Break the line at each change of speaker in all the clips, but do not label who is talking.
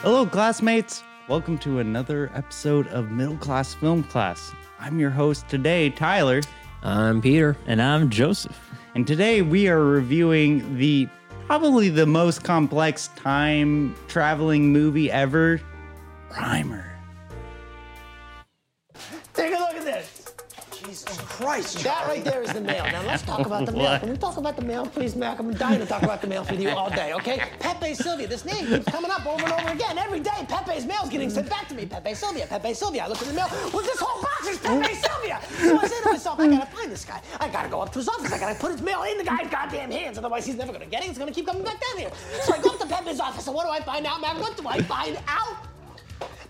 Hello, classmates. Welcome to another episode of Middle Class Film Class. I'm your host today, Tyler,
I'm Peter.
And I'm Joseph.
and today we are reviewing the probably the most complex time traveling movie ever, Primer.
Take a look at this. Jesus Christ. That right there is the mail. Now let's talk about the mail. Can we talk about the mail, please, Mac? I'm dying to talk about the mail with you all day, okay? Pepe Sylvia, this name keeps coming up over and over again. Every day, Pepe's mail's getting sent back to me. Pepe Sylvia, Pepe Sylvia. I look at the mail. Well, this whole box is Pepe Sylvia. So I say to myself, I gotta find this guy. I gotta go up to his office. I gotta put his mail in the guy's goddamn hands. Otherwise, he's never gonna get it. He's gonna keep coming back down here. So I go up to Pepe's office, and what do I find out, Mac? What do I find out?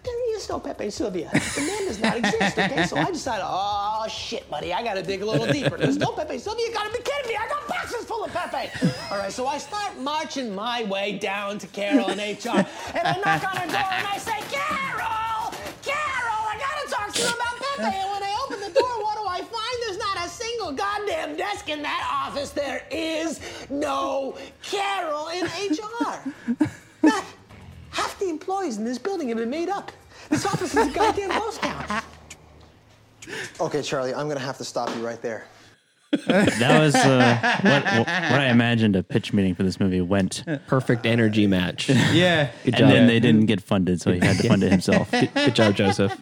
There is no Pepe Sylvia. The man does not exist. Okay, so I decided, oh shit, buddy, I gotta dig a little deeper. There's no Pepe Sylvia. You gotta be kidding me. I got boxes full of Pepe. All right, so I start marching my way down to Carol and HR, and I knock on her door and I say, Carol, Carol, I gotta talk to you about Pepe. And when I open the door, what do I find? There's not a single goddamn desk in that office. There is no Carol in HR. Matt, half the employees in this building have been made up. This office is a goddamn ghost town.
Okay, Charlie, I'm gonna have to stop you right there.
That was uh, what, what I imagined a pitch meeting for this movie went. And
Perfect energy match.
Yeah.
Good job.
then they didn't get funded, so he had to fund it himself.
good, good job, Joseph.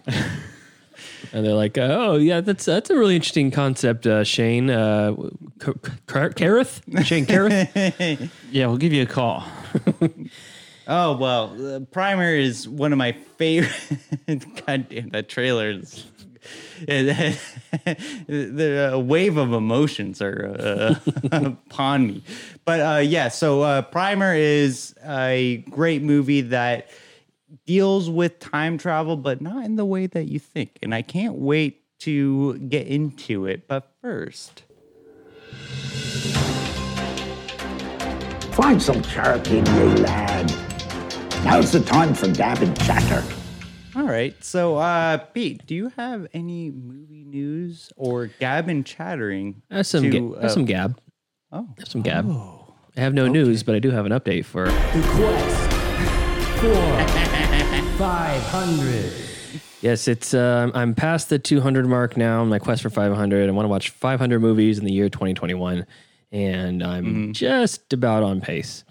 and they're like, oh yeah, that's that's a really interesting concept, uh, Shane. Uh, K- K- Kareth? Shane Kareth.
Yeah, we'll give you a call.
Oh well, uh, Primer is one of my favorite. God damn, that trailer is. the uh, wave of emotions are uh, upon me, but uh, yeah. So uh, Primer is a great movie that deals with time travel, but not in the way that you think. And I can't wait to get into it. But first,
Find some charity, my lad. Now's the time for gab and chatter.
all right. So uh, Pete, do you have any movie news or gab and chattering?
That's some,
to,
ga- I have
uh,
some gab.
Oh.
I have some gab. I have no news, but I do have an update for.
Quest for 500.
Yes, it's. Um, I'm past the 200 mark now. on My quest for 500. I want to watch 500 movies in the year 2021, and I'm
Mm-hmm.
just about on pace.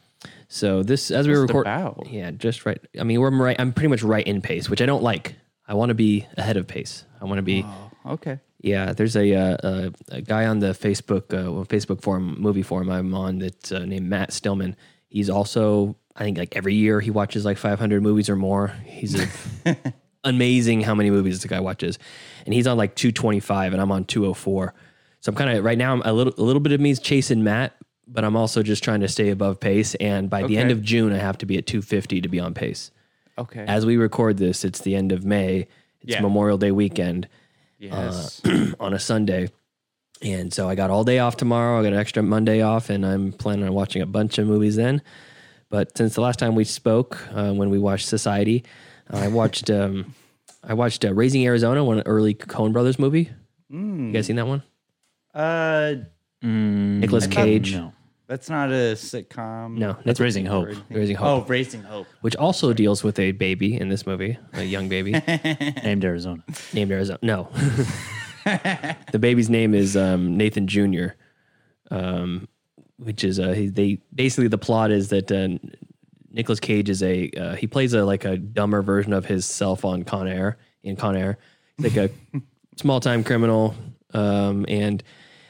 So this, as we
Just
record,
about.
yeah, just right. I mean, we're right. I'm pretty much right in pace, which I don't like. I want to be ahead of pace. I want to be.
Okay.
Yeah, there's a, uh, a a guy on the Facebook uh, well, Facebook forum, movie forum I'm on that's uh, named Matt Stillman. He's also I think like every year he watches like 500 movies or more. He's a, amazing how many movies the guy watches, and he's on like 225 and I'm on 204. So I'm kind of right now I'm a little a little bit of me is chasing Matt, but I'm also just trying to stay above pace. And by the end
Okay.
of June, I have to be at 250 to be on pace
Okay.
as we record this, it's the end of May. It's
Yeah.
Memorial Day weekend
yes.
on a Sunday. And so I got all day off tomorrow. I got an extra Monday off, and I'm planning on watching a bunch of movies then. But since the last time we spoke, uh, when we watched Society, I watched um, I watched uh, Raising Arizona, one early Coen Brothers movie. You guys seen that one?
uh,
Mm.
Nicholas Cage,
No.
that's not a sitcom.
No,
That's Raising Hope.
Raising Hope,
Oh, Raising Hope.
which also deals with a baby in this movie, a young baby.
Named Arizona.
named Arizona. No, the baby's name is um, Nathan Jr. Um, which is uh, he, they basically the plot is that uh, Nicholas Cage is a uh, he plays a like a dumber version of his self on Con Air in Con Air, He's like a small time criminal, um, and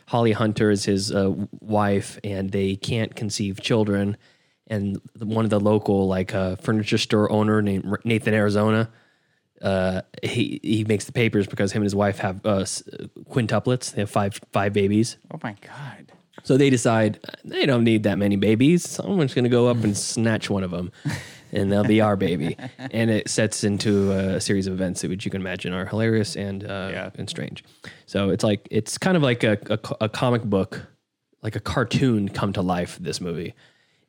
Holly Hunter is his uh, w- wife, and they can't conceive children. And the- one of the local like uh, furniture store owner named R- Nathan Arizona, uh, he he makes the papers because him and his wife have uh, s- quintuplets. They have five five babies.
Oh my God.
So they decide they don't need that many babies. Someone's going to go up and snatch one of them, and they'll be our baby. And it sets into a series of events that which you can imagine are hilarious and uh, and strange. So it's like it's kind of like a, a co- a comic book, like a cartoon come to life. This movie,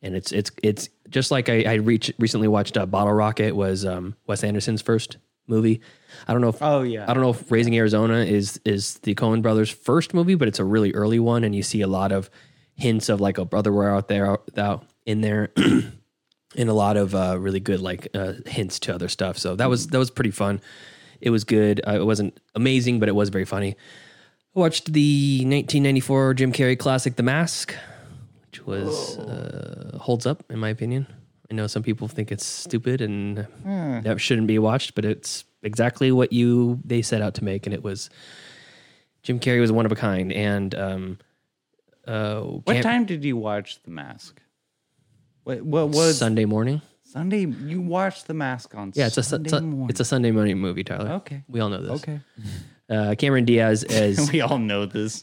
and it's it's it's just like I, I reach, recently watched uh, Bottle Rocket was um, Wes Anderson's first movie. I don't know. If,
Oh, yeah.
I don't know if Raising Arizona is is the Coen Brothers' first movie, but it's a really early one, and you see a lot of hints of like, "Oh, brother, we're out there, out, out in there," and a lot of uh, really good like uh, hints to other stuff. So that was that was pretty fun. It was good. Uh, it wasn't amazing, but it was very funny. I watched the 1994 Jim Carrey classic, The Mask, which
Oh.
was uh, holds up in my opinion. I know some people think it's stupid and
Hmm.
that shouldn't be watched, but it's exactly what you they set out to make, and it was. Jim Carrey was one of a kind, and um, uh,
What
can't-
time did you watch The Mask? What, what was
Sunday morning.
Sunday? You watched The Mask on
Yeah, it's a
Sunday
Sunday
morning.
it's a Sunday morning movie, Tyler.
Okay.
we all know this.
okay.
uh, Cameron Diaz as
We all know this.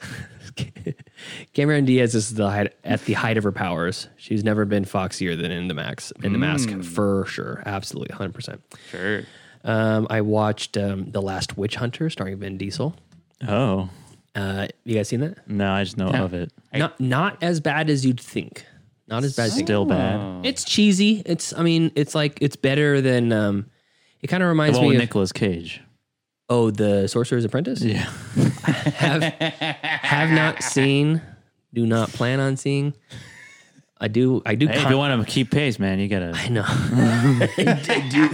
Cameron Diaz is the height, at the height of her powers. She's never been foxier than in the max in the mask for sure, absolutely, hundred percent.
Sure.
Um, I watched um, the Last Witch Hunter starring Vin Diesel.
Oh
Uh, you guys seen that?
no, I just know of it.
not not as bad as you'd think. Not as bad as you
Still bad.
It's cheesy. It's I mean, it's like it's better than um it kind of
The
reminds
one
me
with
of
Nicolas Cage.
oh, the Sorcerer's Apprentice.
Yeah.
have have not seen, do not plan on seeing. I do I do
Hey, if
kind
you want to keep pace, man, you gotta.
I know. I do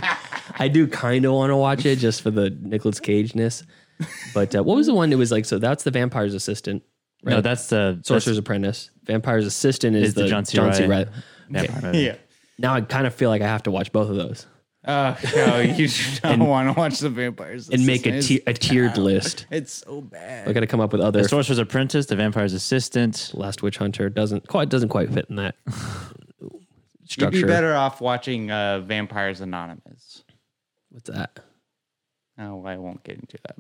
I do kind of want to watch it just for the Nicolas Cage-ness. But uh, what was the one that was like so that's the vampire's assistant.
No, that's the
Sorcerer's Apprentice. Vampire's Assistant is,
Is
the, John C. Reilly.
Reilly. that's vampire movie.
Yeah.
Now I kind of feel like I have to watch both of those
Uh, no, you should not want to watch The Vampires
and make a,
Assassin.
tier a tiered list.
It's so bad.
I got to come up with other.
The Sorcerer's Apprentice, The Vampire's Assistant.
Last Witch Hunter doesn't quite doesn't quite fit in that
You'd be
structure.
better off watching uh, Vampires Anonymous.
What's that?
Oh, I won't get into that.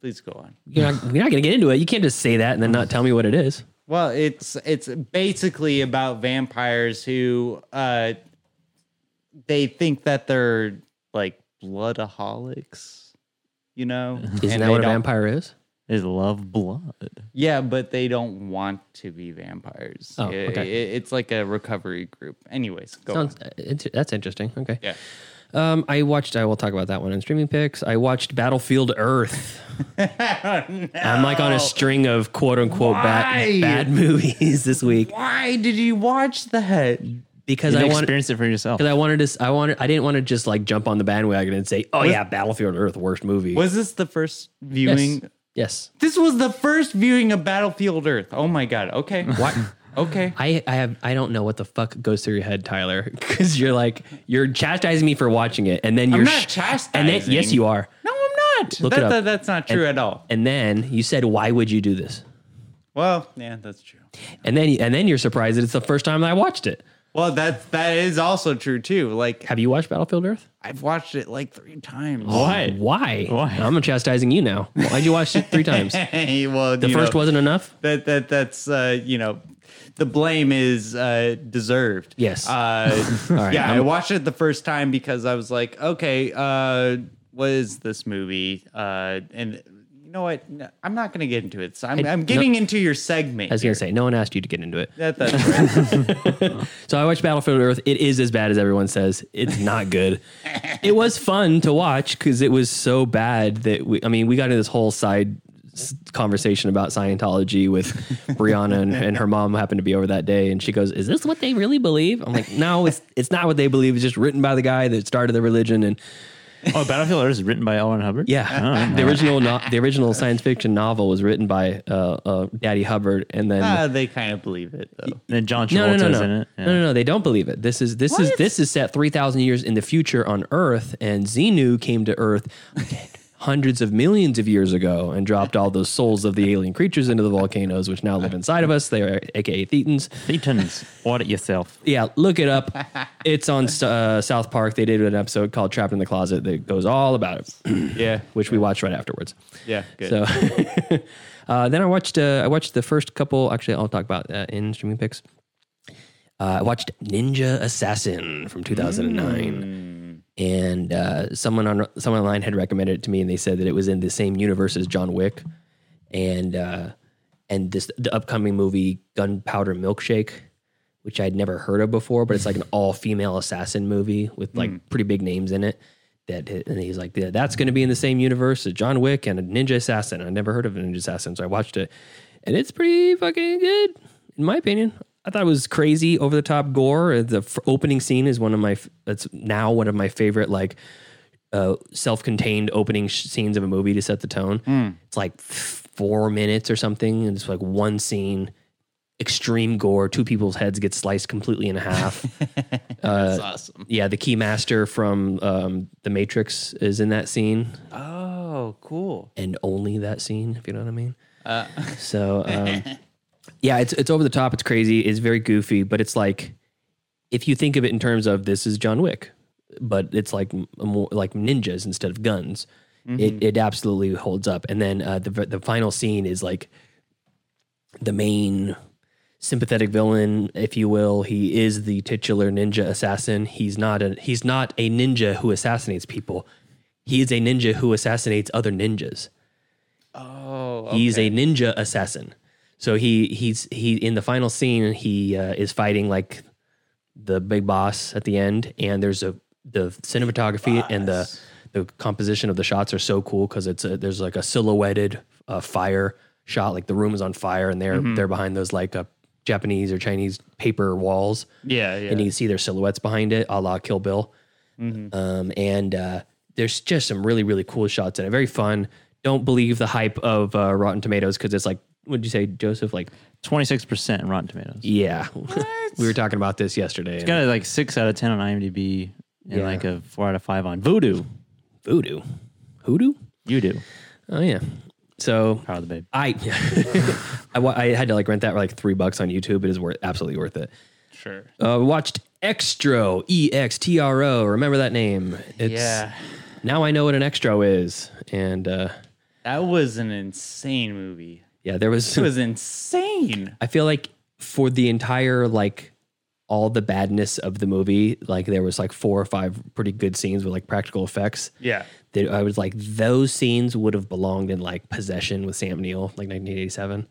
Please go on.
You're not, you're not gonna get into it. You can't just say that and then not tell me what it is.
Well, it's it's basically about vampires who uh they think that they're like bloodaholics, you know?
Isn't
And
that
they
what a
don't-
vampire is?
Is love blood?
Yeah, but they don't want to be vampires.
Oh,
It-
okay.
it- it's like a recovery group. Anyways, go
Sounds
on.
uh, int- that's interesting. Okay.
Yeah.
Um, I watched. I will talk about that one in streaming picks. I watched Battlefield Earth.
Oh,
I'm like on a string of quote unquote bad
Why?
bad movies this week
Why did you watch that?
because
You
I
can
want.
experience it for yourself.
Because I wanted to, s- I wanted, I didn't want to just like jump on the bandwagon and say, "Oh yeah, Battlefield Earth, worst movie."
Was this the first
yes.
viewing?
yes.
This was the first viewing of Battlefield Earth. Oh my god. Okay. What? okay.
I, I have, I don't know what the fuck goes through your head, Tyler, because you're like, you're chastising me for watching it, and then you're
not
and then, yes,
chastising.
you are,
No, I'm not.
Look
that,
it up.
that- that's not true at all.
and then you said, "Why would you do this?"
Well, yeah, that's true.
And then, and then you're surprised that it's the first time that I watched it.
Well, that that is also true too. Like
Have you watched Battlefield Earth?
I've watched it like three times.
Why?
Why?
Why?
I'm chastising you now. Why'd you watch it three times? The
Hey, well, the
first wasn't enough.
that that that's uh, you know, the blame is uh, deserved.
Yes.
Uh,
right,
yeah, i
I'm-
watched it the first time because I was like, okay, uh, what is this movie? Uh, and you know what? No, I'm not going to get into it. So I'm,
I-
I, am
no-
getting into your
I
segment.
was gonna say, no one asked you to get into it.
That, that's right.
So I watched Battlefield Earth. It is as bad as everyone says. It's not good. it was fun to watch because it was so bad that we. I mean, we got into this whole side s- conversation about Scientology with Brianna and, and her mom happened to be over that day, and she goes, "Is this what they really believe?" I'm like, "No, it's it's not what they believe. It's just written by the guy that started the religion." And
Oh, Battlefield Earth is written by Owen Hubbard. Oh,
yeah, the original no, the original science fiction novel was written by uh, uh, Daddy Hubbard, and then.
Uh, they kind of believe it though.
And then John
No, no,
Travolta's
no, no.
in it.
no, no, no. They don't believe it. This is this is
What?
this is set three thousand years in the future on Earth, and Xenu came to Earth hundreds of millions of years ago and dropped all those souls of the alien creatures into the volcanoes, which now live inside of us. They are AKA Thetans.
Thetans, audit yourself.
Yeah, look it up. It's on uh, South Park. They did an episode called "Trapped in the Closet" that goes all about it,
Yeah.
which we watched right afterwards.
Yeah. Good.
So uh, then I watched uh, I watched the first couple. Actually, I'll talk about uh, in streaming picks. Uh, I watched Ninja Assassin from 2009, and uh, someone on someone online had recommended it to me, and they said that it was in the same universe as John Wick, and uh, and this the upcoming movie Gunpowder Milkshake, which I'd never heard of before, but it's like an all female assassin movie with like pretty big names in it. That and he's like, yeah, that's going to be in the same universe as John Wick and a Ninja Assassin. I never heard of a Ninja Assassin, so I watched it, and it's pretty fucking good in my opinion. I thought it was crazy, over the top gore. The f- opening scene is one of my f- that's now one of my favorite like uh, self contained opening sh- scenes of a movie to set the tone. It's like four minutes or something, and it's like one scene, extreme gore. Two people's heads get sliced completely in half. Uh,
That's awesome.
yeah, the Keymaster from um, The Matrix is in that scene,
Oh, cool. Uh,
and only that scene, if you know what I mean. So, um, yeah, it's it's over the top. It's crazy. It's very goofy, but it's like if you think of it in terms of this is John Wick, but it's like m- more like ninjas instead of guns.
Mm-hmm.
It it absolutely holds up. And then uh, the v- the final scene is like the main sympathetic villain, if you will. He is the titular ninja assassin. He's not a he's not a ninja who assassinates people. He is a ninja who assassinates other ninjas. Oh, he's a ninja assassin. So he he's he in the final scene he uh, is fighting like the big boss at the end, and there's a the cinematography and the the composition of the shots are so cool because it's a, there's like a silhouetted uh, fire shot, like the room is on fire, and they're
Mm-hmm.
they're behind those like uh, Japanese or Chinese paper walls,
Yeah, yeah.
and you can see their silhouettes behind it, a la Kill Bill.
Mm-hmm.
Um, and uh, there's just some really really cool shots in it. Very fun. Don't believe the hype of uh, Rotten Tomatoes because it's like, what did you say, Joseph? Like,
Twenty six percent in Rotten Tomatoes.
yeah, we were talking about this yesterday.
It's got a, like six out of ten on IMDb and
Yeah.
like a four out of five on Voodoo.
voodoo, hoodoo.
You do.
Oh yeah. So
Power of the Babe.
I, I wa- I had to like rent that for like three bucks on YouTube. It is worth absolutely worth it.
Sure.
Uh, watched Extro E X T R O. Remember that name? It's,
Yeah.
Now I know what an extro is, and uh,
That was an insane movie.
yeah, there was.
It was insane.
I feel like for the entire like all the badness of the movie, like there was like four or five pretty good scenes with like practical effects.
Yeah.
that I was like, those scenes would have belonged in like Possession with Sam Neill, like 1987.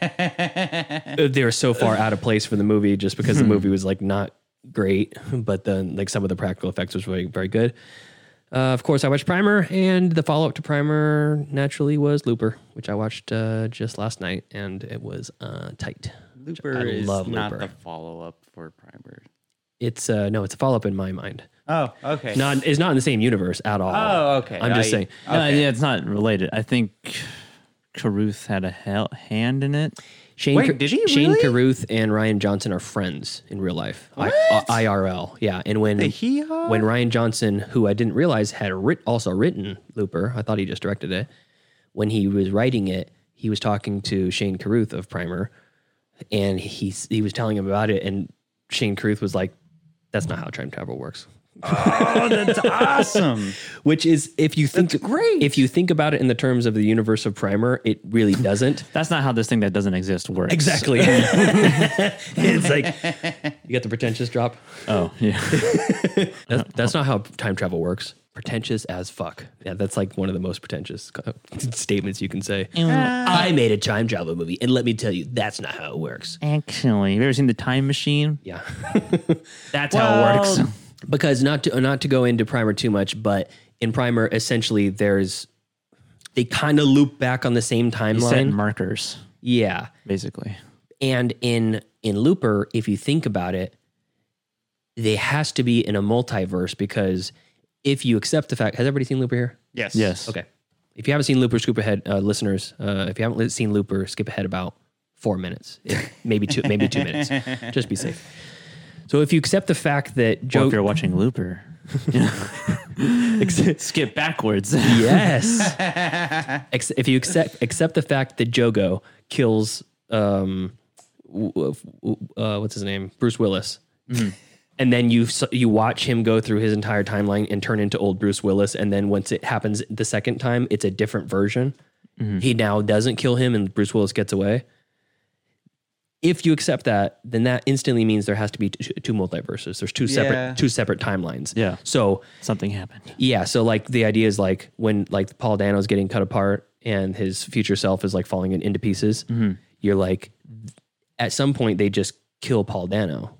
Uh, they were so far out of place for the movie just because
Hmm.
the movie was like not great, but then like some of the practical effects was very, very good. Uh, of course, I watched Primer, and the follow up to Primer naturally was Looper, which I watched uh, just last night, and it was uh, tight. Which
Looper
I
is
love
not
Looper.
the follow up for Primer.
It's uh, no, it's a follow up in my mind.
Oh, okay.
Not it's not in the same universe at all.
Oh, okay.
I'm just
I-
saying.
No, yeah, it's not related. I think Caruth had a hell, hand in it.
Shane,
Wait,
Ca-
did he
Shane
really?
Carruth and Ryan Johnson are friends in real life. I- uh,
What?
I- IRL, yeah. And when
he hug?
when Ryan Johnson, who I didn't realize had writ- also written Looper, I thought he just directed it. When he was writing it, he was talking to Shane Carruth of Primer, and he s- he was telling him about it, and Shane Carruth was like, "That's not how time travel works."
Oh, awesome.
Which is, if you think great, if you think about it in the terms of the universe of Primer, it really doesn't.
That's not how this thing that doesn't exist works.
Exactly. it's like you got the pretentious drop.
Oh, yeah.
That's, that's not how time travel works. Pretentious as fuck. Yeah, that's like one of the most pretentious co- statements you can say. I made a time travel movie, and let me tell you, that's not how it works.
Actually, have you ever seen The Time Machine?
Yeah,
That's how it works.
because not to not to go into Primer too much, but in Primer, essentially, there's they kind of loop back on the same
Set
timeline.
markers,
Yeah,
basically.
And in in Looper, if you think about it, they has to be in a multiverse because if you accept the fact, has everybody seen Looper here?
Yes.
Yes.
Okay. If you haven't seen Looper, scoop ahead, uh, listeners. Uh, if you haven't li- seen Looper, skip ahead about four minutes, If- maybe two, maybe two minutes. Just be safe. So if you accept the fact that
Well,
Joe,
if you're watching Looper, skip backwards.
Yes. Ex- if you accept accept the fact that Jogo kills um, w- w- uh, what's his name, Bruce Willis, and then you s- you watch him go through his entire timeline and turn into old Bruce Willis, and then once it happens the second time, it's a different version. He now doesn't kill him, and Bruce Willis gets away. If you accept that, then that instantly means there has to be t- two multiverses. There's two separate
Yeah.
two separate timelines.
Yeah.
So
Something happened.
yeah, so like the idea is like when like Paul Dano's getting cut apart and his future self is like falling in, into pieces,
Mm-hmm.
you're like at some point they just kill Paul Dano.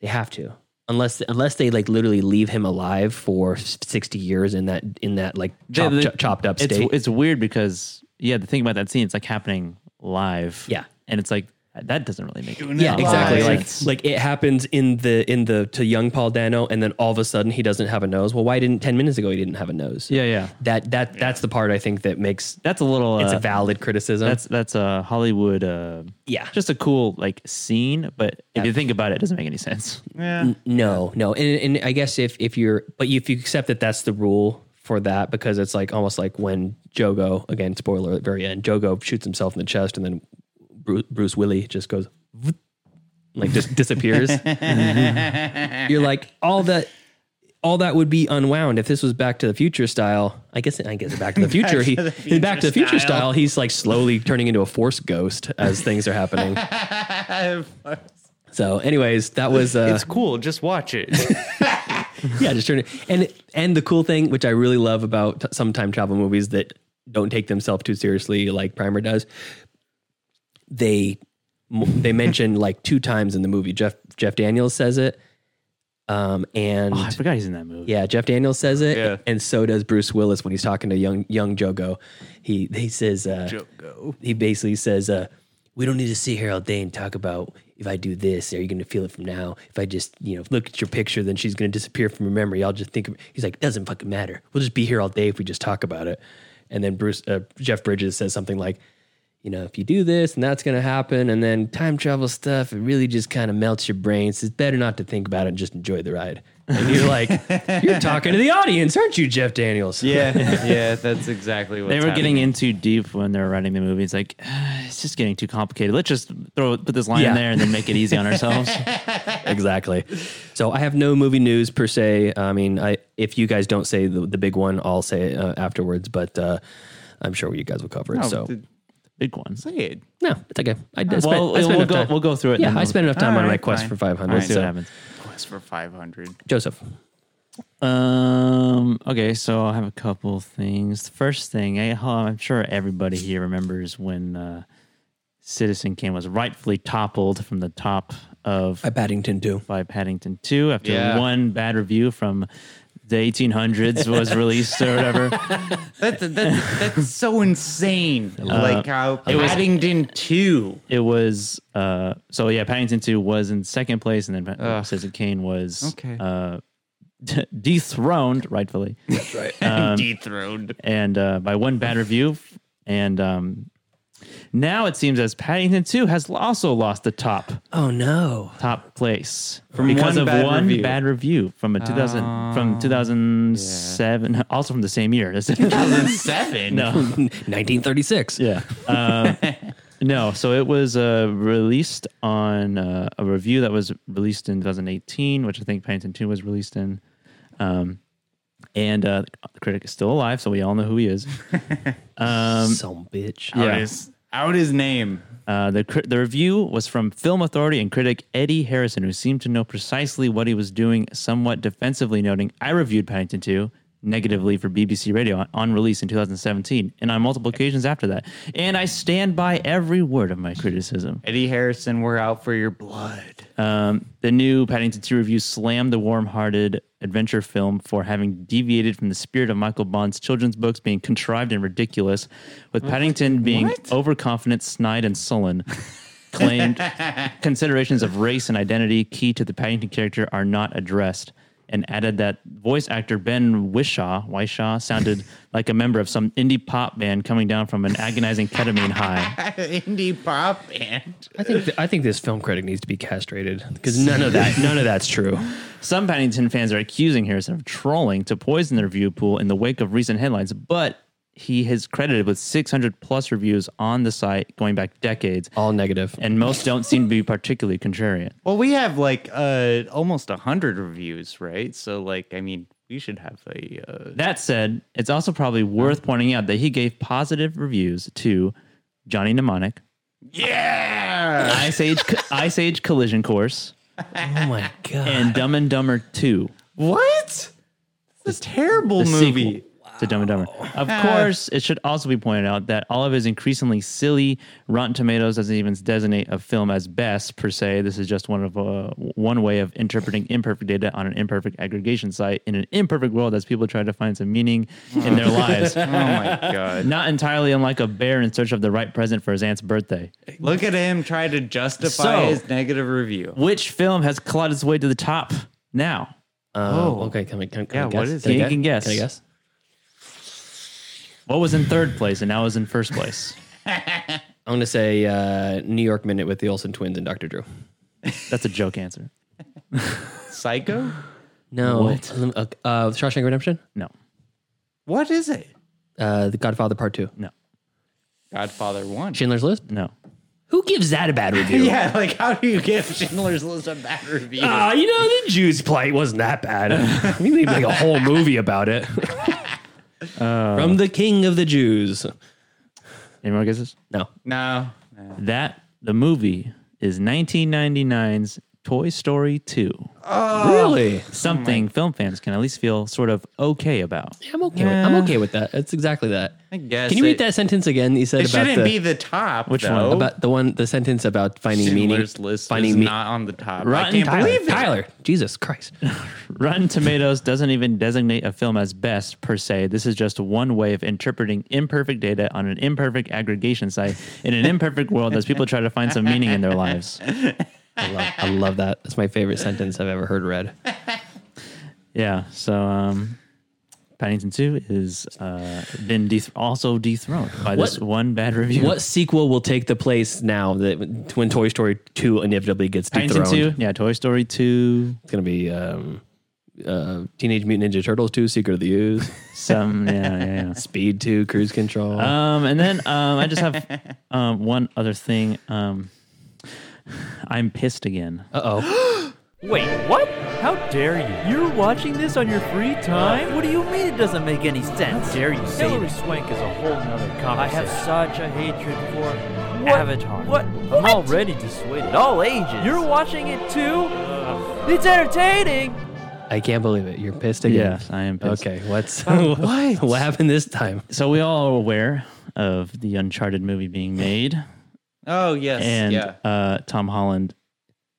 They have to. Unless unless they like literally leave him alive for 60 years in that in that like chop,
The- the-
chop- chopped up
it's,
state.
It's weird because yeah, the thing about that scene, it's like happening live.
Yeah.
and it's like That doesn't really make
Do
it.
Yeah,
not
exactly.
lie.
Like
Sense.
like it happens in the in the to young Paul Dano, and then all of a sudden he doesn't have a nose. Well, why didn't ten minutes ago he didn't have a nose?
Yeah, yeah.
That that that's the part I think that makes
That's a little.
it's
uh,
a valid criticism.
That's that's a Hollywood. Uh,
Yeah.
just a cool like scene, but if you think about it, it doesn't make any sense.
Yeah.
no, no, and and I guess if if you're but if you accept that that's the rule for that because it's like almost like when Jogo again spoiler at the very end Jogo shoots himself in the chest and then Bruce, Bruce Willie just goes "Voot," like just disappears. You're like all that. All that would be unwound if this was Back to the Future style. I guess I guess Back to the Future. he
to the
in Back to the
Future
Future
style.
style. He's like slowly turning into a Force ghost as things are happening. So, anyways, that was uh,
It's cool. Just watch it.
yeah, just turn it. And and the cool thing, which I really love about t- some time travel movies that don't take themselves too seriously, like Primer does, they m- they mention like two times in the movie. Jeff Jeff Daniels says it, um, and
Oh, I forgot he's in that movie.
yeah, Jeff Daniels says it,
Yeah.
and so does Bruce Willis when he's talking to young young Jogo. He he says uh, He basically says, uh, "We don't need to sit here all day and talk about if I do this, are you going to feel it from now? If I just you know look at your picture, then she's going to disappear from your memory. I'll just think of." He's like, "Doesn't fucking matter. We'll just be here all day if we just talk about it." And then Bruce uh, Jeff Bridges says something like. You know, if you do this and that's going to happen, and then time travel stuff, it really just kind of melts your brain. So it's better not to think about it and just enjoy the ride. And you're like, you're talking to the audience, aren't you, Jeff Daniels?
Yeah. Yeah. That's exactly what
They were getting in too deep when they were writing the movie. It's like "Ah, it's just getting too complicated. Let's just throw put this line
Yeah.
in there and then make it easy on ourselves.
exactly. So I have no movie news per se. I mean, I if you guys don't say the, the big one, I'll say it uh, afterwards. But uh, I'm sure you guys will cover it. so
Big one.
say it.
no, it's okay. I, I spent,
Uh, Well,
I spent
we'll
enough
go
time.
we'll go through it.
Yeah,
and then
I spent enough time on my
Alright,
quest
fine.
for 500.
We'll, we'll see
so
what happens.
Quest for 500.
Joseph,
Um. Okay, so I have a couple things. The first thing, I, I'm sure everybody here remembers when uh, Citizen Kane was rightfully toppled from the top of
by Paddington too.
by Paddington Two after
Yeah.
one bad review from the 1800s was released or whatever.
That's, that's, that's so insane.
Uh,
like how Paddington 2.
It was uh, so yeah. Paddington Two was in second place, and then uh, Citizen Kane was
Okay.
uh, dethroned rightfully. Um,
dethroned.
and uh, by one bad review. And um, now it seems as Paddington Two has also lost the top
Oh no!
top place
From
because
one
of
bad
one
review. Oh,
bad review from a 2000 from 2007, also from the same year. That's-
2007.
no,
1936.
yeah, um, no. So it was uh, released on uh, a review that was released in 2018, which I think Paddington Two was released in. Um, and uh, the critic is still alive, so we all know who he is.
some bitch.
Yeah.
Out, his, out his name.
Uh, the cri- the review was from film authority and critic Eddie Harrison, who seemed to know precisely what he was doing, somewhat defensively noting, "I reviewed Paddington 2 negatively for BBC Radio on, on release in 2017, and on multiple occasions after that, and I stand by every word of my criticism."
Eddie Harrison, we're out for your blood.
Um, the new Paddington 2 review slammed the warm-hearted adventure film for having deviated from the spirit of Michael Bond's children's books, being contrived and ridiculous, with Paddington being overconfident, snide, and sullen. Claimed considerations of race and identity key to the Paddington character are not addressed, and added that voice actor Ben Wishaw, Wishaw sounded like a member of some indie pop band coming down from an agonizing ketamine high.
Indie pop band.
I think th- I think this film critic needs to be castrated because none of that none of that's true.
Some Paddington fans are accusing Harrison of trolling to poison the review pool in the wake of recent headlines, but he is credited with 600 plus reviews on the site going back decades,
All negative.
and most don't seem to be particularly contrarian.
Well, we have like uh almost 100 reviews, right? So, like, I mean, we should have a. Uh,
That said, it's also probably worth pointing out that he gave positive reviews to Johnny Mnemonic,
yeah!
Ice Age, Ice Age Collision Course,
Oh my god!
and Dumb and Dumber 2.
What? This is a terrible
the
movie.
sequel. to Dumb and Dumber. Of course, it should also be pointed out that all of his increasingly silly Rotten Tomatoes doesn't even designate a film as best per se. This is just one of uh, one way of interpreting imperfect data on an imperfect aggregation site in an imperfect world as people try to find some meaning in their lives.
Oh my god!
Not entirely unlike a bear in search of the right present for his aunt's birthday.
Look at him try to justify
So-
his negative review.
Which film has clawed its way to the top now?
oh, okay. Can I, can, can
Yeah,
I
what
guess?
is
can
it?
I
You can guess.
Can I guess?
What was in third place and now is in first place?
I'm gonna say uh, New York Minute with the Olsen twins and Dr. Drew.
That's a joke answer.
Psycho?
No,
What?
Um, Uh, uh, Shawshank Redemption.
No.
What is it?
Uh, the Godfather Part Two.
No.
Godfather One.
Schindler's List.
No.
Who gives that a bad review?
Yeah, like how do you give Schindler's List a bad review?
Ah, you know the Jews' plight wasn't that bad. I mean, they make a whole movie about it. From the King of the Jews.
Any more guesses?
No,
no.
That the movie is 1999's Toy Story 2.
Oh
really.
Something film fans can at least feel sort of okay about.
I'm okay. With, I'm okay with that. That's exactly that.
I guess
Can you read
it-
that sentence again? You said
It
about
shouldn't
the,
be the top.
Which one?
though.
about the one the sentence about finding
Schindler's
meaning.
List
finding
is
me-
not on the top. I
Rotten
can't
Tyler,
believe it.
Tyler, Jesus Christ.
Rotten Tomatoes doesn't even designate a film as best per se. This is just one way of interpreting imperfect data on an imperfect aggregation site in an imperfect world as people try to find some meaning in their lives.
I love, I love that. That's my favorite sentence I've ever heard read.
Yeah. So, um, Paddington 2 is uh, been deth- also dethroned by this
What-
one bad review.
What sequel will take the place now that when Toy Story 2 inevitably gets
Paddington
dethroned?
2? Yeah, Toy Story 2.
It's going to be um, uh, Teenage Mutant Ninja Turtles 2, Secret of the Ooze,
Some, yeah, yeah, yeah.
Speed 2, Cruise Control.
Uh,
Um, and then um, I just have um, one other thing. Um, I'm pissed again.
Uh,
Uh-oh.
Wait, what? How dare you? You're watching this on your free time? What do you mean it doesn't make any sense? How dare you say Hillary Swank is a whole nother conversation. I have such a hatred for Avatar. What? I'm already dissuaded. All ages. You're watching it too? It's entertaining!
I can't believe it. You're pissed again.
Yes, I am pissed.
Okay, what's what? What happened this time?
So we all are aware of the Uncharted movie being made,
Oh yes,
and
yeah.
uh, Tom Holland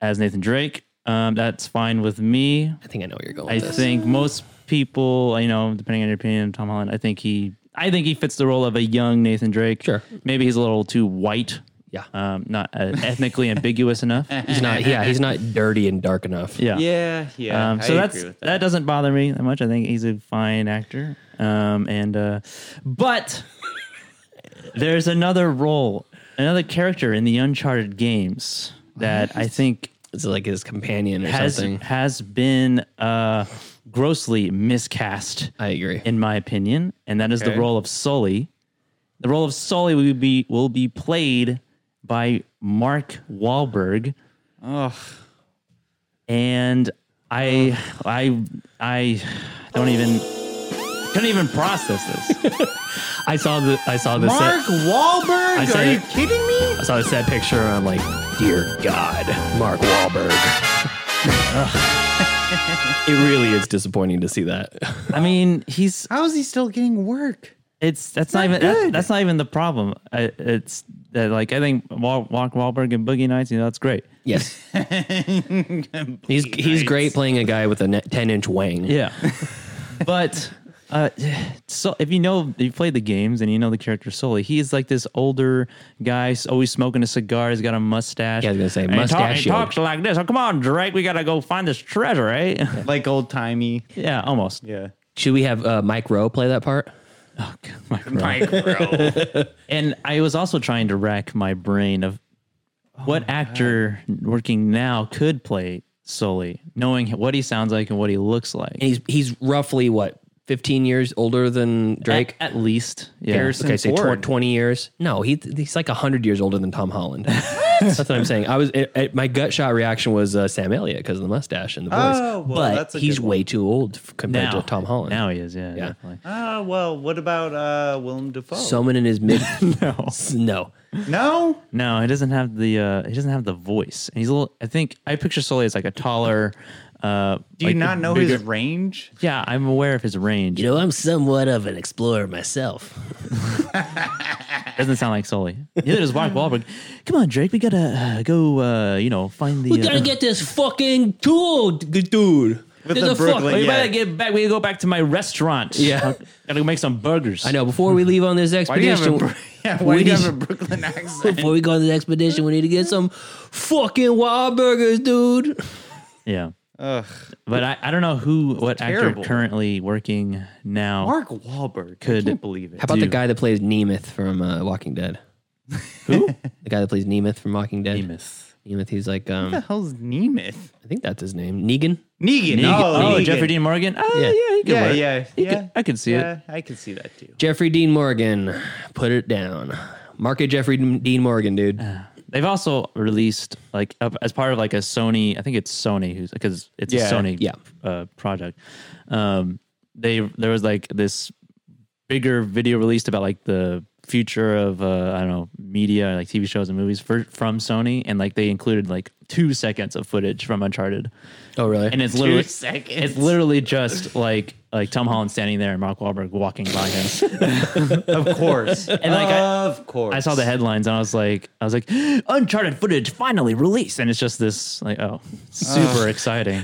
as Nathan Drake. Um, that's fine with me.
I think I know where you're going.
I
with this.
think most people, you know, depending on your opinion of Tom Holland, I think he, I think he fits the role of a young Nathan Drake.
Sure.
Maybe he's a little too white.
Yeah.
Um, not uh, ethnically ambiguous enough.
he's not yeah, he's not dirty and dark enough.
Yeah.
yeah, yeah.
Um, so
I
that's
agree with
that. doesn't bother me that much. I think he's a fine actor. Um, and uh, but there's another role, another character in the Uncharted games that I think
It's like his companion or
has
something.
has been uh, grossly miscast
I agree.
in my opinion, and that is
Okay.
the role of Sully. The role of Sully will be will be played by Mark Wahlberg.
Ugh.
And I I I don't even couldn't even process this.
I saw the I saw the set-
Mark Wahlberg?
I
Are
said
you
it.
kidding me?
I saw the sad picture and I'm like, dear God, Mark Wahlberg. it really is disappointing to see that.
I mean, he's
How is he still getting work?
it's that's not,
not
even that,
good.
that's not even the problem. I, it's that like I think Wal- Mark Wahlberg and Boogie Nights, you know, that's great.
Yes. he's he's great playing a guy with a ne- 10 inch wang.
Yeah. but uh, so if you know you played the games and you know the character Sully, he is like this older guy, s- always smoking a cigar. He's got a mustache.
Yeah, I was gonna say,
And he talk- He,
mustachioed.
talks like this. Oh, come on, Drake, we gotta go find this treasure, right? Yeah,
Like old timey.
almost.
Yeah.
Should we have uh, Mike Rowe play that part?
Oh, God, my God.
Micro.
and I was also trying to rack my brain of what actor working now could play Sully, knowing what he sounds like and what he looks like.
And he's he's roughly what 15 years older than Drake.
at, at least, yeah.
Harrison
okay, say tw-
Ford.
20 years. No, he he's like 100 years older than Tom Holland. That's what I'm saying. I was it, it- my gut shot reaction was uh, Sam Elliott because of the mustache and the voice.
Oh, well,
but
that's a
he's
good one.
way too old f- compared
Now-
to Tom Holland.
Now he is, yeah,
Yeah.
definitely.
Ah, well, what about uh Willem Dafoe?
Oh. Someone in his mid no no.
no?
No, he doesn't have the uh, he doesn't have the voice, and he's a little. I think I picture Sully as like a taller, Uh,
Do you
like,
not know
bigger-
his range?
Yeah, I'm aware of his range.
You know, I'm somewhat of an explorer myself.
Doesn't sound like Sully. Neither does Mark Wahlberg. Come on, Drake. We gotta uh, go. Uh, you know, find the.
We
uh,
gotta get this fucking tool, d- dude.
With
There's
the
a fuck-
Brooklyn-
We
Yeah.
gotta get back. We gotta go back to my restaurant.
Yeah.
gotta go make some burgers.
I know. Before we leave on this
Why do you have
expedition,
a, Bro- yeah, why
we
do you
need-
have a Brooklyn accent?
before we go on this expedition, we need to get some fucking wild burgers, dude.
Yeah. But I, I don't know who, what
Terrible.
actor currently working now.
Mark Wahlberg.
Could-
I can't believe it.
How about the
Dude.
guy that plays Nemeth from uh, Walking Dead?
Who?
The guy that plays Nemeth from Walking Dead.
Amos.
Nemeth. He's like,
What
um,
the hell's Nemeth?
I think that's his name. Negan.
Negan.
Negan.
Oh,
Oh,
Negan.
Jeffrey Dean Morgan. Oh,
Yeah.
yeah, yeah, he could
Yeah,
work.
yeah,
He
yeah.
could- I could see it.
Yeah, I can see that too.
Jeffrey Dean Morgan. Put it down. Market Jeffrey Dean Morgan, dude.
Uh,
They've also released like a- as part of like a Sony. I think it's Sony who's because it's
Yeah,
a Sony
yeah.
uh, project. Um, they there was like this bigger video released about like the future of uh, I don't know media like TV shows and movies for, from Sony and like they included like two seconds of footage from Uncharted
Oh, really?
and it's literally
seconds.
it's literally just like like Tom Holland standing there and Mark Wahlberg walking by him
Of course.
and like I,
of course.
I saw the headlines and I was like, I was like, Uncharted footage finally released, and it's just this like, oh, super exciting.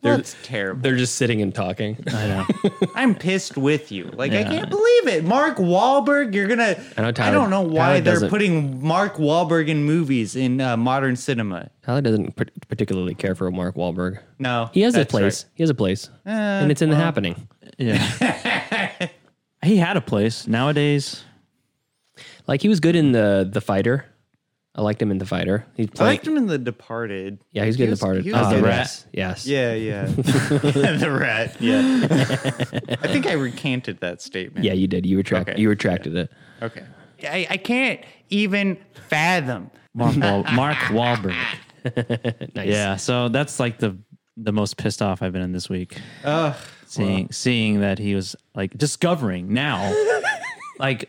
That's terrible.
They're just sitting and talking.
Uh,
I know.
I'm pissed with you. Like I
Yeah.
can't believe it. Mark Wahlberg, you're gonna.
I
I,
know Tyler-
don't know why
Tyler
they're
doesn't-
putting Mark Wahlberg in movies in uh, modern cinema.
Tyler doesn't par- particularly care for Mark Wahlberg.
No,
He has a
that's Uh,
place. He has a place, and it's in the happening.
Yeah, he had a place. Nowadays,
Like he was good in the the fighter. I liked him in the fighter. He
right. I
played.
liked him in The Departed.
yeah, he's good in the
was-
part.
he was
Oh,
good.
yes, Yes.
Yeah, yeah. the rat. Yeah. I think I recanted that statement.
Yeah, you did. You retract.
Okay.
You retracted it.
Okay. I, I can't even fathom.
Mark Wahl- Mark Wahlberg.
Nice.
Yeah, so that's like the the most pissed off I've been in this week.
Ugh.
Seeing seeing that he was like discovering now, like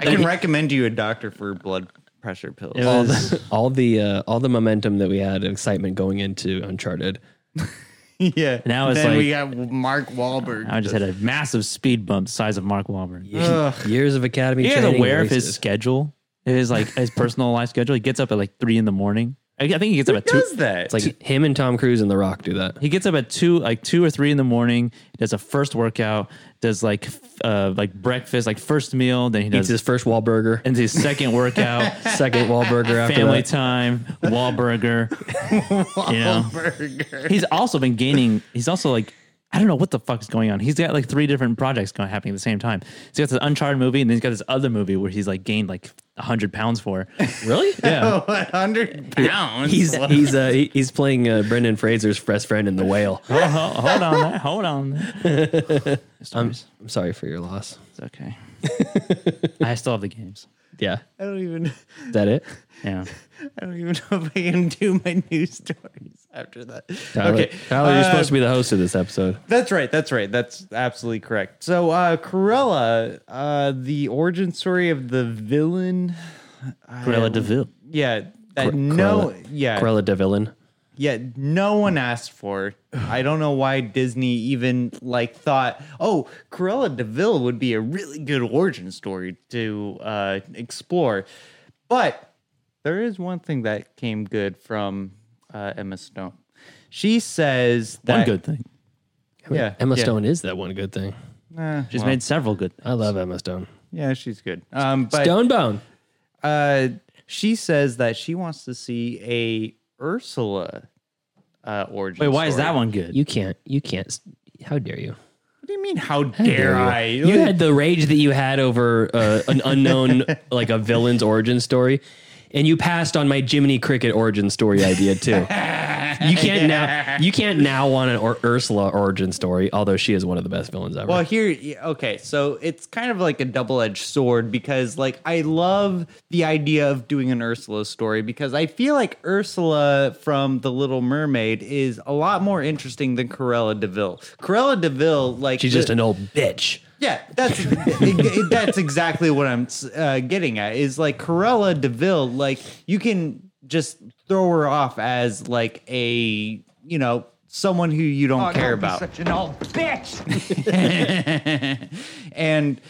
I can recommend you a doctor for blood pressure pills.
it was.
All the uh, all the momentum that we had, and excitement going into Uncharted.
yeah.
Now it's
then
like-
we got Mark Wahlberg.
I just had a massive speed bump the size of Mark Wahlberg.
Years of academy.
He is
training
aware of his
races.
schedule, his like his personal life schedule. He gets up at like three in the morning. I, I think he gets up at two.
does that?
It's like him and Tom Cruise and The Rock do that.
He gets up at two, like two or three in the morning. Does a first workout. Does like f- uh like breakfast, like first meal. Then he
Eats
does
his first Wahlburger,
and his second workout.
second Wahlburger after
Family
that.
time, Wahlburger. you know, he's also been gaining. He's also like, I don't know what the fuck's going on. He's got like three different projects going happening at the same time. So he's got this Uncharted movie, and then he's got this other movie where he's like gained like hundred pounds for.
really?
Yeah,
100 pounds.
He's he's uh, he- he's playing uh, Brendan Fraser's best friend in The Whale.
Ho- ho- hold on, hold on. Stories.
I'm sorry for your loss.
it's okay.
Um.
I still have the games.
Yeah,
I don't even.
is that it?
Yeah,
I don't even know if I can do my news stories after that.
Tyler,
okay,
Tyler, you're
Uh,
supposed to be the host of this episode.
That's right. That's right. That's absolutely correct. So, uh, Cruella, uh, the origin story of the villain. uh,
Cruella Deville.
Yeah. That
Cruella.
no, yeah,
Cruella de Villain.
yeah, no one asked for. I don't know why Disney even like thought, oh, Cruella Deville would be a really good origin story to uh, explore. But there is one thing that came good from uh, Emma Stone. She says that
One good thing.
yeah,
Emma
yeah.
Stone is that one good thing.
Eh,
She's
well,
made several good. Things.
I love Emma Stone.
yeah, she's good. Um, but
Stone Bone.
uh, she says that she wants to see a Ursula uh, origin.
Wait, why is
story.
that one good?
You can't. You can't. s- How dare you?
What do you mean? How dare,
you.
I?
You had the rage that you had over uh, an unknown, like a villain's origin story, and you passed on my Jiminy Cricket origin story idea too. You can't now. You can't now want an or- Ursula origin story, although she is one of the best villains ever.
Well, here, yeah, okay, so it's kind of like a double edged sword because, like, I love the idea of doing an Ursula story because I feel like Ursula from The Little Mermaid is a lot more interesting than Corella Deville. Corella Deville, like,
She's
the-
just an old bitch.
yeah, that's that's exactly what I'm uh, getting at. Is like Corella Deville, like you can just throw her off as like a you know, someone who you don't
Oh,
care
don't be
about.
Such an old bitch.
and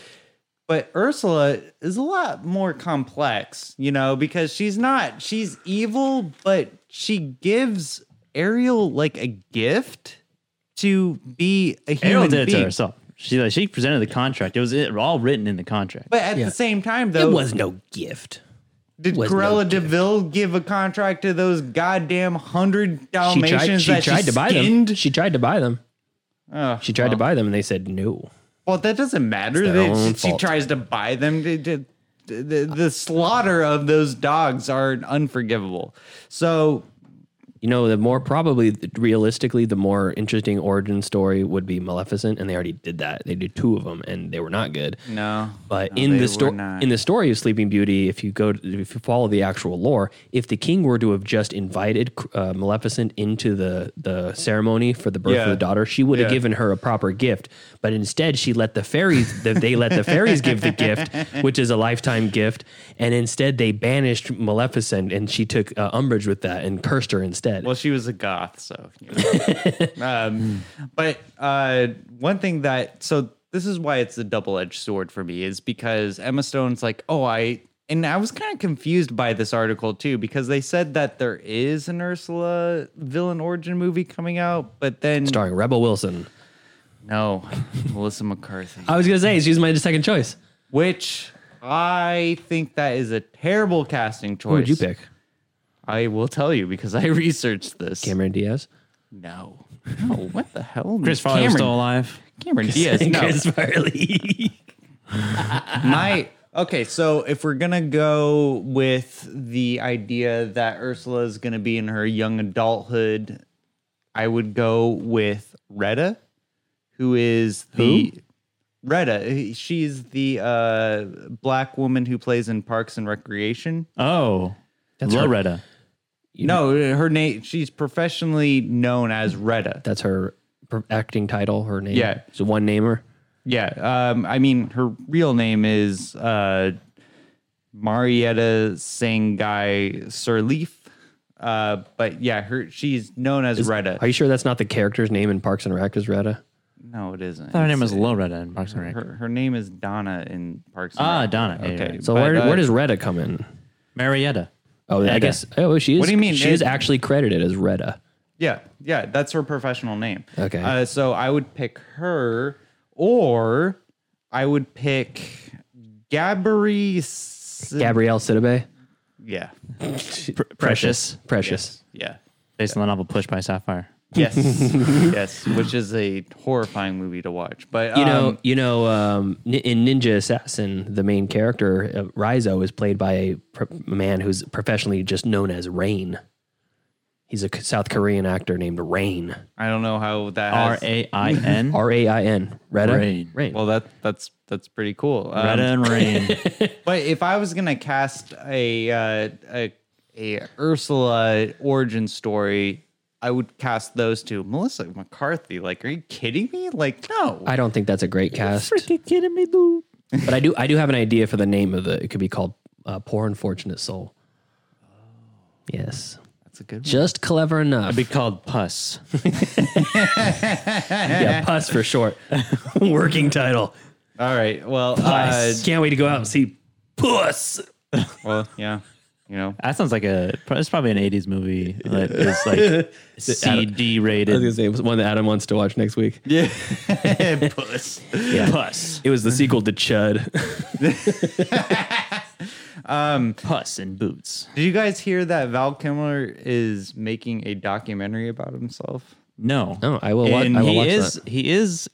but Ursula is a lot more complex, you know, because she's not she's evil, but she gives Ariel like a gift to be a human
Ariel did it
being.
to herself. She like, she presented the contract. It was it, all written in the contract.
But at the same time, though,
gift.
Did
was no
Corella Deville give a contract to those goddamn hundred Dalmatians
she
that
tried
she
to buy
skinned? Oh,
them. She tried to buy them.
Ugh,
She tried to buy them, and they said no.
Well, that doesn't matter.
It's their
They-
own
she- she,
fault.
tries to buy them. They- they- The, the, slaughter of those dogs are unforgivable. So,
You know, the more probably realistically, the more interesting origin story would be Maleficent, and they already did that. They did two of them, and they were not good.
no.
But
No,
in
they were
the story,
not.
in the story of Sleeping Beauty, if you go, to, if you follow the actual lore, if the king were to have just invited uh, Maleficent into the the ceremony for the birth of
Yeah.
the daughter, she would have
Yeah.
given her a proper gift. But instead, she let the fairies, the, they let the fairies give the gift, which is a lifetime gift, and instead they banished Maleficent, and she took uh, umbrage with that and cursed her instead.
Well, she was a goth, so. you know. um, but uh, one thing that so this is why it's a double edged sword for me is because Emma Stone's like, oh, I and I was kind of confused by this article too because they said that there is an Ursula villain origin movie coming out, but then
Starring Rebel Wilson.
no, Melissa McCarthy.
I was gonna say she's my second choice.
which I think that is a terrible casting choice.
Who would you pick?
I will tell you because I researched this.
Cameron Diaz.
No, no, what the hell?
Chris Farley was
Cameron-
still alive.
Cameron Diaz. No,
Chris Farley.
my okay. So if we're gonna go with the idea that Ursula is gonna be in her young adulthood, I would go with Retta, who is the Retta. She's the uh, black woman who plays in Parks and Recreation.
Oh,
That's her-
Loretta.
No, her name. She's professionally known as Retta.
That's her per- acting title. Her name.
Yeah.
It's a one namer.
Yeah. Um, I mean, her real name is uh, Marietta Sangai Sirleaf. Uh, but yeah, her she's known as Retta.
Are you sure that's not the character's name in Parks and Rec? Is Retta?
no, it isn't.
Her name
It's- uh,
was Loretta in Parks and Rec.
her, her name is Donna in Parks. and
Ah,
Rec.
Donna. Yeah, yeah,
Okay.
yeah.
So
but,
where,
uh,
where does Retta come in?
Marietta.
Oh, I
Retta.
guess. Oh, she is.
What do you mean?
She is
It-
actually credited as Retta.
Yeah, yeah, that's her professional name.
Okay.
Uh, so I would pick her, or I would pick Gabri. S-
Gabrielle Sidibe.
yeah,
Precious.
Precious.
yeah,
Based on the novel Push by Sapphire.
yes, yes, which is a horrifying movie to watch. But
You know,
um,
you know, um, ni- in Ninja Assassin, the main character uh, Rizo is played by a pr- man who's professionally just known as Rain. He's a K- South Korean actor named Rain.
I don't know how that
R
has-
A I N.
R A I N. Retta.
Rain.
Rain.
Well, that that's that's pretty cool. Um,
Retta and Rain.
But if I was gonna cast a uh, a a Ursula origin story, I would cast those two. Melissa McCarthy, like, are you kidding me? Like, no.
I don't think that's a great cast.
Freaking kidding me, dude.
but I do I do have an idea for the name of the. It could be called uh, "Poor Unfortunate Soul." Yes,
That's a good
just clever enough.
It'd be called Puss.
yeah, pus for short. Working title.
All right. Well, uh,
I can't wait to go out and see Puss.
well, yeah. You know,
That sounds like a. It's probably an '80s movie that is like CD rated.
say it was one that Adam wants to watch next week.
puss.
Puss,
It was the sequel to Chud.
Puss in boots.
Did you guys hear that Val Kilmer is making a documentary about himself?
No,
No, I will wa-
And
I will
he
watch
is.
that.
He is.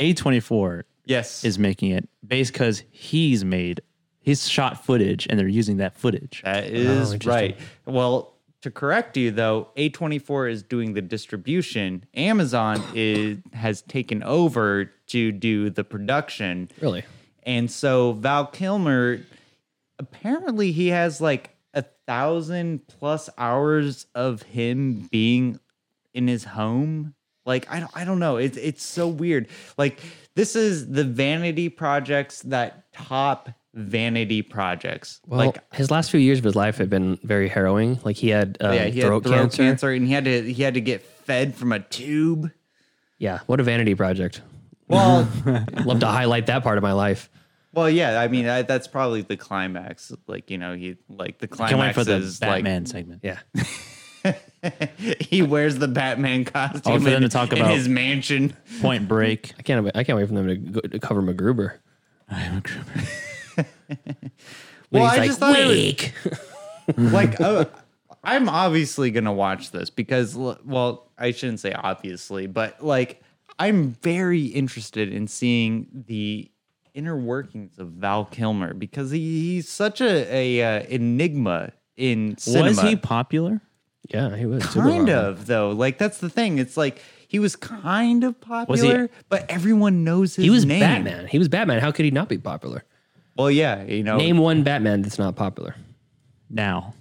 A24
Yes.
is making it based because he's made. He's shot footage, and they're using that footage.
that
Oh,
is right. Well, to correct you though, A24 is doing the distribution. Amazon is has taken over to do the production.
really?
And so Val Kilmer, apparently he has like a thousand plus hours of him being in his home. Like I don't, I don't know. It's it's so weird. Like this is the vanity projects that top vanity projects.
Well,
like
his last few years of his life had been very harrowing. Like he had, um,
Oh, yeah, he
throat,
had throat cancer.
cancer.
and he had to he had to get fed from a tube.
Yeah, what a vanity project.
Well,
love to highlight that part of my life.
Well, yeah, I mean I, that's probably the climax. Like you know, he like the climax
Can't wait for the
is
Batman
like,
segment.
Yeah.
he wears the Batman
All
costume
for
in,
them to talk
in
about
his mansion.
Point Break.
I can't. I can't wait for them to, go, to cover MacGruber.
I am a group.
When
Well,
he's
I
like,
just thought it was-
"Wake."
like uh, I'm obviously gonna watch this because l- well I shouldn't say obviously but like I'm very interested in seeing the inner workings of Val Kilmer because he, he's such a, a uh, enigma in cinema.
Was he popular?
Yeah, he was super
kind
popular.
of though like that's the thing it's like he was kind of
Was he-
popular but everyone knows his
He was
name
Batman. He was Batman. How could he not be popular?
well Oh, yeah you know
Name one Batman that's not popular.
Now.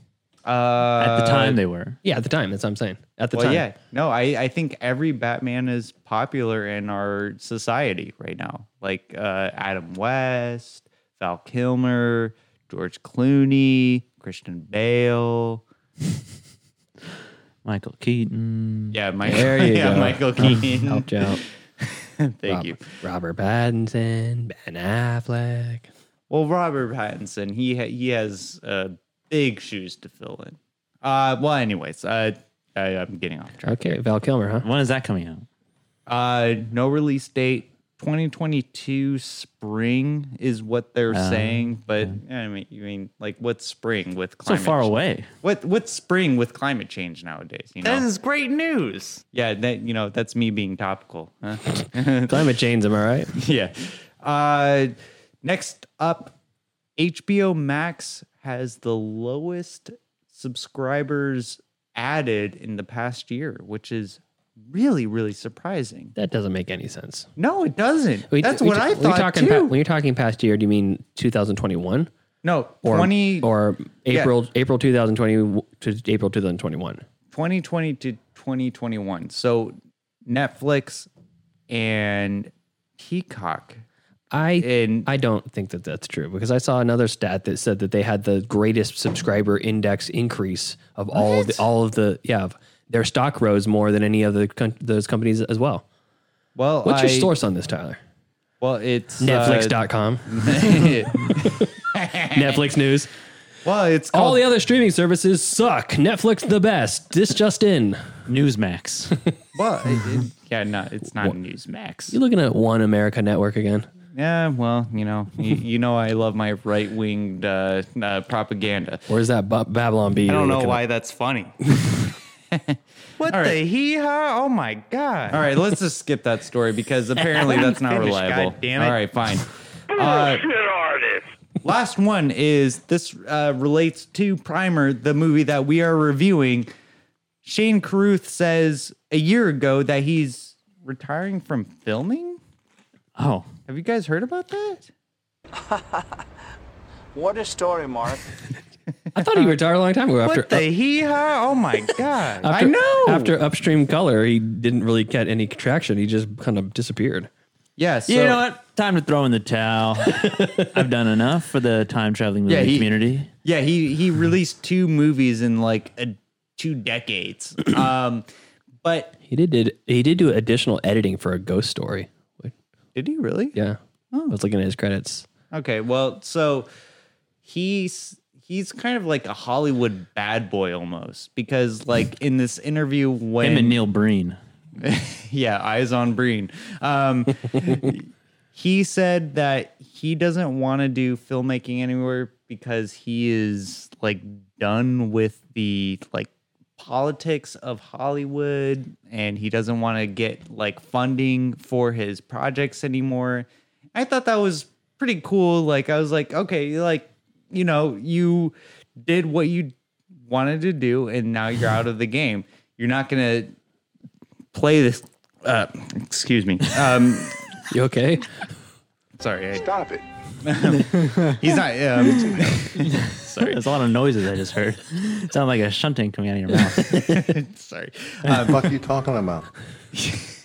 uh,
At the time they were.
Yeah, at the time. That's what I'm saying. At the
Well,
time.
yeah, no, I, I think every Batman is popular in our society right now. Like uh, Adam West, Val Kilmer, George Clooney, Christian Bale.
Michael Keaton.
Yeah, Michael,
There you
yeah,
go.
Michael Keaton.
Helped you out.
Thank
Robert,
you.
Robert Pattinson, Ben Affleck.
Well, Robert Pattinson, he ha- he has uh, big shoes to fill in. Uh, well, anyways, uh, I, I'm getting off track.
Okay, Val Kilmer, huh?
When is that coming out?
Uh, no release date. 2022 spring is what they're saying, but I mean, you mean like what's spring with
So
climate?
far
ch-
away.
What what's spring with climate change nowadays? You know,
That is great news.
yeah, that you know that's me being topical. huh?
Climate change, am I right?
yeah. Uh, next up, HBO Max has the lowest subscribers added in the past year, which is really really surprising.
That doesn't make any sense.
No, it doesn't.
We-
That's
we-
what I
when you're
thought
talking
too.
pa- when you're talking past year, do you mean 2021
no,
or
20,
or April April 2020 to April 2021?
2020 to 2021. So Netflix and Peacock.
I
And
I don't think that that's true because I saw another stat that said that they had the greatest subscriber index increase of all of the, all of the yeah of their stock rose more than any of the con- those companies as well.
well,
What's
I-
your source on this, Tyler?
Well, it's uh,
Netflix.com, Netflix news.
well, it's called
All the other streaming services suck. Netflix the best. This just in.
Newsmax.
well, it- it- yeah, no, it's not Newsmax.
You looking at One America Network again?
Yeah, well, you know, you, you know, I love my right winged uh, uh, propaganda.
Or is that ba- Babylon B?
I don't know why that's funny.
What
right.
the hee haw? Oh my god.
All right, let's just skip that story because apparently that's not
Finish,
reliable.
God damn it.
All right, fine. Uh, last one is this uh, relates to Primer, the movie that we are reviewing. Shane Carruth says a year ago that he's retiring from filming.
oh.
Have you guys heard about that?
What a story, Mark.
I thought he retired a long time ago. After
What the
Uh,
hee haw? Oh my god.
After,
I know.
After Upstream Color, he didn't really get any traction. He just kind of disappeared.
Yes.
you know what? Time to throw in the towel. I've done enough for the time traveling movie
Yeah, he-
community.
Yeah, he he released two movies in like a, two decades. Um, but
He did, did he did do additional editing for a ghost story. Wait,
did he really?
Yeah.
Oh.
I was looking at his credits.
Okay, well, so he's he's kind of like a Hollywood bad boy almost because like in this interview when
Him and Neil Breen.
yeah, eyes on Breen. Um, he said that he doesn't want to do filmmaking anywhere because he is like done with the like politics of Hollywood and he doesn't want to get like funding for his projects anymore. I thought that was pretty cool. Like I was like, okay, like you know, you did what you wanted to do and now you're out of the game. You're not going to play this. Uh, excuse me. Um,
You okay?
sorry, I-
Stop it.
he's not. Um, sorry,
There's a lot of noises I just heard. Sound like a shunting coming out of your mouth.
sorry.
fuck you talking about?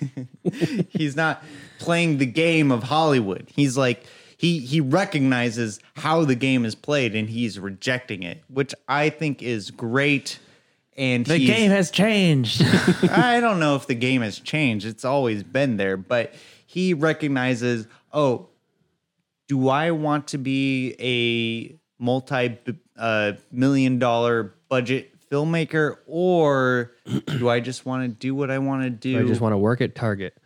He's not playing the game of Hollywood. He's like he he recognizes how the game is played and he's rejecting it, which I think is great. and
The
he's-
game has changed.
I don't know if the game has changed. It's always been there, but he recognizes, oh, do I want to be a multi uh, million dollar budget filmmaker or do I just want to do what I want to do?
I just want to work at Target.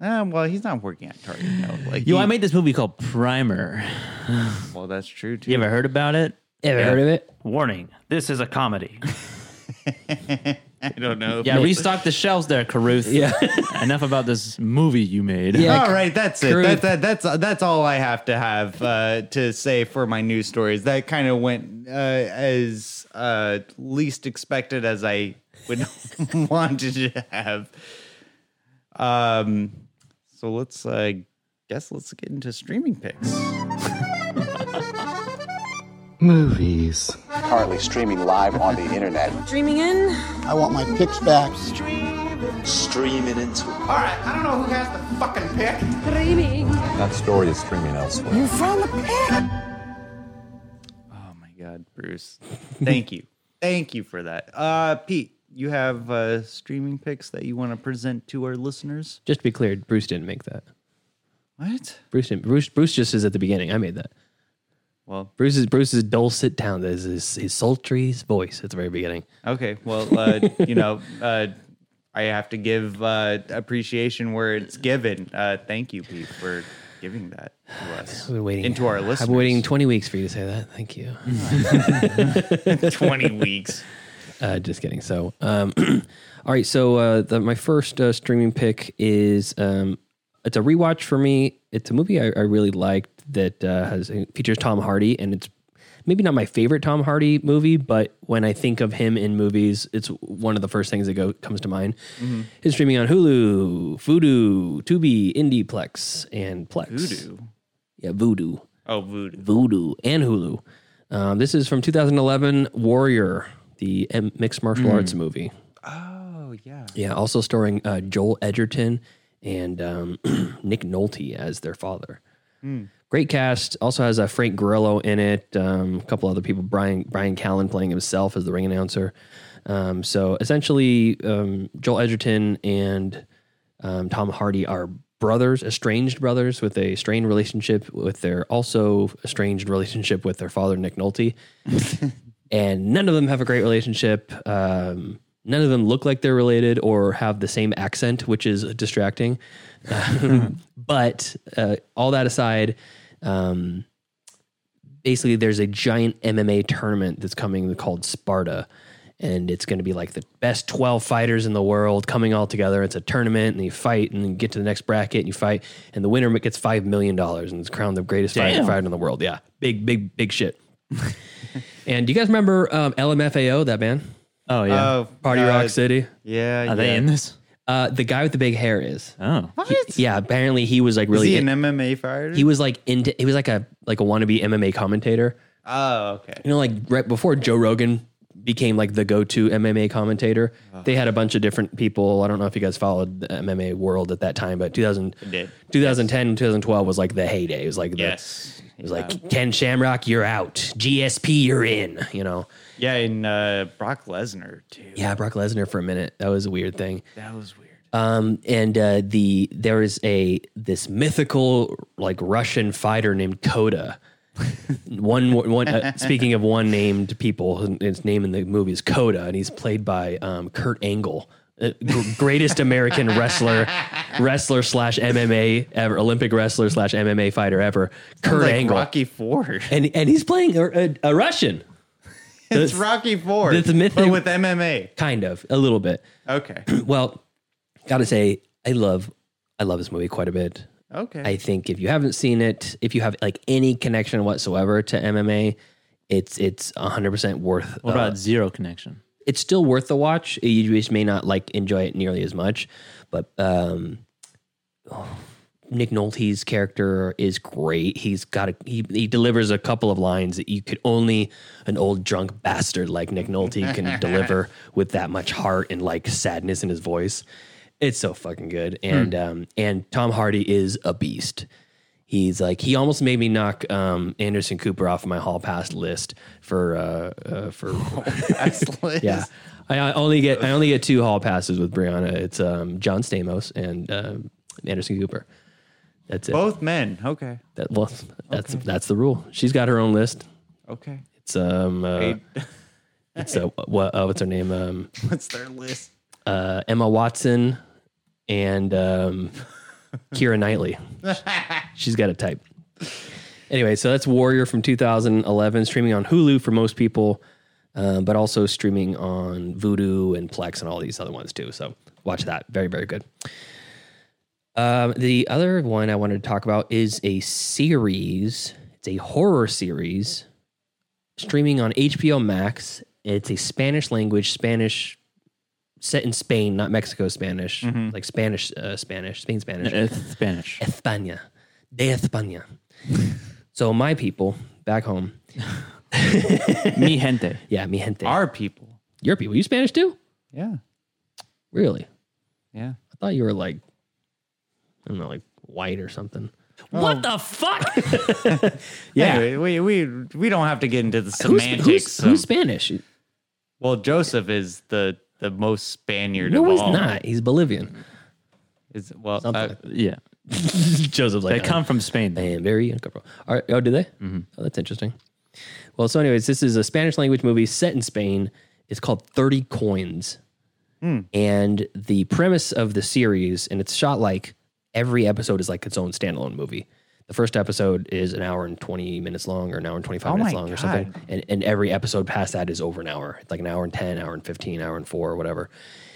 Ah, well, he's not working at Target. No. Like,
Yo,
he-
I made this movie called Primer.
well, that's true too.
You ever heard about it?
Ever heard of it?
Warning: This is a comedy.
I don't know.
Yeah, restock the shelves there, Caruth.
Yeah.
Enough about this movie you made.
all right, that's it. That, that, that's that's all I have to have uh, to say for my news stories. That kind of went uh, as uh, least expected as I would wanted to have. Um, so let's uh, guess let's get into streaming picks.
Movies.
Currently streaming live on the internet.
Dreaming in. I want my picks back.
Streaming into.
All right, I don't know who has the fucking pick. Dreaming.
That story is streaming elsewhere.
You found the pick.
My God, Bruce, thank you, thank you for that. Uh, Pete, you have uh, streaming picks that you want to present to our listeners.
Just to be clear, Bruce didn't make that.
What?
Bruce didn't. Bruce, Bruce just is at the beginning. I made that.
Well,
Bruce's Bruce's dulcet town. That is his, his sultry voice at the very beginning.
Okay. Well, uh, you know, uh, I have to give uh, appreciation where it's given. Uh, thank you, Pete, for giving that to us.
I've been waiting
Into our
I've
listeners.
been waiting twenty weeks for you to say that. Thank you.
20 weeks.
Uh, just kidding. So, um, all right. So, uh, the, my first uh, streaming pick is um, it's a rewatch for me. It's a movie I, I really liked that uh, has features Tom Hardy, and it's maybe not my favorite Tom Hardy movie, but when I think of him in movies, it's one of the first things that go comes to mind. It's streaming on Hulu, Voodoo, Tubi, Indieplex, and Plex.
Voodoo?
Yeah, Voodoo.
Oh, Voodoo.
Voodoo and Hulu. Um, this is from 2011, Warrior, the M- mixed martial
Mm.
arts movie.
Oh, yeah.
Yeah, also starring uh, Joel Edgerton and um, Nick Nolte as their father.
Mm.
Great cast. Also has uh, Frank Grillo in it. Um, a couple other people. Brian Brian Callen playing himself as the ring announcer. Um, so essentially, um, Joel Edgerton and um, Tom Hardy are brothers, estranged brothers with a strained relationship with their also estranged relationship with their father Nick Nolte. and none of them have a great relationship. Um, none of them look like they're related or have the same accent, which is distracting. Um, but uh, all that aside, um, basically, there's a giant MMA tournament that's coming called Sparta. And it's going to be like the best 12 fighters in the world coming all together. It's a tournament, and you fight, and then you get to the next bracket, and you fight. And the winner gets $5 million and is crowned the greatest fighter,
Damn.
fighter in the world. Yeah. Big, big, big shit. And do you guys remember um, LMFAO, that band?
Oh yeah. Oh,
Party
uh,
Rock City.
Yeah,
Are they yeah. in this?
Uh, the guy with the big hair is.
Oh,
He- yeah. Apparently, he was like really.
Is he an
in-
MMA fighter?
he was like into. He was like a like a wannabe MMA commentator.
oh, okay.
You know, like right before Joe Rogan became like the go-to MMA commentator, they had a bunch of different people. I don't know if you guys followed the MMA world at that time, but 2000, 2010 2012 was like the heyday. It was like the, It was like Ken Shamrock, you're out. GSP, you're in. You know.
Yeah, and uh, Brock Lesnar, too.
Yeah, Brock Lesnar for a minute. That was a weird thing.
That was weird.
Um, and uh, the there is a this mythical like Russian fighter named Coda. one one. Uh, speaking of one named people, his name in the movie is Coda, and he's played by um, Kurt Angle, uh, gr- greatest American wrestler, wrestler slash MMA ever, Olympic wrestler slash MMA fighter ever. Kurt
like
Angle,
Rocky Four,
and and he's playing a, a, a Russian.
It's
The-
Rocky Four.
the mythic-
but with MMA.
Kind of, a little bit.
Okay.
well, gotta say, I love, I love this movie quite a bit.
Okay.
I think if you haven't seen it, if you have like any connection whatsoever to MMA, it's it's hundred percent worth.
What about
uh,
Zero Connection?
it's still worth the watch. You just may not like enjoy it nearly as much, but um, oh, Nick Nolte's character is great. He's got a he, he delivers a couple of lines that you could only an old drunk bastard like Nick Nolte can deliver with that much heart and like sadness in his
Hmm.
voice. It's so fucking good, and um, and Tom Hardy is a beast. He's like he almost made me knock um, Anderson Cooper off my hall pass list for uh, uh, for yeah. I, I only get I only get two hall passes with Brianna. It's um, John Stamos and um, Anderson Cooper. That's it.
Both men. Okay.
That, well, that's that's the rule. She's got her own list.
Okay.
It's um, uh, it's uh, what uh, what's her name? Um,
What's their list?
uh, Emma Watson and um, Kira Knightley. She's got a type. Anyway, so that's Warrior from 2011, streaming on Hulu for most people, um, but also streaming on Vudu and Plex and all these other ones too. So watch that. Very, very good. Um, the other one I wanted to talk about is a series. It's a horror series streaming on HBO Max. It's a Spanish language, Spanish set in Spain, not Mexico Spanish,
Mhm.
like Spanish, uh, Spanish, Spain Spanish,
Uh, Spanish.
España, de España. so my people back home,
Mi gente.
yeah, mi gente,
our people,
your people. You Spanish too?
Yeah.
Really?
Yeah.
I thought you were like, I don't know, like white or something.
What
the fuck?
yeah. Anyway, we, we we don't have to get into the
Who's-
semantics.
who's-
of-
who's Spanish?
Well, Joseph is the the most Spaniard
No,
of
he's
all.
not. He's Bolivian.
Is well, uh,
yeah.
Joseph's like
They come
from Spain. I am Mm-hmm. very uncomfortable. All right, oh, do they? Mm-hmm. Oh, that's interesting. Well, so anyways, this is a Spanish language movie set in Spain. It's called Thirty Coins,
Hmm.
and the premise of the series, and it's shot like every episode is like its own standalone movie. The first episode is an hour and twenty minutes long, or an hour and twenty five
Oh
minutes
my
long, or
God.
something. And and every episode past that is over an hour, It's like an hour and ten, hour and fifteen, hour and four, or whatever.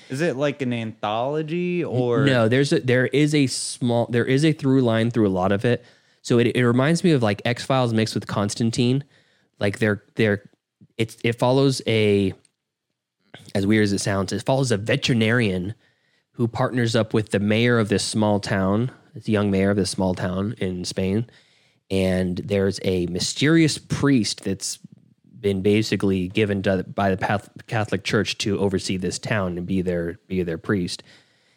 is it like an anthology or
no there's a there is a small there is a through line through a lot of it so it, it reminds me of like x-files mixed with constantine like they're they're it's it follows a as weird as it sounds it follows a veterinarian who partners up with the mayor of this small town the young mayor of this small town in spain and there's a mysterious priest that's been basically given to, by the path, Catholic Church to oversee this town and be their be their priest.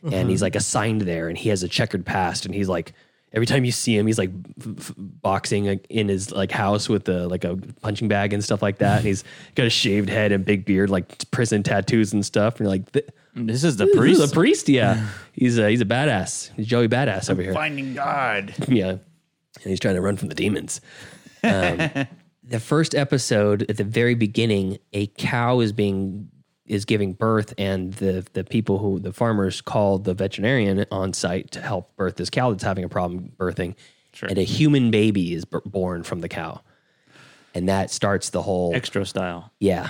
Uh-huh.
And he's like assigned there, and he has a checkered past, and he's like every time you see him, he's like f- f- boxing like, in his like house with a like a punching bag and stuff like that. and he's got a shaved head and big beard, like prison tattoos and stuff. And you're like, "Th-
this is the
This is
priest?
the priest, yeah. he's a, he's a badass. He's Joey badass over here.
Finding God.
Yeah. And he's trying to run from the demons. Um, the first episode, at the very beginning, a cow is being is giving birth, and the the people who the farmers call the veterinarian on site to help birth this cow that's having a problem birthing, and a human baby is b- born from the cow, and that starts the whole
extra style.
Yeah,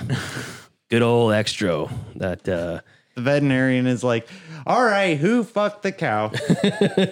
good old extra that. uh
the veterinarian is like, all right, who fucked the cow?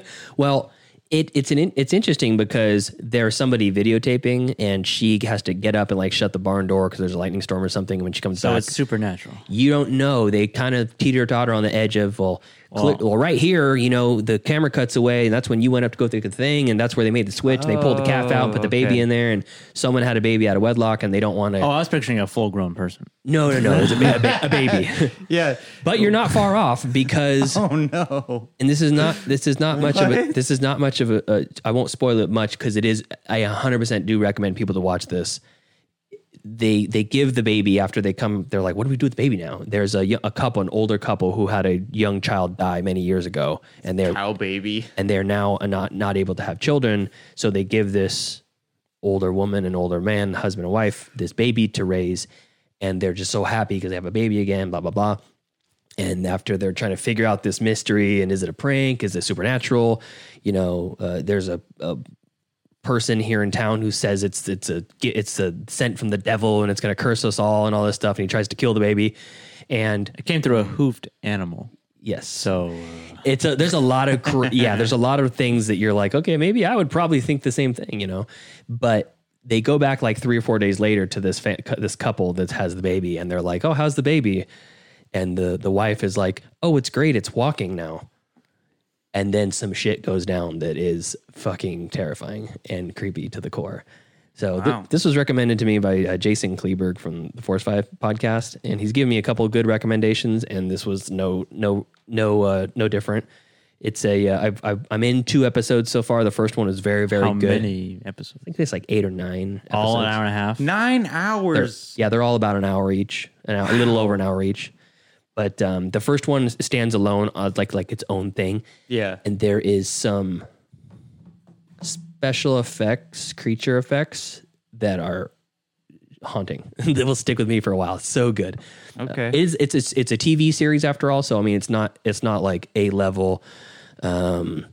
Well, it, it's an in- it's interesting because there's somebody videotaping and she has to get up and like shut the barn door because there's a lightning storm or something. And when she comes
So
back,
it's supernatural.
you don't know. They kind of teeter totter on the edge of well, cl- well, right here, you know, the camera cuts away, and that's when you went up to go through the thing, and that's where they made the switch. and they pulled the calf out, and put the
Oh, okay.
baby in there, and someone had a baby out of wedlock, and they don't want to.
Oh, I was picturing a full grown person.
No, no, no. It was a, ba- a, ba- a baby.
yeah,
but you're not far off because
oh no.
And this is not this is not much of a
What?
this is not much of a, a I won't spoil it much because it is I 100 percent do recommend people to watch this. They they give the baby after they come. They're like, what do we do with the baby now? There's a yo- a couple, an older couple who had a young child die many years ago, and they're
cow baby,
and they're now not not able to have children. So they give this older woman and older man, husband and wife, this baby to raise, and they're just so happy because they have a baby again, blah blah blah. And after they're trying to figure out this mystery and is it a prank? Is it supernatural? You know, uh, there's a, a person here in town who says it's it's a it's a sent from the devil and it's going to curse us all and all this stuff. And he tries to kill the baby, and it
came through a hoofed animal.
Yes,
so
it's a there's a lot of cr- yeah there's a lot of things that you're like okay maybe I would probably think the same thing you know, but they go back like three or four days later to this fa- cou- this couple that has the baby and they're like oh how's the baby, and the the wife is like oh it's great it's walking now, and then some shit goes down that is fucking terrifying and creepy to the core. So th-
Wow.
this was recommended to me by uh, Jason Kleberg from the Force Five podcast, and he's given me a couple of good recommendations, and this was no no no uh, no different. It's a uh, I've, I've, I'm in two episodes so far. The first one is very very
How
good.
many episodes?
I think there's like eight or nine. Episodes.
All an hour and a half.
Nine
They're-
hours.
yeah, they're all about an hour each, an hour, a little over an hour each. But um, the first one stands alone, uh, like like its own thing.
Yeah.
and there is some special effects, creature effects that are haunting. that will stick with me for a while. It's so good.
Okay.
Uh, it is it's it's it's a TV series after all, so I mean it's not it's not like a level um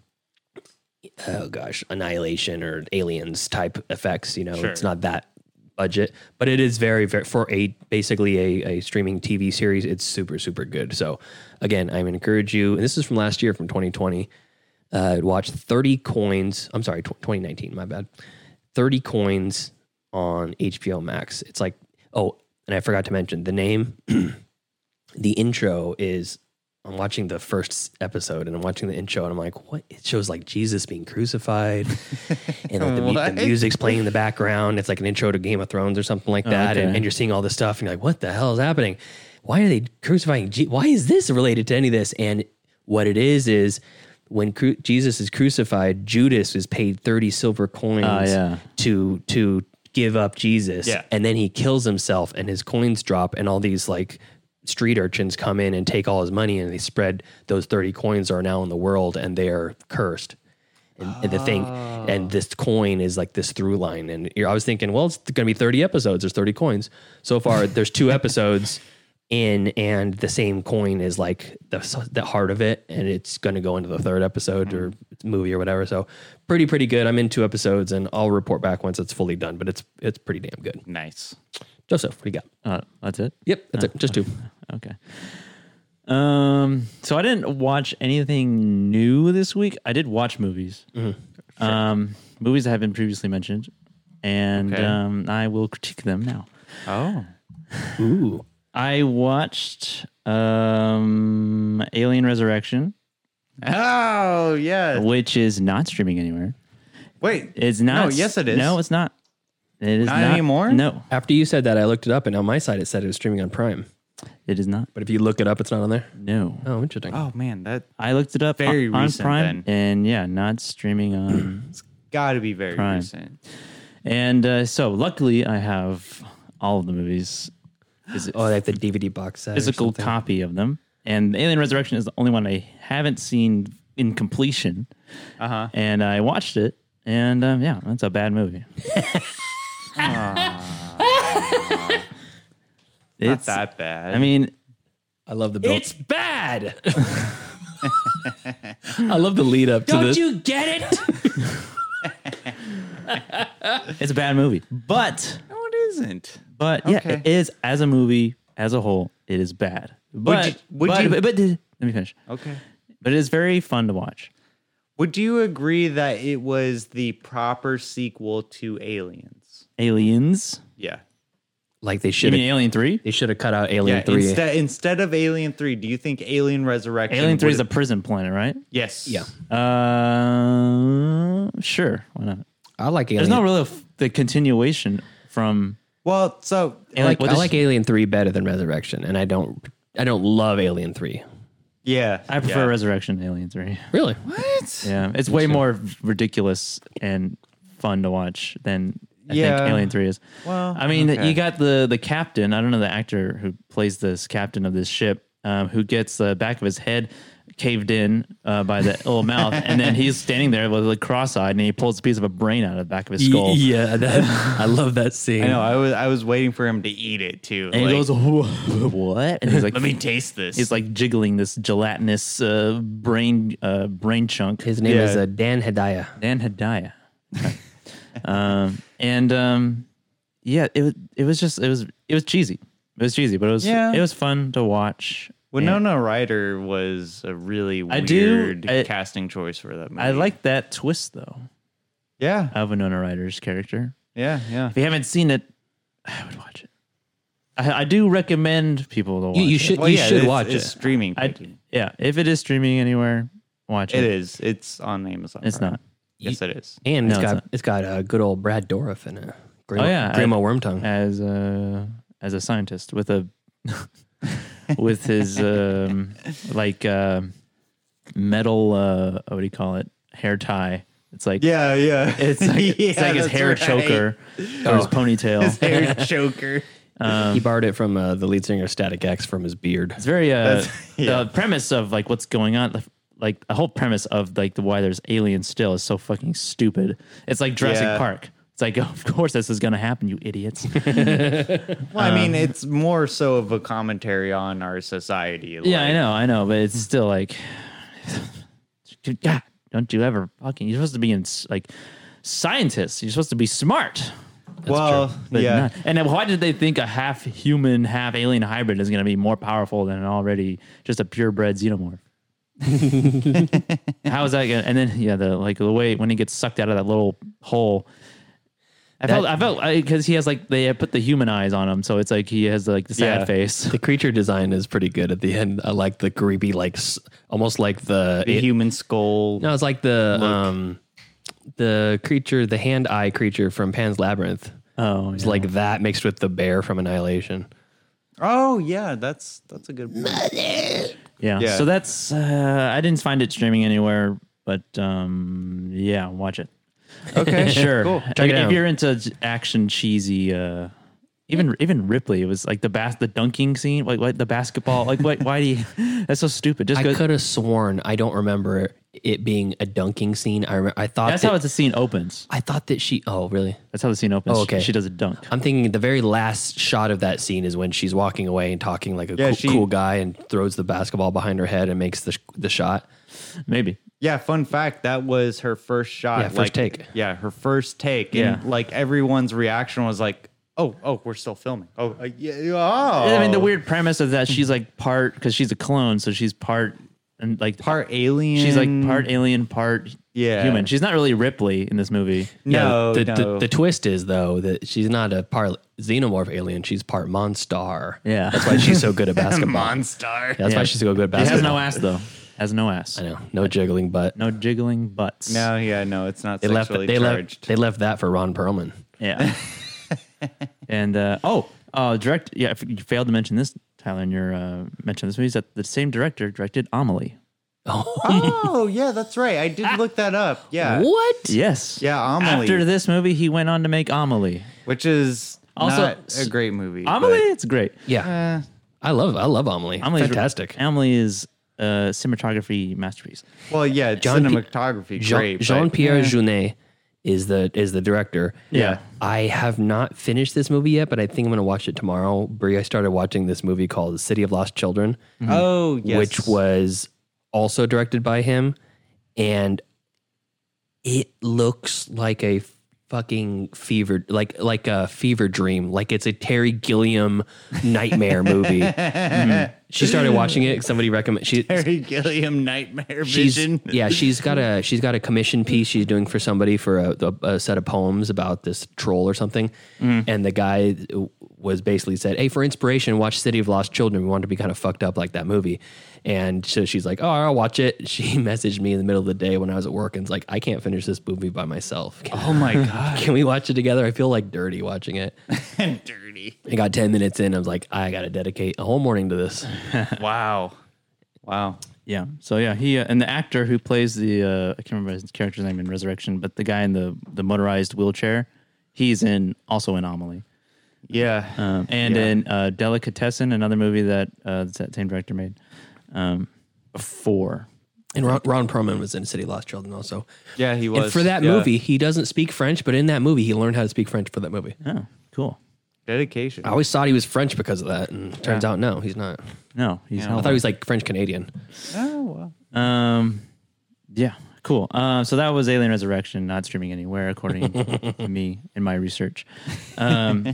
oh gosh, annihilation or aliens type effects, you know.
Sure.
It's not that budget, but it is very very for a basically a, a streaming TV series, it's super super good. So again, I encourage you and this is from last year from 2020. Uh watch 30 coins, I'm sorry, tw- 2019, my bad. 30 coins on HBO Max. It's like, oh, and I forgot to mention the name. the intro is I'm watching the first episode and I'm watching the intro and I'm like, what? It shows like Jesus being crucified and like the, mu- the
What?
music's playing in the background. It's like an intro to Game of Thrones or something like
Oh,
that. And,
okay.
and you're seeing all this stuff and you're like, what the hell is happening? Why are they crucifying? Je- Why is this related to any of this? And what it is is when cru- Jesus is crucified, Judas is paid 30 silver coins
Oh, yeah.
to to give up Jesus.
Yeah.
And then he kills himself and his coins drop and all these like street urchins come in and take all his money and they spread those 30 coins are now in the world and they are cursed. And, and the thing and this coin is like this through line and you're, I was thinking, well, it's going to be 30 episodes, there's 30 coins. So far there's two episodes in and the same coin is like the the heart of it and it's going to go into the third episode or movie or whatever so pretty pretty good i'm in two episodes and i'll report back once it's fully done but it's it's pretty damn good
nice
joseph what do you got
Uh, that's it.
yep that's it just two
Okay. Um. So I didn't watch anything new this week. I did watch movies.
Mm-hmm.
Um, movies that have been previously mentioned, and
Okay.
um, I will critique them now.
Oh.
Ooh.
I watched um Alien Resurrection,
Oh yeah.
which is not streaming anywhere.
Wait.
It's not.
No, yes, it is.
No, it's not. It is
Not anymore?
No,
after you said that i looked it up and on my side it said it was streaming on prime
it is not.
but if you look it up it's not on there
No.
oh interesting
Oh man, that
I looked it up
Very
on, on
recent
Prime, and yeah, not streaming on
got to be very
Prime.
recent.
And uh, so, luckily, I have all of the movies, phys-
oh they have the dvd box set or
physical
something.
copy of them. And Alien Resurrection is the only one I haven't seen in completion.
Uh-huh.
And I watched it, and um, yeah, that's a bad movie.
Not that bad.
I mean,
i love the build
It's bad.
i love the lead up to
Don't
this
you get it?
it's a bad movie, but
no, it isn't.
but yeah,
Okay.
it is as a movie as a whole, it is bad. But
you- would
but,
you-
but, but- let me finish.
Okay.
But it is very fun to watch.
Would you agree that it was the proper sequel to Aliens?
Aliens.
Yeah.
like they
You
should
mean
have
Alien Three?
they should have cut out alien
yeah.
3
Instead, instead of Alien Three, do you think Alien Resurrection?
Alien Three is a
would've-
prison planet, right?
yes.
yeah
Uh, sure. Why not?
i like alien
There's not really a f- the continuation from
Well, so
I like,
what
I
is-
like Alien Three better than Resurrection, and I don't I don't love Alien Three.
yeah,
I prefer
yeah.
Resurrection to Alien Three.
Really?
What?
Yeah, it's way more ridiculous and fun to watch than I
Yeah.
think Alien Three is.
Well,
I mean,
okay.
you got the the captain. I don't know the actor who plays this captain of this ship, um, who gets the back of his head caved in uh, by the little mouth, and then he's standing there with like cross-eyed, and he pulls a piece of a brain out of the back of his skull.
yeah, that, I love that scene.
I know. I was I was waiting for him to eat it too.
And
like,
he goes, "What?" And he's like,
"Let me taste this."
He's like jiggling this gelatinous uh, brain uh, brain chunk.
His name is
Yeah.
uh, Dan Hedaya.
Dan Hedaya. um, and um, yeah, it was it was just it was it was cheesy. It was cheesy, but it was
Yeah.
it was fun to watch. And
Winona Ryder was a really
I
weird
do- I-
casting choice for that movie.
I like that twist though
Yeah.
of Winona Ryder's character.
Yeah. Yeah.
If you haven't seen it, I would watch it. I, I do recommend people to watch.
You, you
it.
should
Well,
you
yeah,
should
it's-
watch
it's
it.
Streaming.
I,
Pinky.
yeah, if it is streaming anywhere, watch it.
It is. It's on Amazon.
It's
Prime.
not.
Yes, it is.
And
No,
it's
it's
got
not.
it's got a good old Brad Dourif in it. Grandma,
Oh, yeah, I-
Grandma Wormtongue.
as a as a scientist with a with his um, like uh, metal uh what do you call it hair tie it's like
Yeah, yeah.
it's like, it's
Yeah,
like his
that's
hair
right.
choker or his
Oh.
ponytail
His hair choker.
he borrowed it from uh, the lead singer Static X from his beard.
It's very uh,
That's-
the premise of like what's going on, like, like the whole premise of like the why there's aliens still is so fucking stupid. It's like Jurassic
Yeah.
Park. It's like of course this is gonna happen, you idiots.
Well, I mean,
Um,
it's more so of a commentary on our society.
yeah,
like- hmm.
I know, I know, but it's still like, dude, God, don't you ever fucking? You're supposed to be in s- like scientists. You're supposed to be smart.
well,
But
yeah.
not- And then why did they think a half human, half alien hybrid is going to be more powerful than an already just a purebred xenomorph? How is that going? to And then yeah, the like the way when he gets sucked out of that little hole. I felt I felt because he has like they put the human eyes on him, so it's like he has like the sad face.
The creature design is pretty good at the end. I like the creepy, like s- almost like the,
The
it-
human skull.
No, it's like the um, the creature, the hand eye creature from Pan's Labyrinth.
Oh,
it's like that mixed with the bear from Annihilation.
Oh, yeah. That's that's a good point.
Yeah.
Yeah.
So that's uh, I didn't find it streaming anywhere, but um, yeah, watch it.
Okay,
sure.
cool.
If-
Check it
if
out.
you're into j- action cheesy, uh, even even Ripley, it was like the bas- the dunking scene, like what the basketball, like what, why do you? That's so stupid. Just
I
go,
could have sworn I don't remember it being a dunking scene. I remember, I thought
that's
that-
how the scene opens.
I thought that she. Oh, really?
That's how the scene opens.
Oh,
She-
okay.
She, does a dunk.
I'm thinking the very last shot of that scene is when she's walking away and talking like a
Yeah,
cool,
she-
cool guy and throws the basketball behind her head and makes the sh- the shot.
Maybe.
Yeah, fun fact, that was her first shot.
Yeah, first
like-
take.
Yeah, her first take.
Yeah.
And like everyone's reaction was like, oh, oh, we're still filming. Oh, uh, yeah, oh.
I mean, the weird premise of that she's like part because she's a clone, so she's part and like
part alien.
She's like part alien, part
Yeah.
human. She's not really Ripley in this movie.
the, The, the twist is though that she's not a part xenomorph alien. She's part monstar.
Yeah.
that's why she's so good at basketball.
Monstar.
That's why she's so good at basketball.
She has no ass though. Has no ass. I
know. No jiggling butt.
No jiggling butts.
No, yeah, no, it's not
They left.
sexually
They
charged.
left. They left that for Ron Perlman.
Yeah. and uh, oh, uh, direct. Yeah, if you failed to mention this, Tyler, in your uh, mention of this movie is that the same director directed Amelie.
oh, yeah, that's right. I did look that up. Yeah.
What?
Yes.
Yeah, Amelie.
After this movie, he went on to make Amelie,
which is
also
Not a great movie.
Amelie. It's great.
Yeah. I love. I love Amelie.
Amelie's
Fantastic.
Amelie is a cinematography masterpiece.
Well, yeah, cinematography, great. but-
Jean Pierre
Yeah.
Jeunet is the is the director.
Yeah.
I have not finished this movie yet, but I think I'm going to watch it tomorrow. Brie, I started watching this movie called The City of Lost Children.
Mhm. Oh, yes.
which was also directed by him, and it looks like a fucking fever like like a fever dream like it's a terry gilliam nightmare movie Mhm. she started watching it somebody recommended she
Terry Gilliam Nightmare
she's
Vision.
yeah she's got a she's got a commission piece she's doing for somebody for a, a, a set of poems about this troll or something
Mm.
and the guy was basically said hey for inspiration watch city of lost children we want to be kind of fucked up like that movie and so she's like oh i'll watch it she messaged me in the middle of the day when i was at work and was like i can't finish this movie by myself
Oh my God.
can we watch it together i feel like dirty watching it
dirty
i got 10 minutes in i was like i gotta dedicate a whole morning to this
wow wow
Yeah. So yeah, he uh, and the actor who plays the uh, I can't remember his character's name in Resurrection, but the guy in the the motorized wheelchair, he's in also in Amelie.
Yeah.
Um, and
Yeah.
in uh, Delicatessen, another movie that uh, that same director made um, before.
and ron, ron perlman was in city of lost children also
Yeah, he was.
And for that
yeah.
movie, he doesn't speak French, but in that movie, he learned how to speak French for that movie.
Oh, cool.
Dedication.
Oh.
I always thought he was French because of that, and turns
Yeah.
out no, he's not.
No, he's
I
not.
thought he was like French Canadian.
Oh, well.
Um, yeah, cool. Uh, so that was Alien Resurrection, not streaming anywhere, according to me in my research. Um,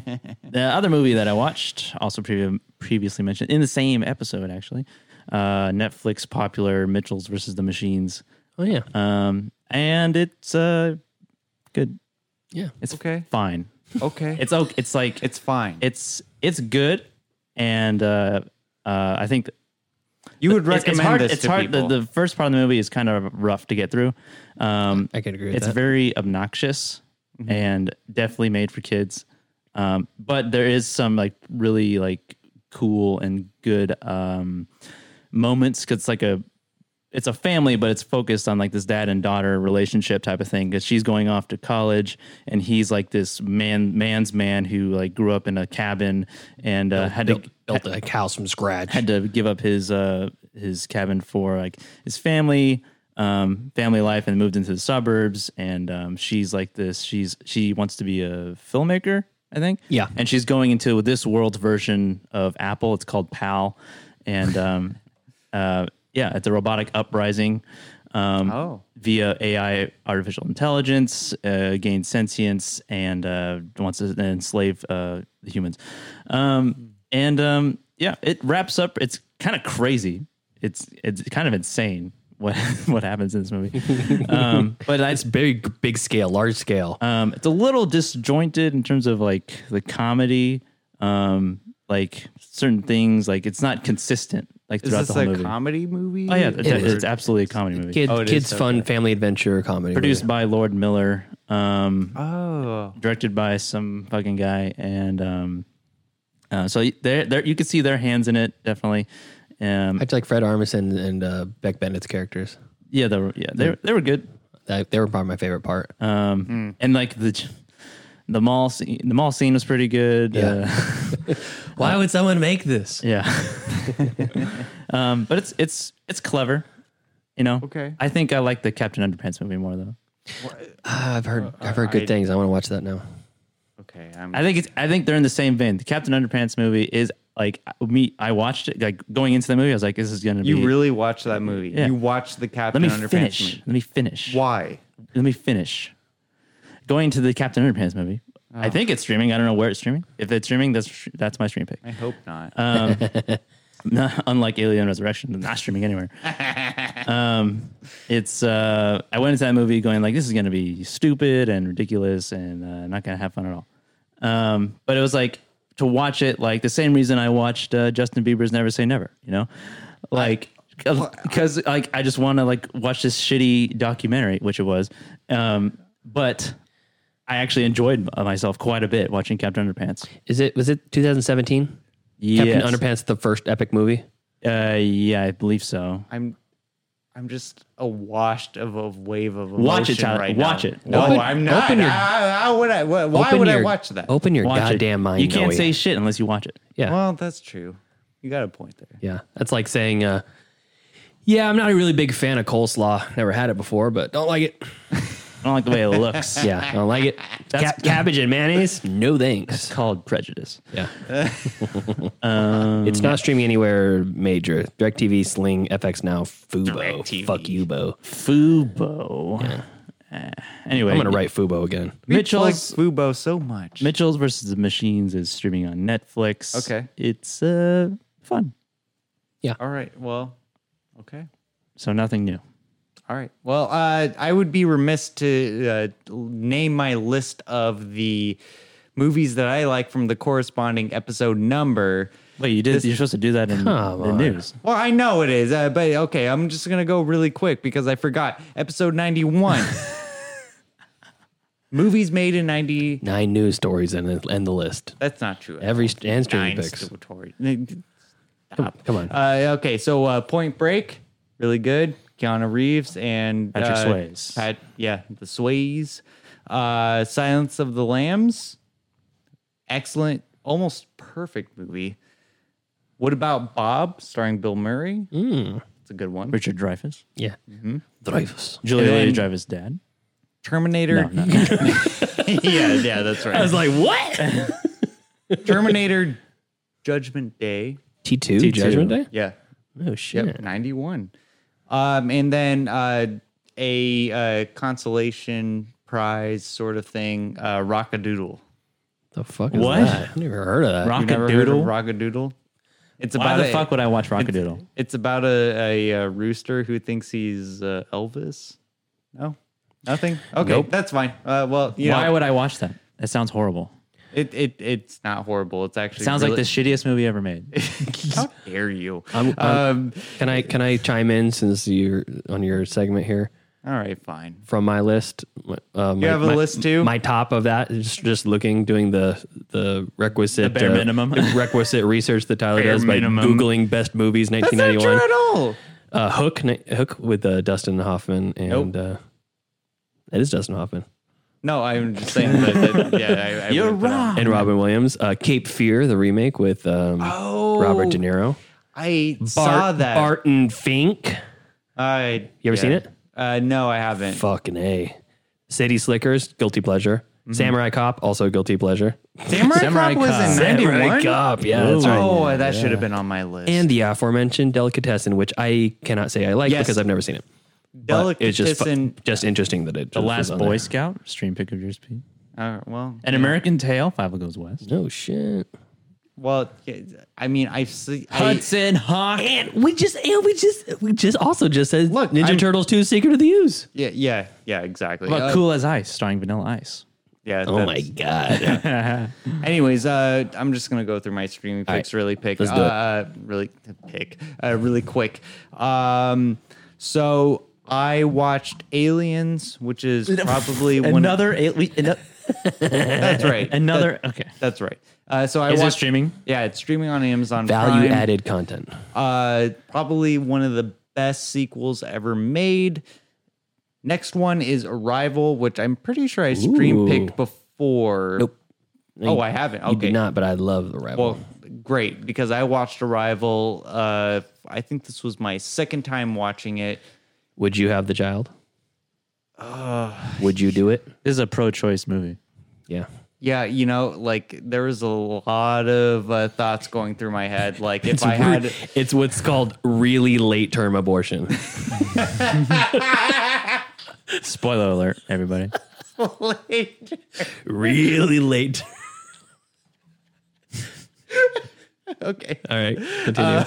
the other movie that I watched, also previ- previously mentioned in the same episode, actually, uh, Netflix popular Mitchells versus the Machines.
Oh yeah,
um, and it's uh, good.
Yeah,
it's okay. Fine.
Okay.
It's okay. It's like
it's fine.
It's it's good, and uh, uh, I think
You would
it's-
recommend
it's hard,
this
It's
to
hard.
people.
The, the first part of the movie is kind of rough to get through. Um,
I can agree. Mm-hmm.
with
it's
that.
very obnoxious
Mhm.
and definitely made for kids. Um, but there is some like really like cool and good um, moments. 'cause it's like a it's a family, but it's focused on like this dad and daughter relationship type of thing because she's going off to college and he's like this man man's man who like grew up in a cabin and uh, had to
built, built a house from scratch.
Had to give up his uh, his cabin for like his family um, family life and moved into the suburbs. And um, she's like this. She's she wants to be a filmmaker, I think.
Yeah.
And she's going into this world's version of Apple. It's called PAL, and um, uh, yeah, it's a robotic uprising. Um,
Oh.
Via AI, artificial intelligence, uh, gain sentience, and uh, wants to enslave uh, the humans. Um, and um, yeah, it wraps up. It's kind of crazy. It's it's kind of insane what what happens in this movie. Um, but it's
big, big scale, large scale.
Um, it's a little disjointed in terms of like the comedy, um, like certain things. Like it's not consistent. Like
Is
throughout
this
the whole
a
movie.
comedy movie?
Oh yeah, it's,
It is.
it's absolutely a comedy movie.
Oh,
Kid, kids fun family adventure comedy.
Produced
movie.
by Lord Miller. Um,
oh,
directed by some fucking guy, and um, uh, so there, there you can see their hands in it definitely. Um,
I like Fred Armisen and uh, Beck Bennett's characters.
Yeah, they were. Yeah, they were- they were good.
They, they were probably my favorite part.
Um, and like the the mall scene, the mall scene was pretty good. uh,
Yeah. Why would someone make this?
Yeah. um, but it's it's it's clever, you know.
Okay.
I think I like the Captain Underpants movie more though.
Ah, I've heard, I've heard good
uh, I-
things. I want to watch that now.
Okay, I'm,
I think it's I think they're in the same vein. The Captain Underpants movie is like me. I watched it like going into the movie. I was like, this is gonna be.
you really watch that movie.
Yeah.
You watch the Captain
Let me
Underpants
finish.
movie.
Let me finish.
Why?
Let me finish. Going to the Captain Underpants movie. I think it's streaming. I don't know where it's streaming. If it's streaming, that's that's my stream pick.
I hope not.
Um, not- unlike Alien Resurrection, it's not streaming anywhere. um, it's uh, I went into that movie going like, this is going to be stupid and ridiculous and uh, not going to have fun at all. Um, but it was like to watch it like the same reason I watched uh, Justin Bieber's Never Say Never. You know, like. Because like I just want to like watch this shitty documentary, which it was, um, but I actually enjoyed myself quite a bit watching Captain Underpants.
Is it was it 2017?
Yes.
Captain Underpants, the first epic movie.
Uh, yeah, I believe so.
I'm I'm just awashed of a wave of emotion
Watch it, Tyler.
right
Watch
now.
it.
No,
Open-
I'm not.
open your-
I- I- would I, why why
open
would I
your-
watch that?
open your
Watch it.
goddamn mind,
You can't
Noe.
say shit unless you watch it.
Yeah.
Well, that's true. You got a point there.
Yeah, that's like saying, uh, "Yeah, I'm not a really big fan of coleslaw. Never had it before, but don't like it.
I don't like the way it looks.
yeah, I don't like it. Ca- cabbage and mayonnaise, no thanks.
called prejudice.
Yeah, it's not streaming anywhere major. Directv, Sling, FX Now, Fubo. Fuck you, Bo.
Fubo. Eh. Anyway,
I'm gonna write Fubo again.
Mitchell's
like Fubo so much.
Mitchell's versus the Machines is streaming on Netflix.
Okay.
it's uh fun.
All right. Well, okay.
So nothing new.
All right. Well, uh, I would be remiss to uh, name my list of the movies that I like from the corresponding episode number.
Wait, you did?
This-
you're supposed to do that in
Come
the
on.
news.
Well, I know it is, uh, but okay, I'm just gonna go really quick because I forgot episode 91. Movies made in 90.
Nine news stories and the, and the list.
That's not true.
Every st- and streaming
Nine
picks.
story-
Come, come on.
Uh, okay, so uh, Point Break, really good. Keanu Reeves and
Patrick
uh,
Swayze.
Pat, yeah, the Sways. Uh, Silence of the Lambs, excellent, almost perfect movie. What about Bob, starring Bill Murray?
Hmm.
It's a good one.
Richard Dreyfuss,
Yeah. Dreyfus.
Julia
And-
Dreyfuss' dad.
Terminator.
No, no, no.
yeah, yeah, that's right.
I was like, what?
Terminator, Judgment Day.
T two
T2.
Judgment Day.
Yeah,
Oh shit.
Yep, 91. Um, and then uh, a uh, consolation prize sort of thing, uh, Rockadoodle.
The fuck is
What?
that? I've never heard of that.
You never heard of
Rockadoodle.
Rockadoodle? It's
Why
about
the
a,
fuck would I watch Rockadoodle?
It's about a, a, uh rooster who thinks he's uh, Elvis. No, nothing. Okay,
Nope.
that's fine. Uh, well, you
Why
know,
would I watch that? That sounds horrible.
it, it it's not horrible. It's actually
It sounds
really,
like the shittiest movie ever made.
How dare you?
I'm- I'm-
um,
Can I can I chime in since you're on your segment here
all right, fine.
from my list? Uh, my,
have a
my-
list too?
My top of that is just, just looking, doing the the requisite
bare
uh,
minimum.
the requisite research that Tyler
Bare
does
minimum.
by googling best movies
That's not true
1991.
at all.
Uh, Hook, ni- Hook with uh, Dustin Hoffman, and uh, it is Dustin Hoffman.
No, I'm just saying that. that yeah, I, I
You're
would've put on-
wrong.
and Robin Williams. Uh, Cape Fear, the remake with um, Robert De Niro.
I Oh, saw that.
Barton Fink.
I.
You ever seen it?
Uh, no, I haven't.
Fucking a. City Slickers, guilty pleasure.
Mm-hmm.
Samurai Cop, also guilty pleasure. Uh,
Samurai,
Samurai
Cop was in
Cop.
Samurai
91?
Cop, yeah, that's right.
Oh, that
Yeah.
should have been on my list.
And the aforementioned Delicatessen, which I cannot say I like
Yes.
because I've never seen it. But it's just fu-
Delicatessen-
just interesting that it
The
was
Last
on
Boy
there.
Scout, stream pick of yours, Pete.
Uh, well,
An American Tale, Five Goes West.
No Oh, shit.
Well, yeah, I mean, I've seen. I,
Hudson Hawk.
And we just and we just we just also just said look Ninja
I'm-
Turtles 2 Secret of the Ooze.
yeah, yeah, yeah, exactly.
What about
Uh,
Cool as Ice, starring Vanilla Ice?
Yeah.
Oh
that's-
my god.
Anyways, uh, I'm just gonna go through my streaming
All
picks
right.
really pick,
Let's do it.
uh, really pick, uh, really quick. Um, so I watched Aliens, which is probably one. Of,
another alien.
uh,
that's right.
Another.
That-
okay.
that's right. Uh, so I
Is it
watched.
streaming?
yeah, it's streaming on Amazon.
Value
Prime.
added content.
Uh, probably one of the best sequels ever made. Next one is Arrival, which I'm pretty sure I stream
Ooh.
picked before.
Nope.
Oh, I haven't.
You
Okay.
did not, but I love the rival.
Well, great because I watched Arrival. Uh, I think this was my second time watching it.
Would you have the child?
Uh,
Would you do it?
This is a pro-choice movie.
Yeah.
Yeah, you know, like there was a lot of uh, thoughts going through my head. Like if I had,
it's what's called really late term abortion.
Spoiler alert, everybody.
really late.
okay,
All right. Continue.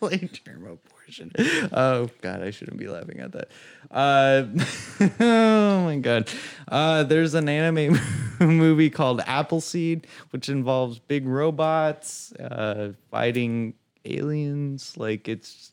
late term abortion. Oh God, I shouldn't be laughing at that. Uh, oh my God, uh, there's an anime movie called Appleseed, which involves big robots uh, fighting aliens. Like it's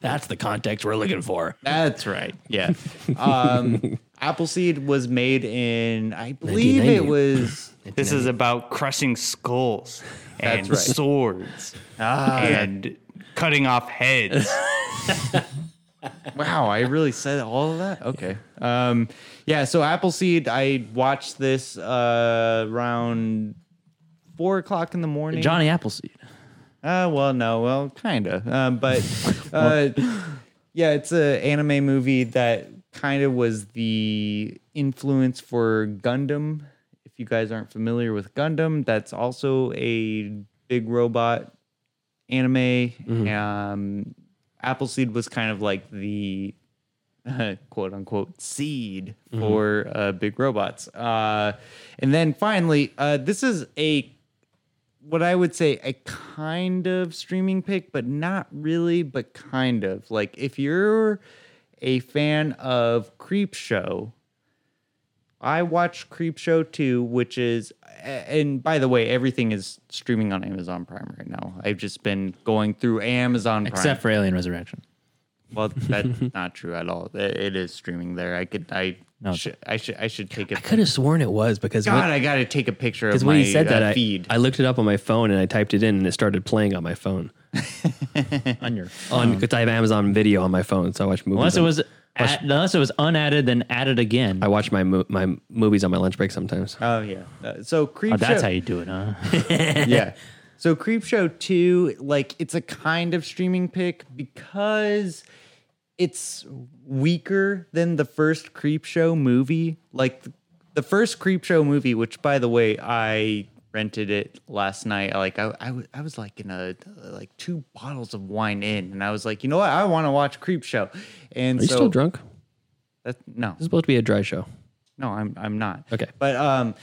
That's the context we're looking for.
That's right. Yeah. Um, Appleseed was made in, I believe it
1990.
was.
This is about crushing skulls and
right. Ah,
swords and cutting off heads.
Wow, I really said all of that. Okay. Um, yeah. So Appleseed, I watched this uh, around four o'clock in the morning.
Johnny Appleseed.
Uh, well, no, well, kind of. Um, but uh, yeah, it's an anime movie that kind of was the influence for Gundam. If you guys aren't familiar with Gundam, that's also a big robot anime. Um, Appleseed was kind of like the quote unquote seed for uh, big robots. Uh, and then finally, uh, this is a what I would say a kind of streaming pick, but not really, but kind of. Like if you're a fan of Creep Show, I watched Creep Show 2, which is a- and by the way, everything is streaming on Amazon Prime right now. I've just been going through Amazon Prime.
Except for Alien Resurrection.
well, that's not true at all. It- It is streaming there. I could I
No, it's-
should I should I should take a
I could have sworn it was because
God,
when,
I got to take a picture of
because
my
when he said that,
uh,
I,
feed.
I looked it up on my phone and I typed it in and it started playing on my phone.
On your
On because I have Amazon Video on my phone, so I watch movies.
unless it
on-
was add- unless it was unadded, then added again.
I watch my mo- my movies on my lunch break sometimes.
oh yeah. Uh, so creep
Oh, that's
show,
how you do it, huh?
yeah. So Creepshow 2, like it's a kind of streaming pick because it's weaker than the first Creepshow movie. Like th- the first Creepshow movie, which by the way, I rented it last night. Like I, I, wa- I was like in a like two bottles of wine in, and I was like, you know what? I want to watch Creepshow. And
Are you
so
still drunk?
That, no,
This is supposed to be a dry show.
no, I'm I'm not.
Okay.
But um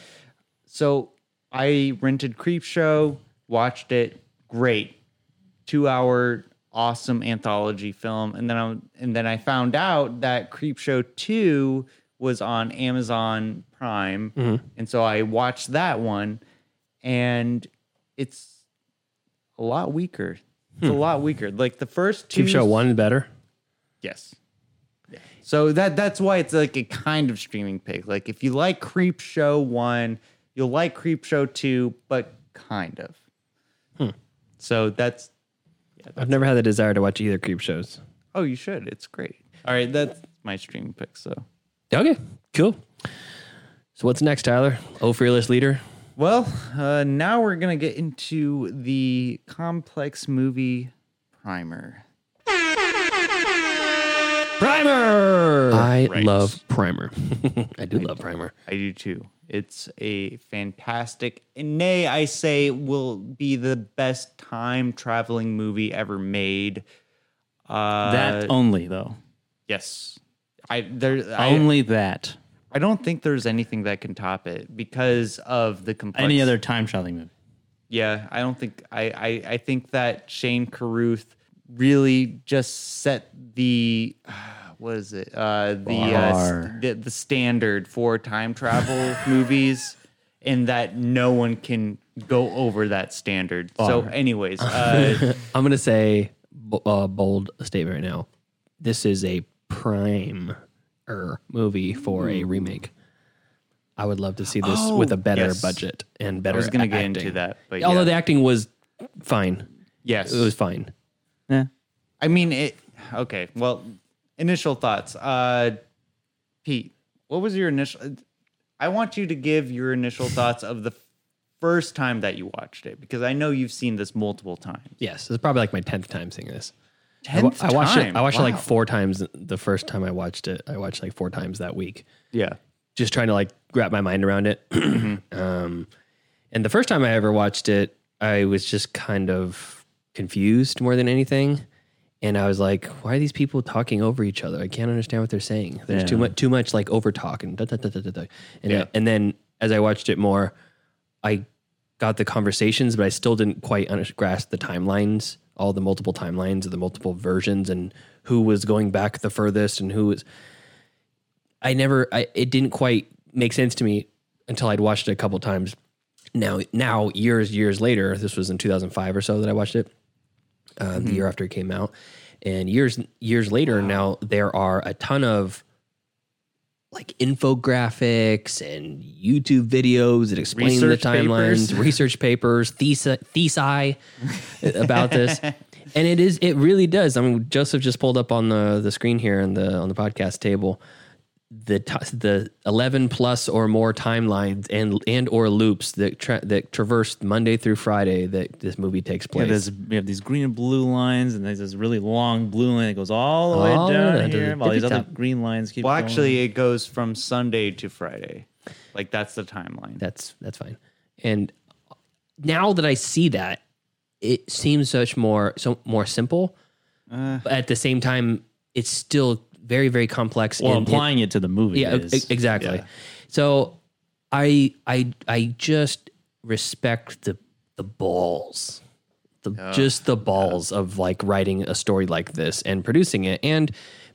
so I rented Creep Show, watched it, great. 2-hour awesome anthology film and then I and then I found out that Creep Show 2 was on Amazon Prime.
Mm-hmm.
And so I watched that one and it's a lot weaker. It's a lot weaker. Like the first two
Cheap Hmm. Show One is better.
Yes. So that that's why it's like a kind of streaming pick. Like if you like Creep Show one, you'll
Hmm.
like Creep Show two, but kind of. So that's
I've never had the desire to watch either creep shows.
Oh, you should. It's great.
All right, that's my stream pick. So
Okay, cool. So what's next, Tyler? Oh, fearless leader.
Well, uh, now we're gonna get into the complex movie primer.
Primer. I love primer. I do love primer.
I do too. It's a fantastic, and nay, I say will be the best time traveling movie ever made. Uh,
that only though.
Yes, I there I-
only that.
I don't think there's anything that can top it because of the complex.
Any other time traveling movie?
Yeah, I don't think I, I I think that Shane Carruth really just set the what is it uh, the, uh, s-
Bar.
the the standard for time travel movies, and that no one can go over that standard. So,
Bar.
anyways, uh,
I'm gonna say b- uh, bold statement right now. This is a prime er movie for a remake. I would love to see this
Hmm. Oh,
with a better
yes.
budget and better.
I was gonna
a-
get into
acting.
that, but
although
yeah.
the acting was fine,
yes,
it was fine.
I mean it. Okay. Well, initial thoughts. Uh, Pete, what was your initial? I want you to give your initial thoughts of the first time that you watched it because I know you've seen this multiple times.
Yes, it's probably like my tenth time seeing this. I wa-
10th
I, watched
time?
it. I watched it
Wow.
like four times the first time I watched it. I watched it like four times that week.
Yeah.
just trying to like wrap my mind around it. um, and the first time I ever watched it, I was just kind of confused more than anything. And I was like, why are these people talking over each other? I can't understand what they're saying. There's too
Yeah.
much, too much like over talk and da, da, da, da, da, da. And,
Yeah.
and then as I watched it more, I got the conversations, but I still didn't quite under- grasp the timelines, all the multiple timelines of the multiple versions and who was going back the furthest and who was. I never, I, it didn't quite make sense to me until I'd watched it a couple times. Now, now years, years later, this was in 2005 or so that I watched it, uh,
Mm-hmm.
the year after it came out. And years, years later, now there are a ton of like infographics and YouTube videos that explain
Research
the timelines,
papers.
research papers, thesis, thesi about this. And it is, it really does. I mean, Joseph just pulled up on the the screen here on the on the podcast table the t- the eleven plus or more timelines and and or loops that tra- that traverse Monday through Friday that this movie takes
Yeah,
place.
there's we have these green and blue lines, and there's this really long blue line that goes all the way
All the way
down
down to
here.
the
All these other
tippy-top.
green lines keep.
Well,
going.
actually, it goes from Sunday to Friday. Like that's the timeline.
that's that's fine. And now that I see that, it seems such more so more simple.
Uh.
but at the same time, it's still very very complex.
well,
and it-
applying it, to the movie.
yeah,
is-
e- exactly. So I I I just respect the the balls. The, just the balls of like writing a story like this and producing it and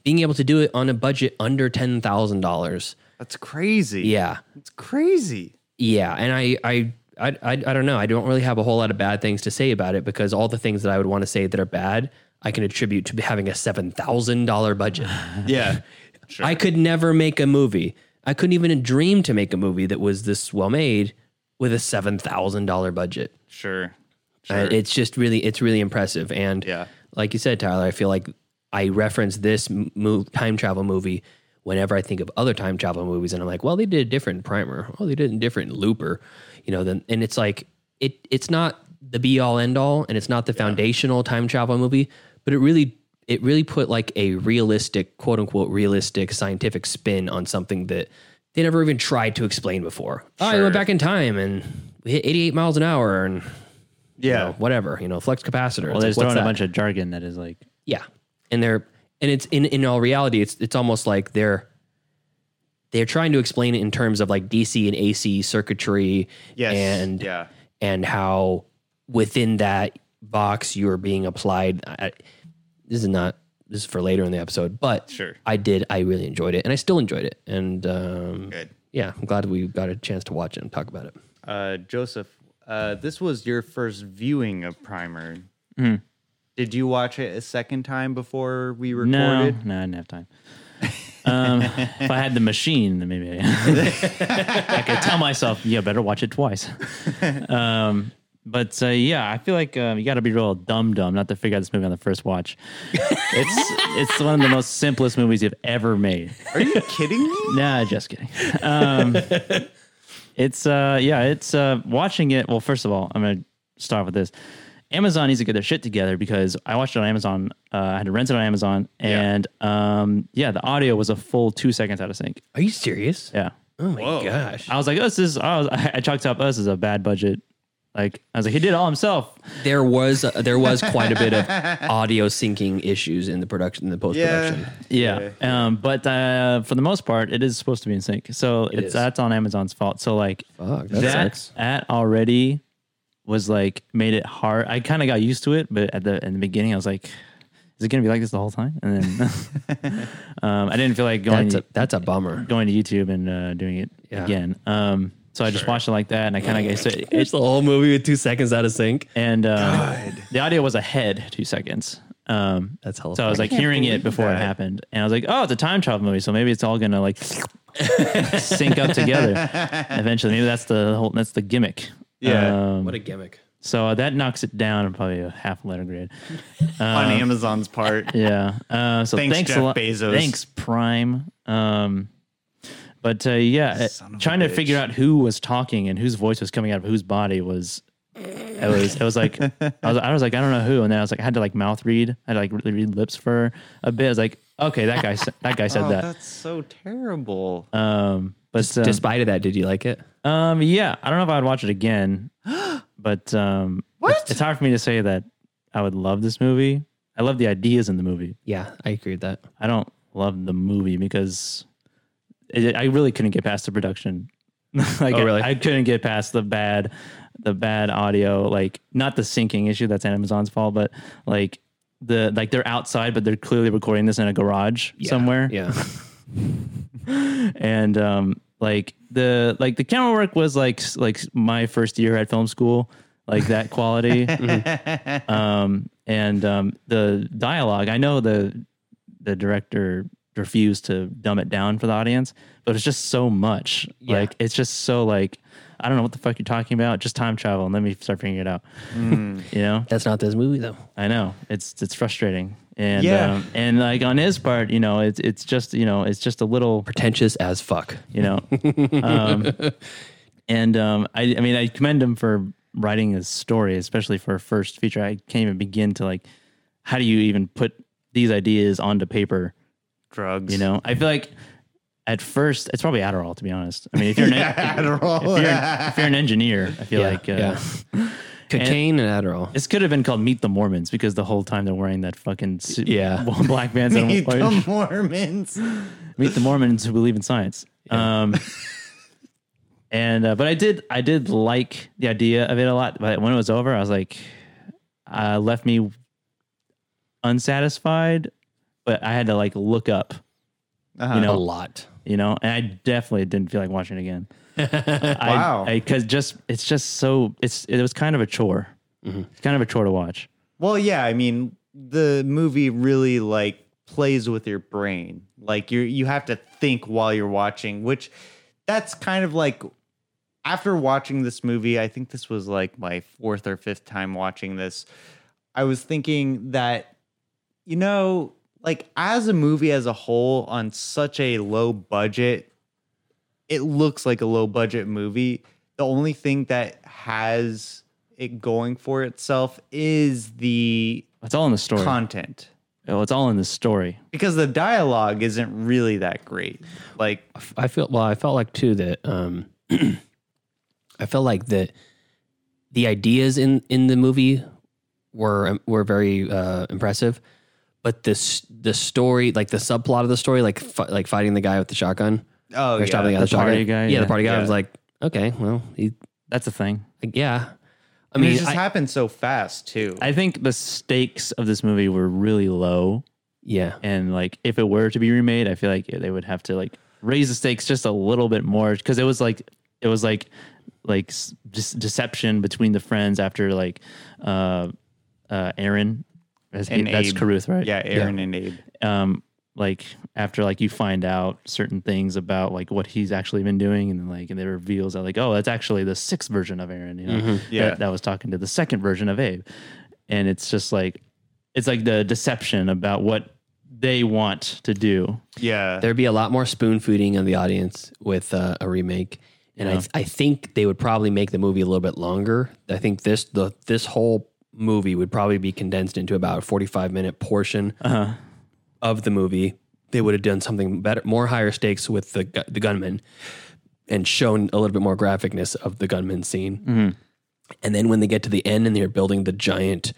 being able to do it on a budget under ten thousand dollars.
That's crazy.
Yeah.
It's crazy.
Yeah, and I, I, I, I, I don't know. I don't really have a whole lot of bad things to say about it because all the things that I would want to say that are bad, I can attribute to having a seven thousand dollar budget.
Yeah.
I could never make a movie. I couldn't even dream to make a movie that was this well made with a seven thousand dollar budget.
Sure.
Uh, it's just really, it's really impressive. And yeah. like you said, Tyler, I feel like I reference this m- mo- time travel movie whenever I think of other time travel movies, and I'm like, well, they did a different primer. Oh, they did a different looper. You know, then and it's like it, it's not the be all end all, and it's not the foundational time travel movie, but it really, it really put like a realistic, quote unquote, realistic scientific spin on something that they never even tried to explain before. Oh, I went back in time and we hit 88 miles an hour and yeah, whatever, you know, flex capacitor.
Well,
It's
they're
like,
just throwing
what's
a
that?
bunch of jargon that is like
yeah, and they're and it's in in all reality, it's it's almost like they're they're trying to explain it in terms of like DC and AC circuitry,
Yes.
and
yeah.
and how within that box you are being applied. I, I- this is not this is for later in the episode, but
Sure.
I did. I really enjoyed it, and I still enjoyed it, and um,
Good.
yeah, I'm glad we got a chance to watch it and talk about it.
Uh, Joseph, uh, this was your first viewing of Primer.
Hmm.
Mhm.
Did you watch it a second time before we
no,
recorded?
no, I didn't have time. Um, if I had the machine, then maybe I, I could tell myself, yeah, better watch it twice. Um, But uh, yeah, I feel like um, you got to be real dumb dumb not to figure out this movie on the first watch. it's it's one of the most simplest movies you've ever made.
Are you kidding me?
Nah, just kidding. Um, it's uh yeah, it's uh watching it. Well, first of all, I'm gonna start with this. Amazon needs to get their shit together because I watched it on Amazon. Uh, I had to rent it on Amazon, and yeah. um yeah, the audio was a full two seconds out of sync.
Are you serious?
Yeah.
Oh my gosh.
I was like, oh, this is. I, was, I chalked up us as a bad budget. Like I was like, he did all himself.
There was there was quite a bit of audio syncing issues in the production in the post production.
Yeah. Um, but uh, for the most part, it is supposed to be in sync. So
It
it's
is.
that's on Amazon's fault. So like
Fuck, that
that
sucks.
that already was like made it hard. I kind of got used to it, but at the in the beginning, I was like, is it gonna be like this the whole time? And then um, I didn't feel like going.
That's a- that's a bummer.
Going to YouTube and uh, doing it
Yeah.
again. Um, so I just watched it like that, and I kind of got
It's the whole movie with two seconds out of sync.
and um, the audio was ahead two seconds. Um,
That's hella
so I was
funny.
like
I Oh, can't
hearing
believe
it before it
that.
happened, and I was like, "Oh, it's a time travel movie, so maybe it's all gonna like sync up together eventually." Maybe that's the whole that's the gimmick.
Yeah.
Um,
What a gimmick.
So uh, that knocks it down probably a half letter grade
on
Um,
Amazon's part.
Yeah. Uh, so
Thanks,
thanks, a
Jeff
lot.
Bezos.
Thanks, Prime. Um, but uh, yeah,
Son of a
trying to
bitch.
figure out who was talking and whose voice was coming out of whose body was. It was. It was like I was. I was like I don't know who, and then I was like I had to like mouth read. I had to like really read lips for a bit. I was like, okay, that guy. sa- That guy said
Oh,
that.
That's so terrible.
Um, but um,
Despite of that, did you like it?
um, yeah, I don't know if I'd watch it again, but um, it's, it's hard for me to say that I would love this movie. I love the ideas in the movie.
Yeah, I agree with that.
I don't love the movie because it, I really couldn't get past the production. like
Oh, really?
I, couldn't get past the bad, the bad audio. Like not the syncing issue that's Amazon's fault, but like the like they're outside, but they're clearly recording this in a garage somewhere.
Yeah.
and um, like the like the camera work was like s- like my first year at film school, like that quality. um, and um, the dialogue. I know the the director refused to dumb it down for the audience, but it's just so much.
Yeah.
Like it's just so like I don't know what the fuck you're talking about. Just time travel, and let me start figuring it out.
Mm.
you know,
That's not this movie though.
I know it's it's frustrating. And
Yeah.
um, and like on his part, you know, it's it's just you know it's just a little
Pretentious as fuck.
you know. Um, and um, I, I mean, I commend him for writing his story, especially for a first feature. I can't even begin to like, how do you even put these ideas onto paper?
Drugs.
You know, I feel like at first it's probably Adderall, to be honest. I mean, if you're an,
Yeah,
if,
Adderall.
you're an, if you're an engineer, I feel
Yeah,
like uh,
yeah. Cocaine and, Adderall.
This could have been called Meet the Mormons because the whole time they're wearing that fucking suit,
Yeah.
black bands. and
Meet
white-
the Mormons.
meet the Mormons who believe in science. Um, and uh, but I did I did like the idea of it a lot. But when it was over, I was like, uh, left me unsatisfied. But I had to like look up,
Uh-huh.
you know,
a lot.
you know, and I definitely didn't feel like watching it again.
Wow.
because just it's just so it's it was kind of a chore. It's kind of a chore to watch.
Well, yeah, I mean, the movie really like plays with your brain. Like you you have to think while you're watching, which that's kind of like after watching this movie, I think this was like my fourth or fifth time watching this. I was thinking that you know, like as a movie as a whole on such a low budget, it looks like a low budget movie. The only thing that has it going for itself is the
It's all in the story.
content
oh, it's all in the story.
because the dialogue isn't really that great. Like,
I feel well. I felt like too that um, I felt like that the ideas in in the movie were um, were very uh, impressive, but this the story, like the subplot of the story, like fi- like fighting the guy with the shotgun,
oh,
or
yeah.
stopping the guy with
The
shotgun.
party guy,
yeah, the
yeah.
party guy.
Yeah.
I was like, okay, well, he,
That's the thing.
like, yeah. I
I mean, it
mean,
just
I-
happened so fast too.
I think the stakes of this movie were really low.
yeah,
and like if it were to be remade i feel like they would have to like raise the stakes just a little bit more because it was like it was like like s- just deception between the friends after like uh uh aaron that's,
And
that's
Abe.
Carruth, right
yeah, Aaron and Abe.
um like after like you find out certain things about like what he's actually been doing and like and it reveals that like oh that's actually the sixth version of Aaron you know
Mhm.
Yeah.
that, that was talking to the second version of Abe and it's just like it's like the deception about what they want to do
yeah
there'd be a lot more spoon feeding of the audience with uh, a remake and I,
Yeah.
th- I think they would probably make the movie a little bit longer i think this the this whole movie would probably be condensed into about a 45 minute portion
Uh-huh.
of the movie they would have done something better more higher stakes with the gu- the gunman and shown a little bit more graphicness of the gunman scene
Mm-hmm.
and then when they get to the end and they're building the giant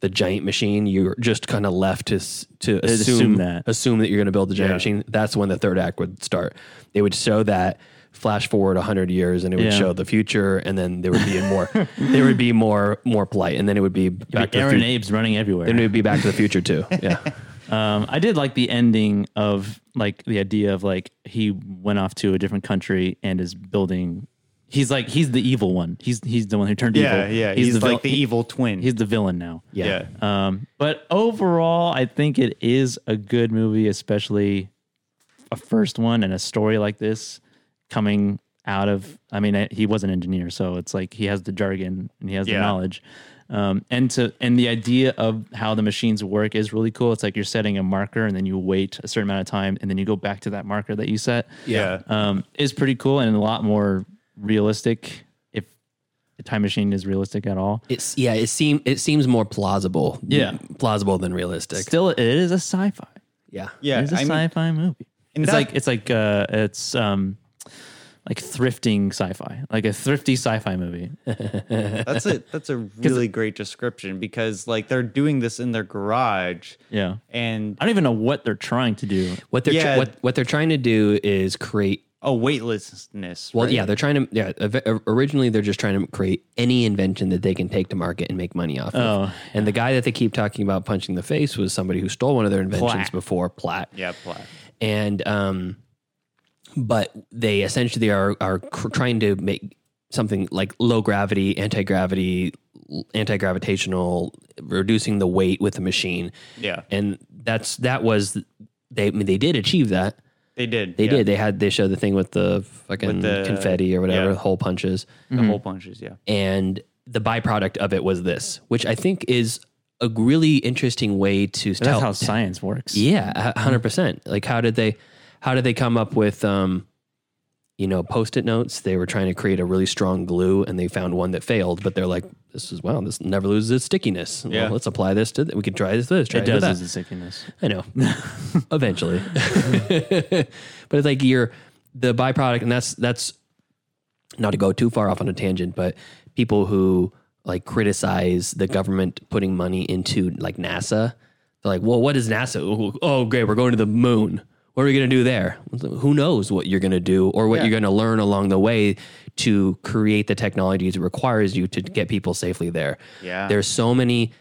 the giant machine, you're just kind of left to s- to
Assume
assume,
that.
assume that you're going to build the giant
Yeah.
machine. That's when the third act would start. They would show that flash forward 100 years and it would
Yeah.
show the future and then there would be a more there would be more more polite and then it would be back to
Aaron
the future.
Abe's running everywhere
Then it would be back to the future too. Yeah.
Um, I did like the ending of like the idea of like he went off to a different country and is building. He's like he's the evil one. He's he's the one who turned
Yeah,
evil.
yeah, he's like the
evil twin. He's the villain now.
Yeah.
Um, but overall, I think it is a good movie, especially a first one and a story like this coming out of. I mean, I- he was an engineer, so it's like he has the jargon and he has the
Yeah.
knowledge. Um, and to and the idea of how the machines work is really cool. It's like you're setting a marker and then you wait a certain amount of time and then you go back to that marker that you set.
Yeah.
um, is pretty cool and a lot more realistic. If the time machine is realistic at all,
It's yeah, it seem it seems more plausible.
Yeah.
Plausible than realistic.
still it is a sci-fi.
Yeah.
it's a
I mean-
sci-fi movie.
And
it's
that-
like it's like uh, it's um, like thrifting sci-fi, like a thrifty sci-fi movie.
that's a that's a really great description because like they're doing this in their garage
Yeah,
and
I don't even know what they're trying to do.
What they're tr-
Yeah.
what what they're trying to do is create
oh weightlessness.
Well,
right?
yeah, they're trying to. Yeah, ev- originally they're just trying to create any invention that they can take to market and make money off. of.
Oh.
and the guy that they keep talking about punching the face was somebody who stole one of their inventions
Platt.
before, Platt.
yeah, plat.
And um, but they essentially are are cr- trying to make something like low gravity, anti gravity, anti gravitational, reducing the weight with the machine,
Yeah,
and that's that was they I mean, they did achieve that.
they did.
They
yeah.
did. They had they showed the thing with the fucking
With the-
confetti or whatever,
yeah.
hole punches.
Mm.
the hole punches. Yeah,
And the byproduct of it was this, which I think is a really interesting way to
That's
tell
how mm. science works.
Yeah, a hundred percent. Like how did they how did they come up with um you know, post-it notes. They were trying to create a really strong glue, and they found one that failed. But they're like, "This is wow. This never loses its stickiness.
Yeah.
Well, let's apply this to. Th- we can try this. to This. Try
it
to
does
that.
is the sickiness.
I know. Eventually. but it's like you're the byproduct, and that's that's not to go too far off on a tangent, but people who like criticize the government putting money into like NASA, they're like, well, what is NASA? Oh, great, we're going to the moon. What are we going to do there? Who knows what you're going to do or what
Yeah.
you're going to learn along the way to create the technology that requires you to get people safely there.
Yeah.
There's so many,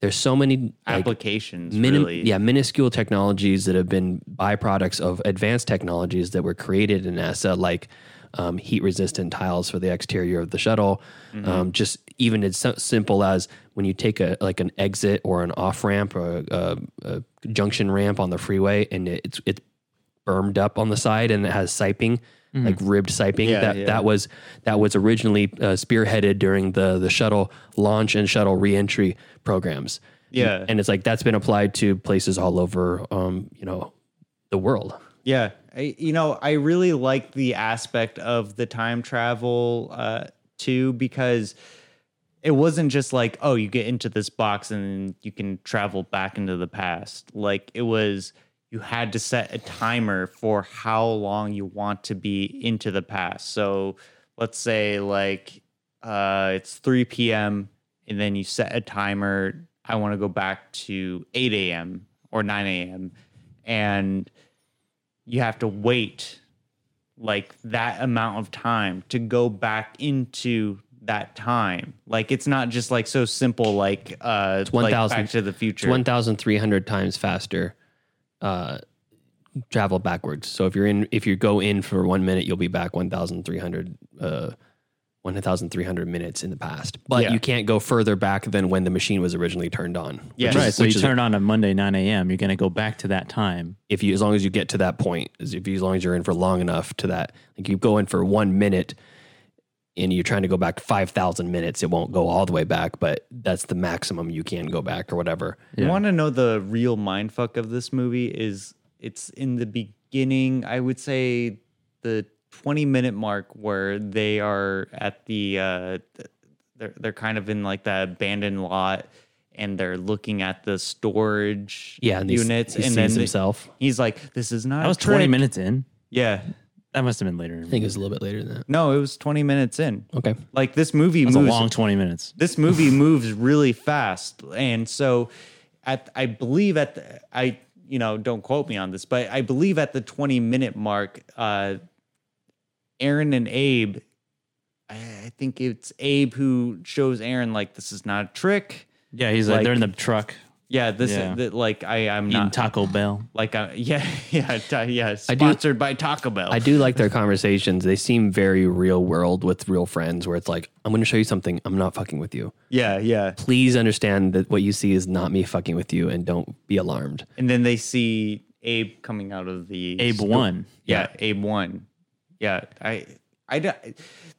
there's so many like,
applications
Minim-
really.
Yeah, minuscule technologies that have been byproducts of advanced technologies that were created in NASA, like um, heat resistant tiles for the exterior of the shuttle.
Mm-hmm.
Um, just even as sim- simple as when you take a like an exit or an off ramp or a, a, a junction ramp on the freeway, and it, it's it's bermed up on the side and it has siping. Like ribbed siping
Mm-hmm. Yeah,
that
yeah.
that was that was originally uh, spearheaded during the the shuttle launch and shuttle reentry programs.
Yeah.
And it's like that's been applied to places all over um, you know, the world.
Yeah, I, you know, I really like the aspect of the time travel uh, too because it wasn't just like, oh, you get into this box and you can travel back into the past. Like it was, you had to set a timer for how long you want to be into the past. So let's say like uh, it's three p.m. and then you set a timer. I want to go back to eight a.m. or nine a.m. and you have to wait like that amount of time to go back into that time. Like it's not just like so simple like uh
It's
like
1,000
back to the future.
It's 1300 times faster uh travel backwards. So if you're in if you go in for 1 minute, you'll be back 1300 uh 1,300 minutes in the past, but you can't go further back than when the machine was originally turned on.
Yeah,
which
right.
is-
So you
which is-
turn it on on Monday 9 a.m. You're going to go back to that time.
if you as long as you get to that point as if you, as long as you're in for long enough to that like you go in for one minute and you're trying to go back 5000 minutes it won't go all the way back but that's the maximum you can go back or whatever
You want to know the real mindfuck of this movie is it's in the beginning, I would say the 20 minute mark where they are at the uh th- they're they're kind of in like the abandoned lot and they're looking at the storage
Yeah, and he s-
units
he
and
sees
then the-
himself.
he's like this is not
That
a
was 20
trick."
minutes in.
Yeah.
That must have been later.
i think it was a little bit later than that
No, it was 20 minutes in.
Okay.
Like this movie
That's a
moves
long 20 minutes.
This movie moves really fast, and so at I believe at the, I you know don't quote me on this, but I believe at the twenty minute mark, uh, Aaron and Abe. I, I think it's Abe who shows Aaron like this is not a trick.
Yeah, he's like, they're in the truck.
Yeah, this
Yeah.
Is, that, like I I'm
Eating
not
Taco Bell.
like I, yeah yeah ta- yeah
I do-
sponsored by Taco Bell.
i do like their conversations they seem very real world with real friends where it's like i'm going to show you something i'm not fucking with you
yeah yeah.
please understand that what you see is not me fucking with you and don't be alarmed
And then they see Abe coming out of the
Abe
sto-
one.
Yeah, Abe one. Yeah, I. I don't-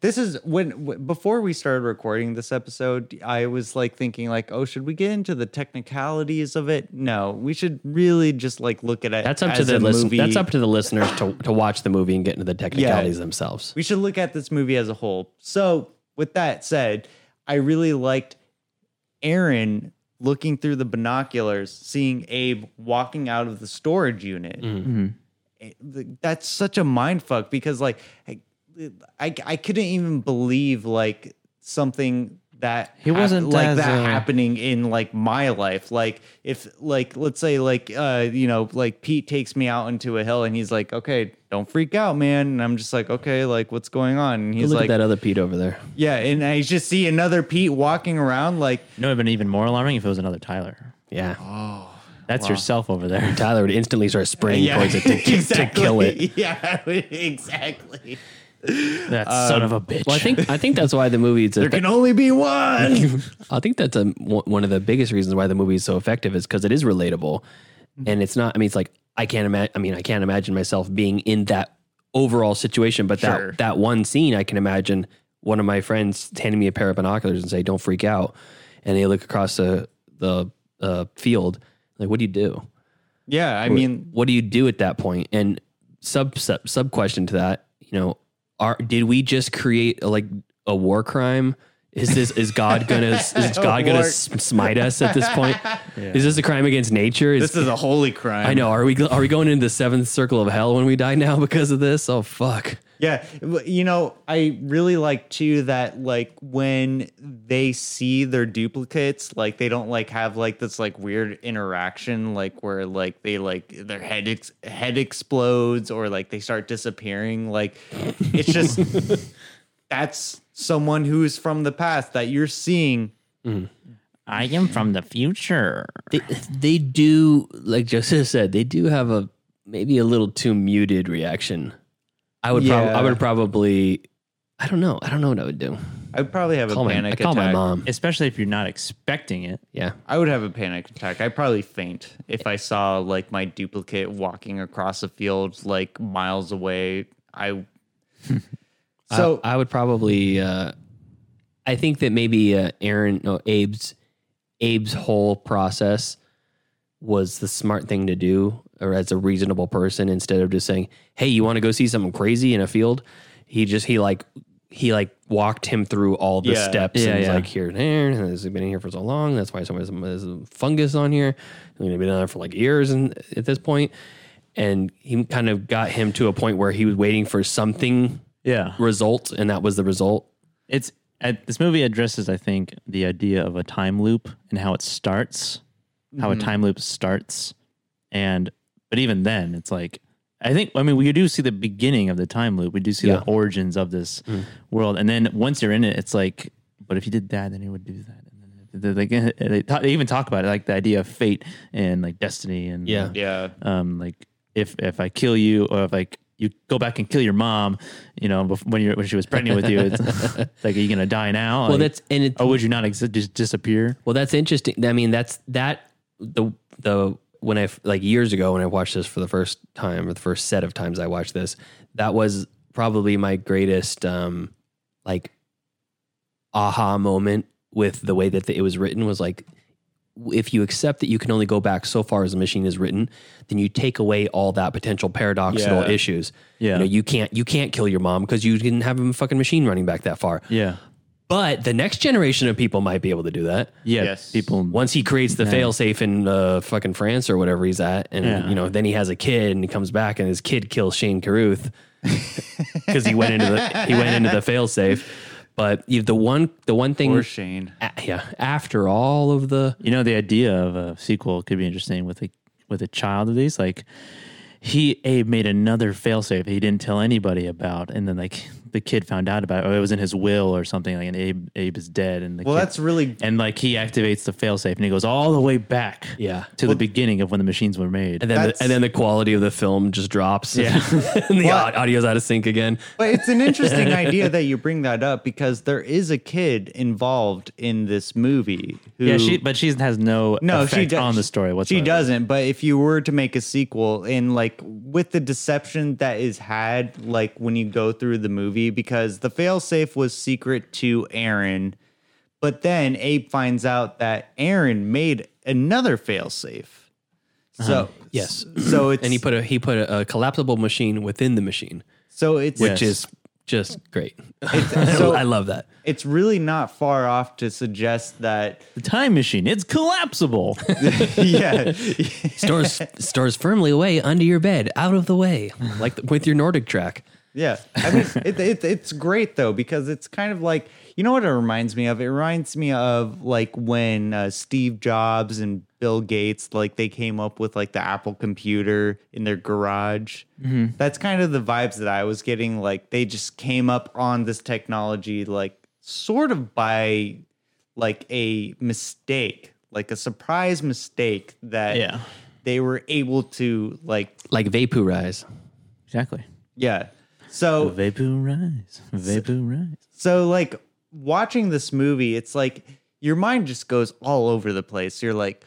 this is when w- before we started recording this episode, I was like thinking like, oh, should we get into the technicalities of it? No, we should really just like look at it.
that's up to
as
the
a
listen,
movie.
that's up to the listeners to, to watch the movie and get into the technicalities themselves
We should look at this movie as a whole. So, with that said, I really liked Aaron looking through the binoculars, seeing Abe walking out of the storage unit. Eh, th- That's such a mind fuck because, like, I, I, I couldn't even believe like something that
He
hap-
wasn't
like
as,
that
Uh-huh.
uh,
happening in like my life. Like if like let's say like uh you know like Pete takes me out into a hill and he's like, okay, don't freak out, man. And I'm just like, okay, like what's going on? And
Go
he's
look
like,
at that other pete over there
yeah, and I just see another Pete walking around like
No, it would have been even more alarming if it was another Tyler.
Yeah.
That's
Wow.
yourself over there.
Tyler would instantly start spraying
Yeah,
poison to, to- to kill it.
Yeah, exactly.
That
Um,
son of a bitch.
Well, I think I think that's why the movie.
There can only be one.
I think that's a, one one of the biggest reasons why the movie is so effective is because it is relatable, and it's not. I mean, it's like I can't imagine. I mean, I can't imagine myself being in that overall situation, but
Sure.
that that one scene, I can imagine one of my friends handing me a pair of binoculars and say, "Don't freak out," and they look across the the uh, field like, "What do you do?"
Yeah, I
What-
mean,
what do you do at that point? And sub sub, sub question to that, you know, are did we just create like a war crime? Is this is God gonna is God gonna
War-
s- smite us at this point? Is this a crime against nature?
This is a holy crime.
I know. Are we are we going into the seventh circle of hell when we die now because of this? Oh fuck!
Yeah, w- you know, I really like too that like when they see their duplicates, like they don't like have like this like weird interaction, like where like they like their head ex- head explodes or like they start disappearing. Like it's just that's someone who's from the past that you're seeing.
I am from the future.
They they do like Joseph said. They do have a maybe a little too muted reaction. I would probably
Yeah.
I would probably I don't know I don't know what I would do.
I'd probably have
Call
a
my-
panic
I call my
attack.
mom.
Especially if you're not expecting it.
Yeah.
I would have a panic attack. I'd probably faint if I saw like my duplicate walking across a field like miles away. I so
I, I would probably. Uh, I think that maybe uh, Aaron, no, Abe's, Abe's whole process was the smart thing to do, or as a reasonable person, instead of just saying, "Hey, you want to go see something crazy in a field?" He just he like he like walked him through all the
Yeah.
steps
Yeah,
and was
yeah.
like here and there and this has been here for so long that's why so much there's fungus on here and we've been on it for like years and at this point and he kind of got him to a point where he was waiting for something
Yeah.
result and that was the result.
It's uh, this movie addresses, I think, the idea of a time loop and how it starts, how
Mhm.
a time loop starts, and but even then, it's like I think I mean we do see the beginning of the time loop. We do see
Yeah.
the origins of this world, and then once you're in it, it's like, but if you did that, then you would do that. And then They, they, they, talk, they even talk about it, like the idea of fate and like destiny and
Yeah.
yeah,
um, like if if I kill you or if I you go back and kill your mom, you know, bef- when you when she was pregnant with you. It's like, are you gonna die now?
Well,
Like,
that's- and it-
or would you not ex- just disappear?
Well, that's interesting. I mean, that's that the the when I like years ago when I watched this for the first time or the first set of times I watched this, that was probably my greatest um like aha moment with the way that it was written was like if you accept that you can only go back so far as the machine is written, then you take away all that potential paradoxical
Yeah.
issues.
Yeah.
You know, you can't you can't kill your mom because you didn't have a fucking machine running back that far.
Yeah.
But the next generation of people might be able to do that.
Yeah, Yes. people.
Once he creates the
Yeah.
failsafe in uh, fucking France or whatever he's at, and
Yeah.
you know, then he has a kid and he comes back and his kid kills Shane Carruth because he went into the he went into the failsafe. But you- the one the one thing
Poor Shane.
a- yeah, after all of the
you know the idea of a sequel could be interesting with a with a child of these like he Abe made another failsafe he didn't tell anybody about and then like the kid found out about it or it was in his will or something like and Abe Abe is dead and the
Well,
kid-
that's really
and like he activates the failsafe and he goes all the way back
yeah
to the beginning of when the machines were made
and then the, and then the quality of the film just drops.
Yeah.
and the au- audio's out of sync again.
But it's an interesting idea that you bring that up because there is a kid involved in this movie. Who,
yeah she but she has no
no, she
effect
does
on the story whatsoever
She doesn't. But if you were to make a sequel, and like with the deception that is had, like when you go through the movie, because the failsafe was secret to Aaron, but then Abe finds out that Aaron made another failsafe. So
Uh-huh. yes,
so it's
and he put a he put a, a collapsible machine within the machine,
so it's
which is just great.
so-
I love that.
it's really not far off to suggest that
the time machine it's collapsible
yeah
stores stores firmly away under your bed, out of the way, like the, with your Nordic track.
Yeah, I mean, it, it, it's great though because it's kind of like you know what it reminds me of. It reminds me of like when uh, Steve Jobs and Bill Gates like they came up with like the Apple computer in their garage.
Mhm.
That's kind of the vibes that I was getting. Like they just came up on this technology like sort of by like a mistake, like a surprise mistake that
Yeah.
they were able to like
like vaporize.
exactly
Yeah. So
vaporize vaporize
so like watching this movie, it's like your mind just goes all over the place. You're like,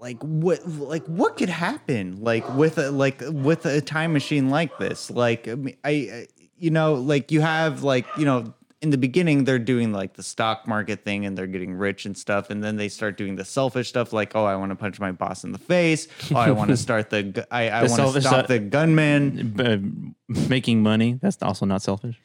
like what, like what could happen, like with a like with a time machine like this? Like I, mean, I, I- you know, like you have like you know. In the beginning, they're doing like the stock market thing and they're getting rich and stuff. And then they start doing the selfish stuff like, oh, I want to punch my boss in the face. Oh, I want to start the, gu- I, I want
The
to
selfish-
stop the gunman.
b- Uh, making money. That's also not selfish.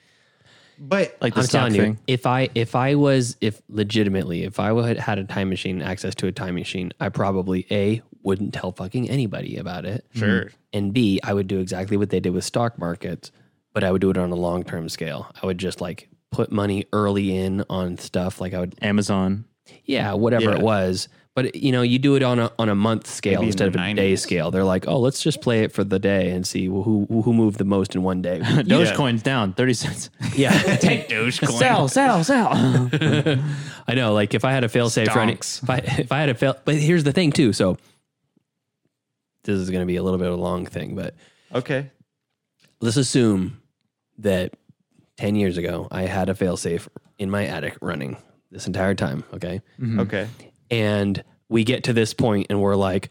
But
Like the
I'm
stock
telling you,
thing.
if I if I was if legitimately if I had had a time machine access to a time machine, I probably a wouldn't tell fucking anybody about it.
Sure.
And b I would do exactly what they did with stock markets, but I would do it on a long term scale. I would just like put money early in on stuff like I would
Amazon.
Yeah, whatever
Yeah.
it was. But you know, you do it on a on a month scale
Maybe in
instead of
the
a day scale. They're like, oh, let's just play it for the day and see who who, who moved the most in one day.
Dogecoin's down thirty cents.
Yeah,
take
Dogecoin.
Oh,
Sell, sell, sell.
I know. Like if I had a fail safe for any,
Stonks.
if I, if I had a fail, but here's the thing too. So this is going to be a little bit of a long thing, but
okay.
Let's assume that 10 years ago, I had a fail safe in my attic running this entire time. Okay.
Mhm. Okay.
And we get to this point and we're like,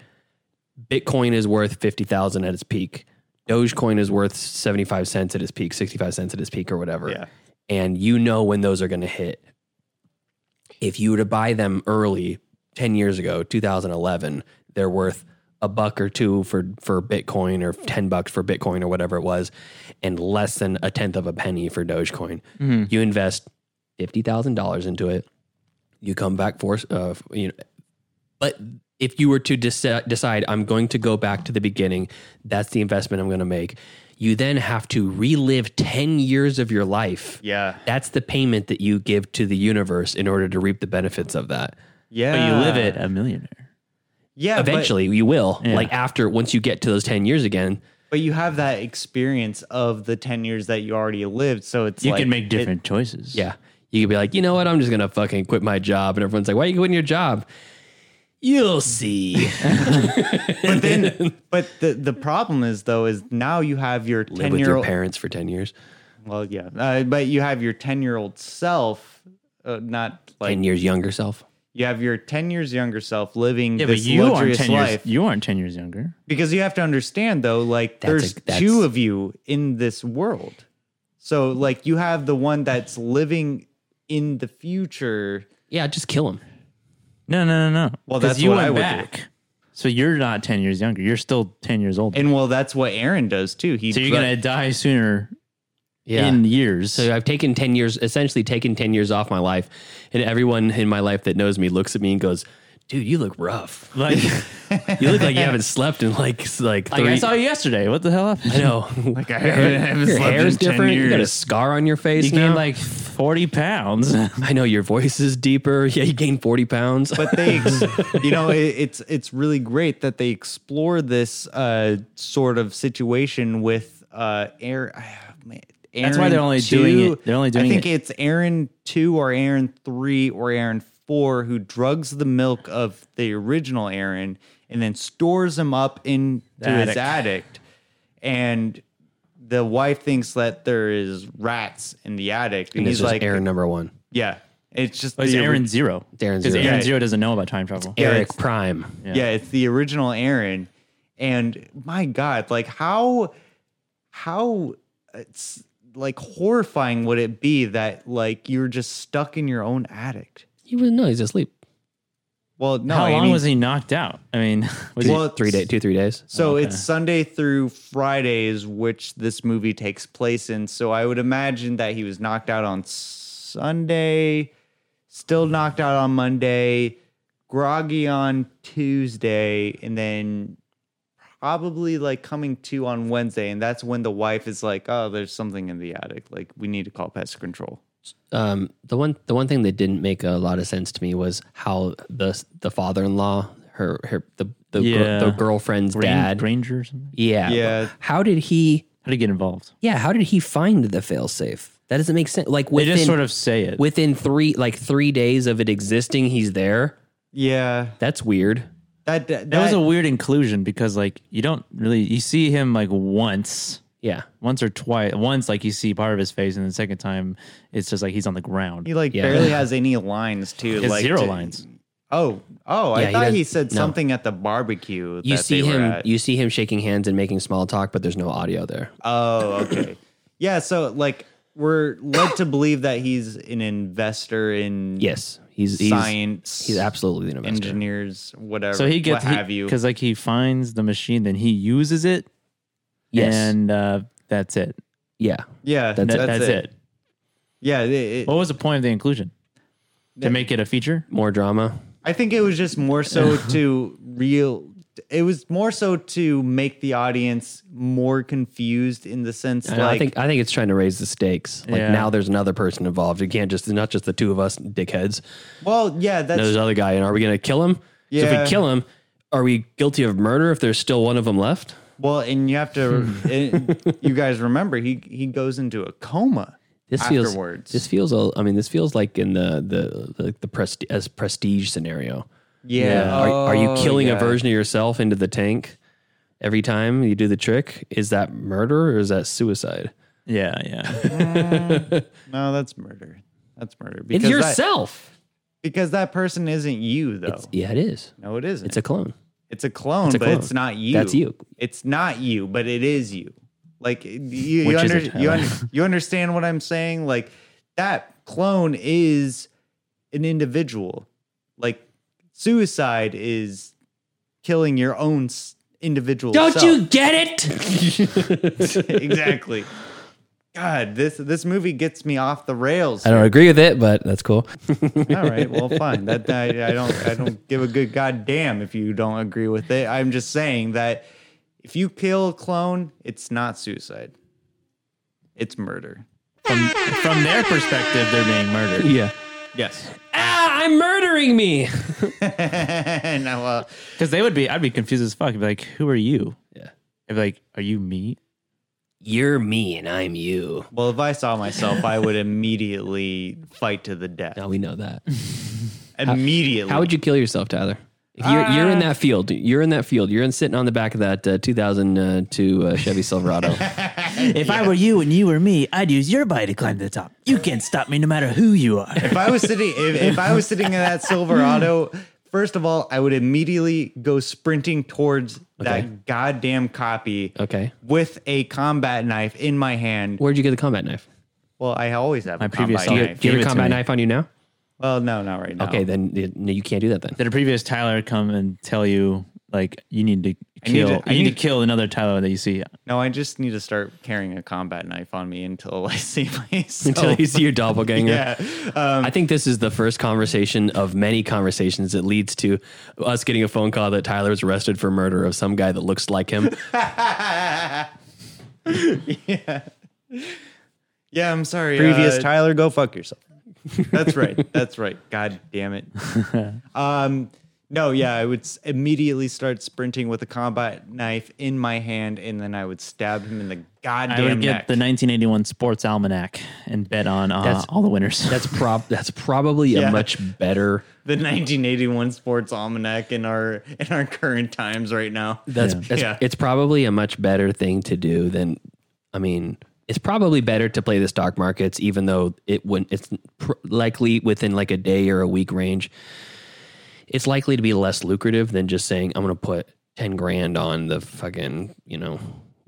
Bitcoin is worth 50,000 at its peak. Dogecoin is worth 75 cents at its peak, 65 cents at its peak or whatever. Yeah. And you know when those are going to hit. If you were to buy them early 10 years ago, 2011, they're worth a buck or two for for Bitcoin or 10 bucks for Bitcoin or whatever it was and less than a tenth of a penny for Dogecoin.
Mhm.
You invest $50,000 into it. You come back for uh, you know but if you were to deci- decide, I'm going to go back to the beginning, that's the investment I'm going to make. You then have to relive 10 years of your life.
Yeah.
That's the payment that you give to the universe in order to reap the benefits of that.
Yeah.
But you live it a millionaire.
Yeah. but-
Eventually, you will.
Yeah.
Like after, once you get to those 10 years again,
But you have that experience of the 10 years that you already lived. So it's
You
like
can make different
choices.
Yeah. You could be like, you know what? I'm just going to fucking quit my job. And everyone's like, why are you quitting your job? You'll see.
but then, but the the problem is though is now you have your
Live
ten
with
year
your
old.
parents for ten years.
Well, yeah, uh, but you have your ten year old self, uh, not like
ten years younger self.
You have your ten years younger self living
Yeah, but
this
you aren't
luxurious
ten
life.
years. You aren't ten years younger.
Because you have to understand though, like
That's a-
there's
that's-
two of you in this world. So like you have the one that's living in the future.
Yeah, just kill him.
No, no, no, no.
Well,
'Cause
that's
you
what
went
I would do.
back. So you're not ten years younger. You're still ten years older.
And well, that's what Aaron does too. He
so you're gonna die sooner. In
years. So I've taken 10 years, essentially taken 10 years off my life. And everyone in my life that knows me looks at me and goes, dude, you look rough. Like, you look like you haven't slept in like, s- like,
Like, I saw you yesterday. What the hell happened?
I know. Like
I haven't- haven't
your
slept
hair's
in 10
different. You got a
years.
scar on your face.
You gained,
now.
like,
forty pounds. I know your voice is deeper. Yeah, you gained forty pounds.
but they ex- you know it, it's it's really great that they explore this uh sort of situation with uh air ah, man,
That's why they're
Aaron
only
two.
doing it- they're only doing
I think
it-
it's Aaron 2 or Aaron 3 or Aaron 4 who drugs the milk of the original Aaron and then stores him up into
The
his
attic.
attic and the wife thinks that there is rats in the attic and,
And it's
he's
just
like
Aaron number one.
yeah it's just
Oh, it's
the
Aaron
ori-
Zero.
Aaron
Because
Zero.
Aaron
Yeah.
Zero doesn't know about time travel.
Yeah,
Eric
it's-
Prime.
Yeah. it's the original Aaron. And my God, like how, how, it's like horrifying would it be that like you're just stuck in your own attic?
He was no, he's asleep.
Well, no.
How
I
long
mean-
was he knocked out? I mean, was
Well,
he,
Three day, two, three days.
So it's Sunday through Fridays, which this movie takes place in. So I would imagine that he was knocked out on Sunday, still knocked out on Monday, groggy on Tuesday, and then probably like coming to on Wednesday. And that's when the wife is like, oh, there's something in the attic. Like, we need to call pest control.
um, the one the one thing that didn't make a lot of sense to me was how the the father in law her her the the, gir-
Yeah.
the girlfriend's
Gran-
dad
Granger or something?
yeah
Yeah.
how did he
How did he get involved?
yeah how did he find the failsafe that doesn't make sense like within
they just sort of say it.
within three like three days of it existing he's there
Yeah.
that's weird
That, that,
that was a weird inclusion because like you don't really you see him like once.
Yeah.
Once or twice. Once like you see part of his face and the second time it's just like he's on the ground.
He like
Yeah.
barely has any lines too.
He has
like
zero
to-
lines.
Oh, oh! I
Yeah, he
thought he,
doesn't-
said
no.
something at the barbecue.
you
that
see
they were
him
at.
you see him shaking hands and making small talk but there's no audio there
Oh, okay. yeah, so like we're led to believe that he's an investor in
yes he's he's,
science,
he's absolutely an investor
engineers, whatever.
So he gets
what have you?
because like he finds the machine, then he uses it.
Yes.
and uh, that's it.
yeah
yeah,
That's,
that's,
it. that's it.
Yeah, it- it-
What
Oh.
was the point of the inclusion? To make it a feature?
more drama
I think it was just more so to real. It was more so to make the audience more confused in the sense
I,
like
know, I think I think it's trying to raise the stakes. Like
Yeah.
now there's another person involved. You can't just not just the two of us dickheads.
well, yeah,
Now
that's
there's another guy, and are we going to kill him? So if
Yeah.
we kill him, are we guilty of murder if there's still one of them left?
Well, and you have to, it- you guys remember he he goes into a coma
This feels
afterwards.
this feels a- I mean this feels like in the the like the presti- as prestige scenario.
Yeah.
Are, are you
Oh,
killing a
yeah.
version of yourself into the tank every time you do the trick? Is that murder or is that suicide?
Yeah, yeah.
no, that's murder. That's murder.
it's
that-
yourself.
because that person isn't you, though.
yeah, it is.
no, it isn't.
It's a clone.
It's a clone,
It's a
but
clone.
it's not you.
That's you.
It's not you, but it is you. Like you, you,
Which
under,
is a
you,
child.
un- you understand what I'm saying? Like that clone is an individual. Like suicide is killing your own s- individual.
Don't
self.
you get it?
exactly. God, this this movie gets me off the rails.
I don't agree with it, but that's cool.
All right, well, fine. That I, I don't I don't give a good goddamn if you don't agree with it. I'm just saying that if you kill a clone, it's not suicide. It's murder.
from, from their perspective, they're being murdered.
Yeah.
Yes.
Ah, I'm murdering me.
no, uh, well,
Because they would be, I'd be confused as fuck. I'd be like, who are you?
Yeah.
I'd be like, are you me?
You're me and I'm you.
well, if I saw myself, I would immediately fight to the death.
Now we know that.
Immediately.
Uh, How would you kill yourself, Tyler? If you're, you're in that field. You're in that field. You're in sitting on the back of that uh, 2002 uh, Chevy Silverado.
If I were you and you were me, I'd use your body to climb to the top. You can't stop me no matter who you are.
If I was sitting, if, if I was sitting in that Silverado, first of all, I would immediately go sprinting towards that goddamn copy.
Okay.
With a combat knife in my hand.
Where'd you get the combat knife?
Well, I always have
My
a
previous
combat
life.
knife.
Do you have a Give it to combat me. knife on you now?
Well, no, not right now.
Okay, then you, no, you can't do that. Then
Did a previous Tyler come and tell you like you need to
I need
kill?
to-
you
I
need,
need-
to kill another Tyler that you see.
No, I just need to start carrying a combat knife on me until I see myself.
Until you see your doppelganger.
yeah.
I think this is the first conversation of many conversations that leads to us getting a phone call that Tyler was arrested for murder of some guy that looks like him.
yeah. Yeah, I'm sorry. uh,
Previous
Tyler, go fuck yourself. That's right. That's right. God damn it. Um, no, yeah, I would s- immediately start sprinting with a combat knife in my hand, and then I would stab him in the
I
goddamn
would get
neck.
the 1981 Sports Almanac and bet on uh,
That's-
all the winners.
That's prob. That's probably
Yeah.
a much better.
The 1981 Sports Almanac in our in our current times right now.
That's, that's
yeah.
it's probably a much better thing to do than. I mean, it's probably better to play the stock markets, even though it wouldn't. It's pr- likely within like a day or a week range. It's likely to be less lucrative than just saying I'm going to put ten grand on the fucking you know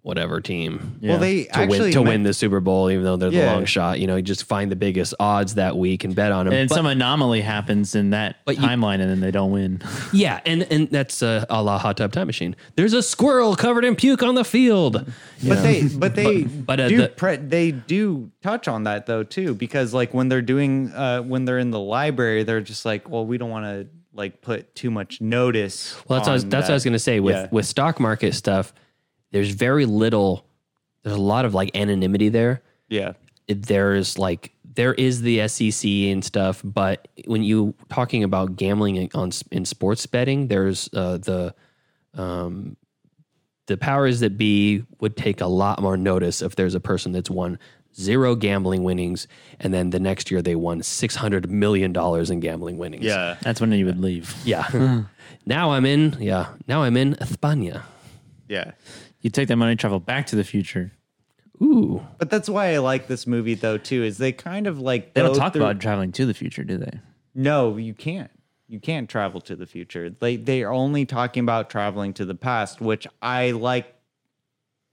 whatever team.
Well, they
to win
actually
to
meant-
win the Super Bowl, even though they're
Yeah.
the long shot. You know, you just find the biggest odds that week and bet on them.
and
But-
some anomaly happens in that timeline, and then they don't win.
Yeah, and and that's uh, a la hot tub time machine. There's a squirrel covered in puke on the field. You
But
know?
they, but they,
but, but, uh,
do
the-
pre- they do touch on that though too, because like when they're doing, uh, when they're in the library, they're just like, well, we don't want to like put too much notice.
well, that's what I was,
on
that's what I was
that.
gonna say with
Yeah.
with stock market stuff. There's very little. There's a lot of like anonymity there.
yeah.
It- There's like there is the SEC and stuff, but when you talking about gambling on s- in sports betting, there's uh, the um, the powers that be would take a lot more notice if there's a person that's won zero gambling winnings and then the next year they won $600 million in gambling winnings.
Yeah.
That's when you would leave.
Hmm.
Yeah. now I'm in, yeah. Now I'm in España.
Yeah.
You take that money, travel back to the future.
Ooh.
But that's why I like this movie though too, is they kind of like
They don't
go
talk
through-
about traveling to the future, do they?
No, you can't. You can't travel to the future. They they are only talking about traveling to the past, which I like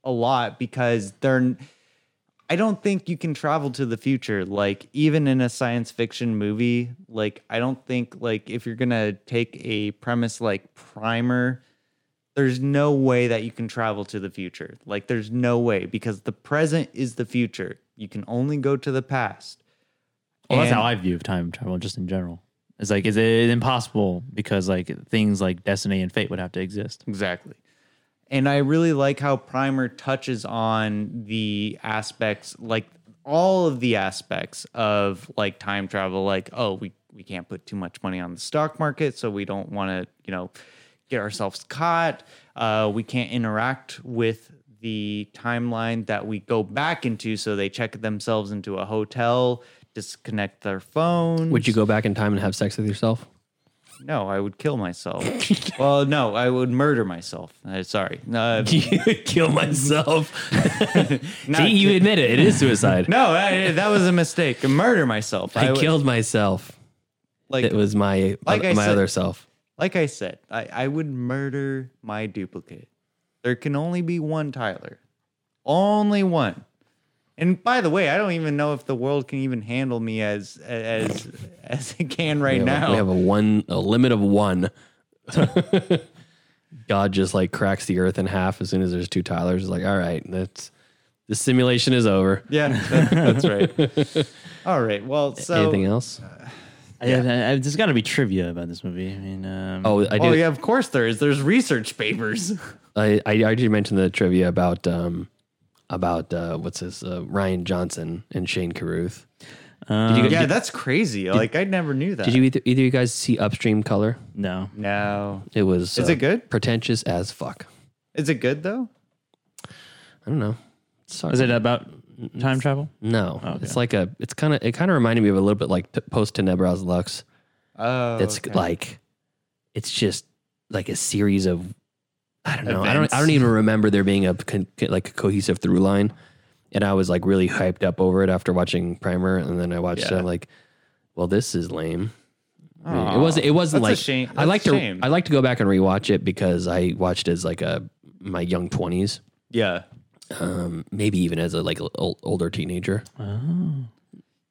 a lot because they're I don't think you can travel to the future like even in a science fiction movie. Like I don't think like if you're going to take a premise like Primer there's no way that you can travel to the future. Like there's no way because the present is the future. You can only go to the past.
Well, that's
And-
how I view time travel, just in general. It's like, is it impossible because like things like destiny and fate would have to exist?
Exactly. And I really like how Primer touches on the aspects, like all of the aspects of like time travel, like, oh, we, we can't put too much money on the stock market, so we don't want to, you know, get ourselves caught. Uh, we can't interact with the timeline that we go back into, so they check themselves into a hotel, disconnect their phone.
Would you go back in time and have sex with yourself?
No, I would kill myself. well, no, I would murder myself. Uh, sorry. Uh,
kill myself. See, you admit it. It is suicide.
no, I, that was a mistake. Murder myself.
I,
would-
killed myself.
Like-
it was my
like I
my
said-
other self.
Like I said, I, I would murder my duplicate. There can only be one Tyler. Only one. And by the way, I don't even know if the world can even handle me as as as it can right
we have
now.
A, we have a one a limit of one. God just like cracks the earth in half as soon as there's two Tylers. It's like, all right, that's the simulation is over.
yeah, that- that's right. All right. Well, so
Anything else?
Yeah. I, I, there's got to be trivia about this movie. I mean, um,
Oh, I did.
Oh yeah, of course there is. There's research papers.
I, I I did mention the trivia about um about uh, what's this uh, Ryan Johnson and Shane Carruth. Did you-
yeah,
did-
that's crazy. like I never knew that.
Did you either, either you guys see Upstream Color?
No.
No.
It was. uh,
Is it good?
Pretentious as fuck.
Is it good though?
I don't know. Sorry.
Is it about time travel?
No,
Okay.
it's like a. It's kind of. It kind of reminded me of a little bit like post Tenebras Lux.
Oh,
That's
okay.
like, it's just like a series of I don't know. I don't
Events.
I don't even remember there being a con, like a cohesive through line. And I was like really hyped up over it after watching Primer and then I watched it
Yeah.
I'm like well this is lame. I mean,
Aw.
it wasn't it wasn't
That's a
like
shame-
I
that's
like
a
to
shame.
I like to go back and rewatch it because I watched it as like a my young 20s.
Yeah.
Um maybe even as a like ol older teenager.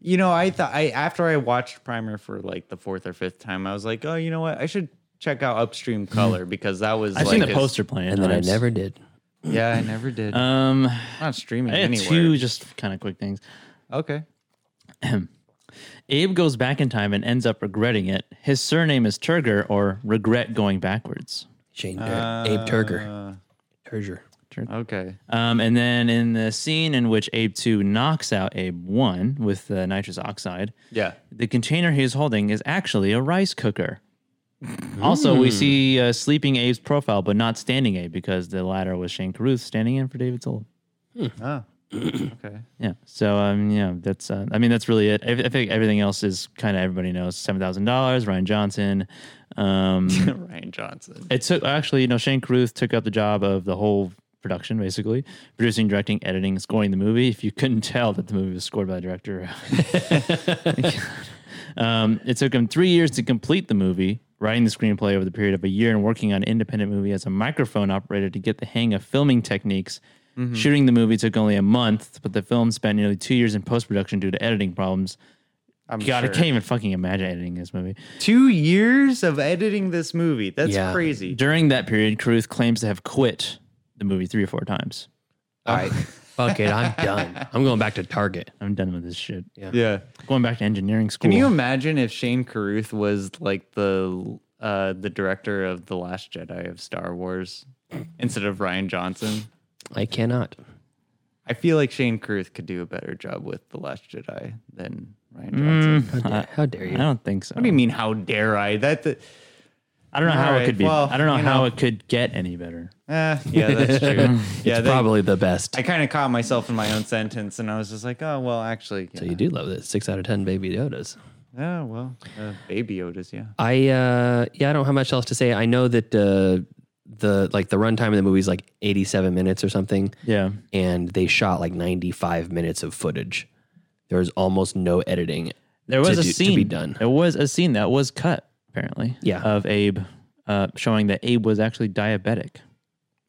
You know, I thought I after I watched Primer for like the fourth or fifth time, I was like, oh, you know what? I should check out Upstream Color because that was
Mm-hmm. I've
like
seen the
a-
poster playing,
And then I never did.
Yeah, I never did.
Um,
not streaming
I had
anywhere.
Two just kind of quick things.
Okay.
Abe goes back in time and ends up regretting it. His surname is Turger, or regret going backwards.
Shane
Tur-
Abe
Uh,
Turger. Turger.
Okay.
Um, and then in the scene in which Abe 2 knocks out Abe 1 with the nitrous oxide,
Yeah.
the container he is holding is actually a rice cooker. Also, we see uh, sleeping Abe's profile, but not standing Abe because the latter was Shane Carruth standing in for David Soul.
Oh. okay.
Yeah. So, um, yeah, that's, uh, I mean, that's really it. I, I think everything else is kind of everybody knows $7,000, Ryan Johnson. Um,
Ryan Johnson.
It took actually, you know, Shane Carruth took up the job of the whole production, basically producing, directing, editing, scoring the movie. If you couldn't tell that the movie was scored by a director, um, it took him three years to complete the movie, writing the screenplay over the period of a year, and working on an independent movie as a microphone operator to get the hang of filming techniques.
Mm-hmm.
Mhm.
Shooting the movie took only a month, but the film spent nearly two years in post production due to editing problems.
I'm
God, I
sure.
can't even fucking imagine editing this movie.
Two years of editing this movie. That's
Yeah.
crazy.
During that period, Carruth claims to have quit the movie three or four times.
All right. Fuck it, I'm done. I'm going back to Target.
I'm done with this shit.
Yeah.
Yeah.
Going back to engineering school.
Can you imagine if Shane Carruth was like the uh, the director of the Last Jedi of Star Wars instead of Ryan Johnson?
I cannot.
I feel like Shane Carruth could do a better job with the Last Jedi than Ryan Johnson.
Mm, I-
how dare you?
I don't think so.
What do you mean? How dare I? That the,
I don't know how it
Alright,
could be.
well,
I don't know
you
how
know.
it could get any better.
Eh, yeah, that's true. yeah,
it's
they-
probably the best.
I kind of caught myself in my own sentence, and I was just like, oh well, actually, yeah,
So you do love this. Six out of ten baby Yodas.
yeah well, uh, Baby Otis, yeah.
I uh yeah, I don't have much else to say. I know that uh the like the runtime of the movie is like eighty seven minutes or something.
Yeah.
And they shot like ninety five minutes of footage. There was almost no editing.
There was
to
a
do-
scene.
to be done.
There was a scene that was cut, apparently.
Yeah.
Of Abe, uh, showing that Abe was actually diabetic.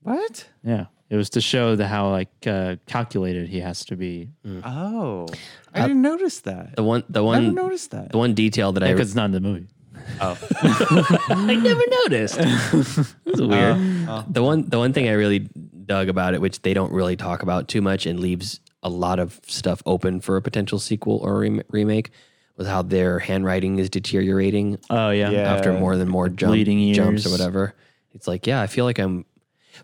What?
Yeah. It was to show the how like uh, calculated he has to be.
Oh, I didn't notice that.
The one the
I
one
didn't notice that.
the one detail that I
Because it's not in the movie.
I never noticed. This is weird. The one the one thing I really dug about it, which they don't really talk about too much and leaves a lot of stuff open for a potential sequel or rem- remake, was how their handwriting is deteriorating.
Oh yeah.
After
Yeah.
more than more jump,
Bleeding
jumps or
ears.
whatever. It's like, yeah, I feel like I'm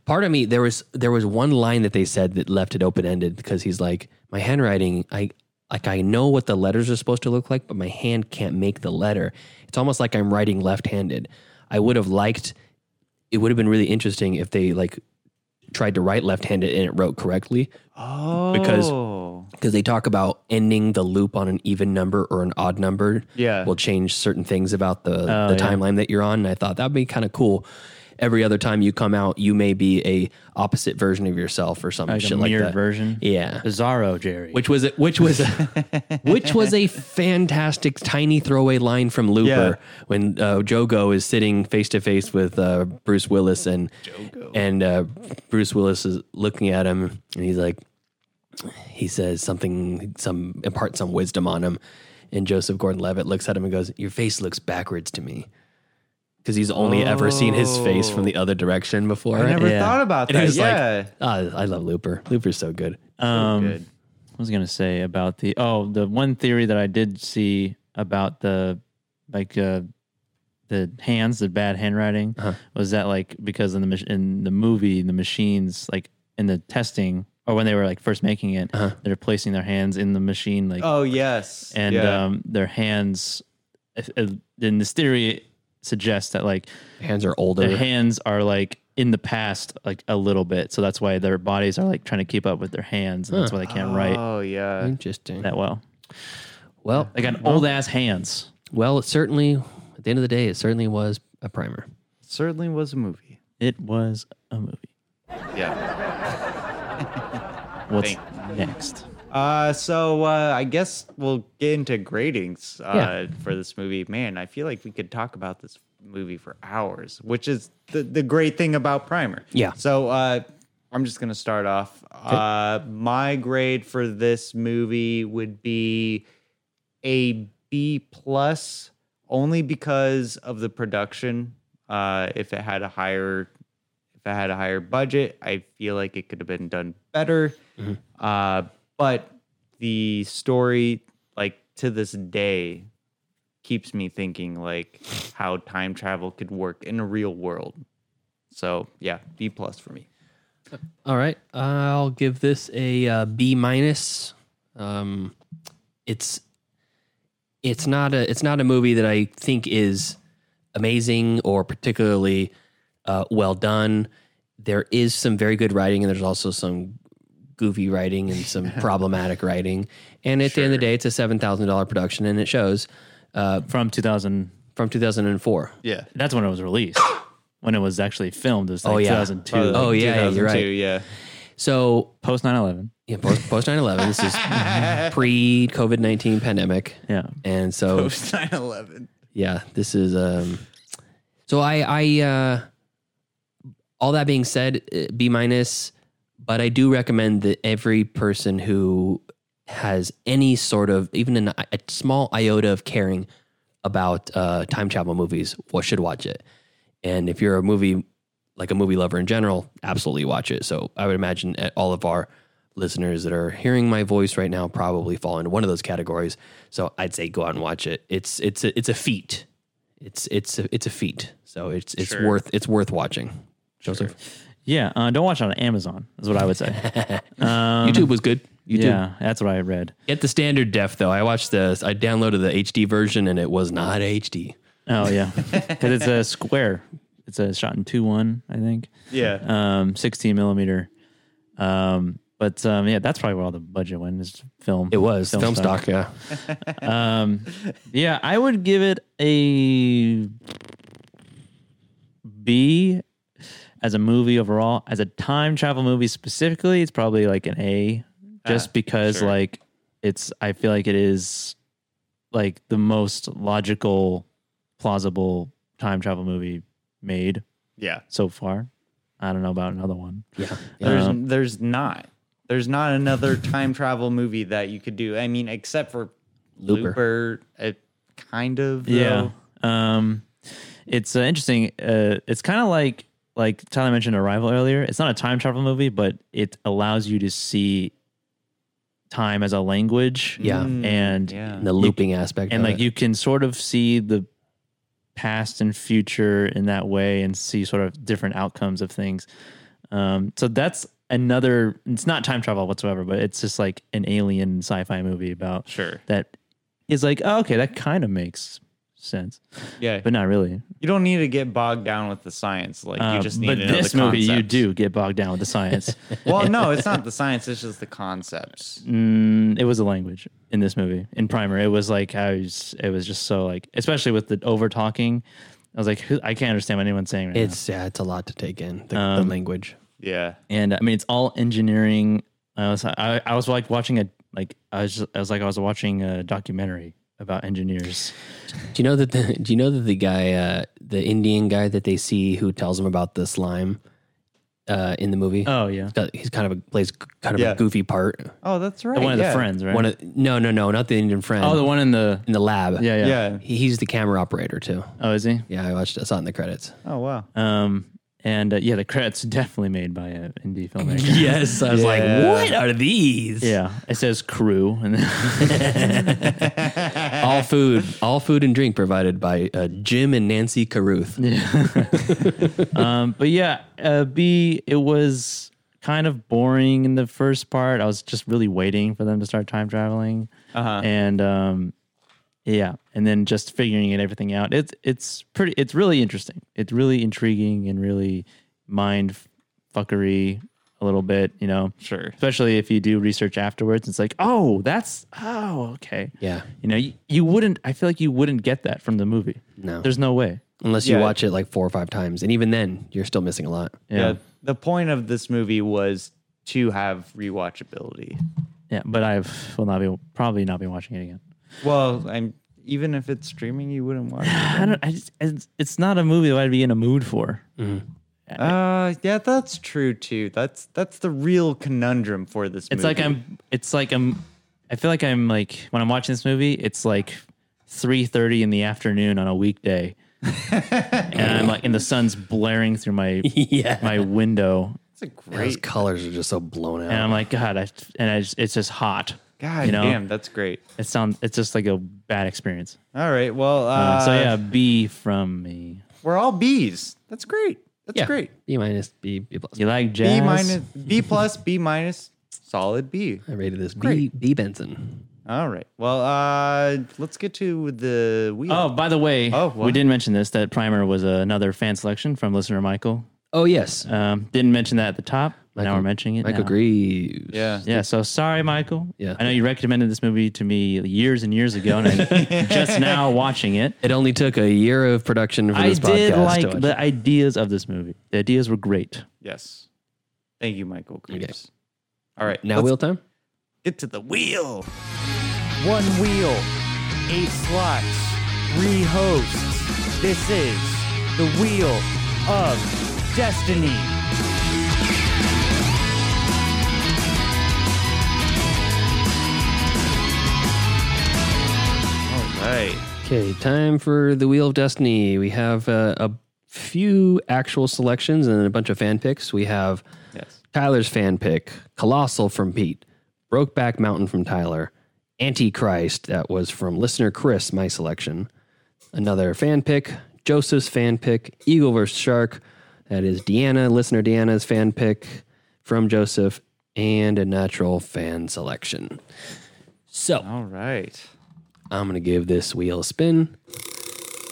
part of me there was there was one line that they said that left it open ended because he's like, My handwriting, I like I know what the letters are supposed to look like, but my hand can't make the letter. It's almost like I'm writing left handed. I would have liked it would have been really interesting if they like tried to write left handed and it wrote correctly
Oh,
because they talk about ending the loop on an even number or an odd number
Yeah.
will change certain things about the,
Oh,
the
yeah.
timeline that you're on and i thought that would be kind of cool every other time you come out you may be a opposite version of yourself or some
Like a
shit like
mirrored
that
version?
yeah
bizarro jerry
which was a, which was a, which was a fantastic tiny throwaway line from looper when uh, jogo is sitting face to face with uh, bruce willis and and uh, bruce willis is looking at him and he's like he says something, some impart some wisdom on him, and Joseph Gordon-Levitt looks at him and goes, "Your face looks backwards to me," because he's only ever seen his face from the other direction before.
I never thought about
And he
that,
was like,
yeah.
"Ah, I love Looper. Looper's so good.
Um, I was gonna say about the oh the one theory that I did see about the like uh, the hands the bad handwriting
Uh-huh.
was that like because in the mach- in the movie the machines like in the testing or when they were like first making it they're placing their hands in the machine like
Uh-huh. Oh yes,
and
Yeah.
um, their hands. if- if- Then this theory suggests that like
hands are older.
Their hands are like in the past, like a little bit. So that's why their bodies are like trying to keep up with their hands, and that's
Huh.
why they can't write.
Oh yeah,
interesting.
That well.
Well,
they got old ass hands.
Well, it certainly at the end of the day, it certainly was a primer.
certainly was a movie.
It was a movie.
Yeah.
What's
Thank-
next?
Uh, so uh, I guess we'll get into gradings
Yeah.
uh, for this movie. Man, I feel like we could talk about this movie for hours, which is the, the great thing about Primer.
Yeah.
So uh, I'm just gonna start off. Uh, my grade for this movie would be a B plus, only because of the production. Uh, if it had a higher, if it had a higher budget, I feel like it could have been done better. Uh, but the story, like to this day, keeps me thinking like how time travel could work in a real world. So yeah, B plus for me.
All right, I'll give this a uh, B minus. Um, it's it's not a it's not a movie that I think is amazing or particularly uh, well done. There is some very good writing, and there's also some goofy writing and some problematic writing. And at the end of the day, it's a seven thousand dollar production, and it shows uh,
from two thousand
from two thousand and four.
Yeah.
That's when it was released. when it was actually filmed, it was like
oh yeah,
2002.
Oh yeah, you're right.
Yeah.
So
post 9/11.
Yeah, post post 9/11. This is pre COVID 19 pandemic.
Yeah,
and so
Post 9/11.
yeah, this is um. So I I uh, all that being said, uh, B minus, but I do recommend that every person who has any sort of even an, i- a small iota of caring about uh, time travel movies, what should watch it. And if you're a movie like a movie lover in general, absolutely watch it. So I would imagine at all of our listeners that are hearing my voice right now probably fall into one of those categories. So I'd say go out and watch it. It's it's a, it's a feat. It's it's a, it's a feat. So it's it's
Sure.
worth it's worth watching. Joseph,
Yeah, uh, don't watch it on Amazon. Is what I would say. Um,
YouTube was good. YouTube.
Yeah, that's what I read.
Get the standard def though. I watched the I downloaded the HD version and it was not HD.
Oh yeah, because it's a square. It's a shot in two one, I think.
Yeah.
um, sixteen millimeter. Um, but um, yeah, that's probably where all the budget went. Is film.
It was film, stock.
Yeah. um, yeah, I would give it a B as a movie overall. As a time travel movie specifically, it's probably like an A, just
Ah,
because
sure.
like it's. I feel like it is like the most logical, plausible time travel movie made.
Yeah.
So far, I don't know about another one. Yeah.
There's
um,
there's not. There's not another time travel movie that you could do. I mean, except for
Looper.
Looper, it kind of.
Yeah.
though.
Um, it's uh, interesting. Uh, it's kind of like like Tyler mentioned Arrival earlier. It's not a time travel movie, but it allows you to see time as a language.
Yeah. Mm,
and
The looping aspect.
and
of
like
it.
you can sort of see the past and future in that way and see sort of different outcomes of things um so that's another it's not time travel whatsoever but it's just like an alien sci-fi movie about
sure
that is like oh, okay that kind of makes sense
Yeah.
but not really
You don't need to get bogged down with the science. Like you
Um,
just need.
but
to know
this
the
movie you
concepts.
do get bogged down with the science
Well, no, it's not the science. It's just the concepts.
Mm, it was a language in this movie in Primer. It was like I was. It was just so like, especially with the over talking. I was like, who- I can't understand what anyone's saying right
it's yeah, it's a lot to take in the, the
Um,
language.
Yeah,
and I mean it's all engineering. I was I, I was like watching a like I was just, I was like I was watching a documentary about engineers.
Do you know that? The, do you know that the guy, uh, the Indian guy that they see who tells them about the slime uh, in the movie?
Oh yeah,
he's, got, he's kind of a, plays kind of
Yeah.
a goofy part.
Oh, that's right.
one of the
yeah.
friends, right?
One of, no, no, no, not the Indian friend.
Oh, the one in the
in the lab.
Yeah, yeah. Yeah.
He, he's the camera operator too.
Oh, is he?
Yeah, I watched. I saw it in the credits.
Oh wow.
Um, and uh, yeah, the credits definitely made by an indie filmmaker.
Yes, I was like, what are these?
Yeah, it says crew and then
all food, all food and drink provided by uh, Jim and Nancy Caruth.
um, but yeah, uh, B, it was kind of boring in the first part. I was just really waiting for them to start time traveling,
Uh-huh.
and um, yeah, and then just figuring it everything out. It's it's pretty. It's really interesting. It's really intriguing and really mind fuckery a little bit. You know,
sure.
Especially if you do research afterwards, it's like, oh, that's oh, okay.
Yeah.
You know, you, you wouldn't. I feel like you wouldn't get that from the movie.
No.
there's no way.
unless you
Yeah.
watch it like four or five times, and even then, you're still missing a lot.
yeah. The point of this movie was to have rewatchability.
Yeah, but I will not be probably not be watching it again.
Well, I'm even if it's streaming, you wouldn't watch. It.
I don't. I just, it's, it's not a movie that I'd be in a mood for.
Uh, yeah, that's true too. That's that's the real conundrum for this.
It's
movie.
like I'm. It's like I'm. I feel like I'm like when I'm watching this movie. It's like three thirty in the afternoon on a weekday, and I'm like, and the sun's blaring through my my window,
It's a
Those
great.
colors are just so blown out.
and I'm like, God, I, and I just, it's just hot.
God
you know?
damn, that's great.
It sounds. It's just like a bad experience.
All right, well, uh,
Uh, so yeah, B from me.
we're all B's. That's great. That's
Yeah.
great.
B minus, B, B plus.
You like jazz?
B minus, B plus, B minus, solid B.
I rated this B,
Great.
B Benson.
All right. Well, uh, let's get to the wheel.
Oh, by the way,
Oh,
we
what?
didn't mention this. That primer was another fan selection from listener Michael.
Oh yes,
Um, didn't mention that at the top. now
Michael-
we're mentioning it.
Michael
now.
Greaves.
yeah.
Yeah. So sorry, Michael.
Yeah.
I know you recommended this movie to me years and years ago, and I'm just now watching it.
It only took a year of production for
I
this podcast.
did
to
like
watch
the ideas of this movie. The ideas were great.
Yes. Thank you, Michael. Greaves. All right.
it. now
let's
wheel time.
Get to the wheel. One wheel, eight slots, three hosts. This is the wheel of destiny. All right.
Okay, time for the Wheel of Destiny. We have uh, a few actual selections and then a bunch of fan picks. We have
Yes.
Tyler's fan pick, Colossal from Pete, Brokeback Mountain from Tyler, Antichrist, that was from listener Chris, my selection. Another fan pick, Joseph's fan pick, Eagle vs. Shark, that is Deanna, listener Deanna's fan pick from Joseph, and a natural fan selection. So,
All right.
I'm going to give this wheel a spin.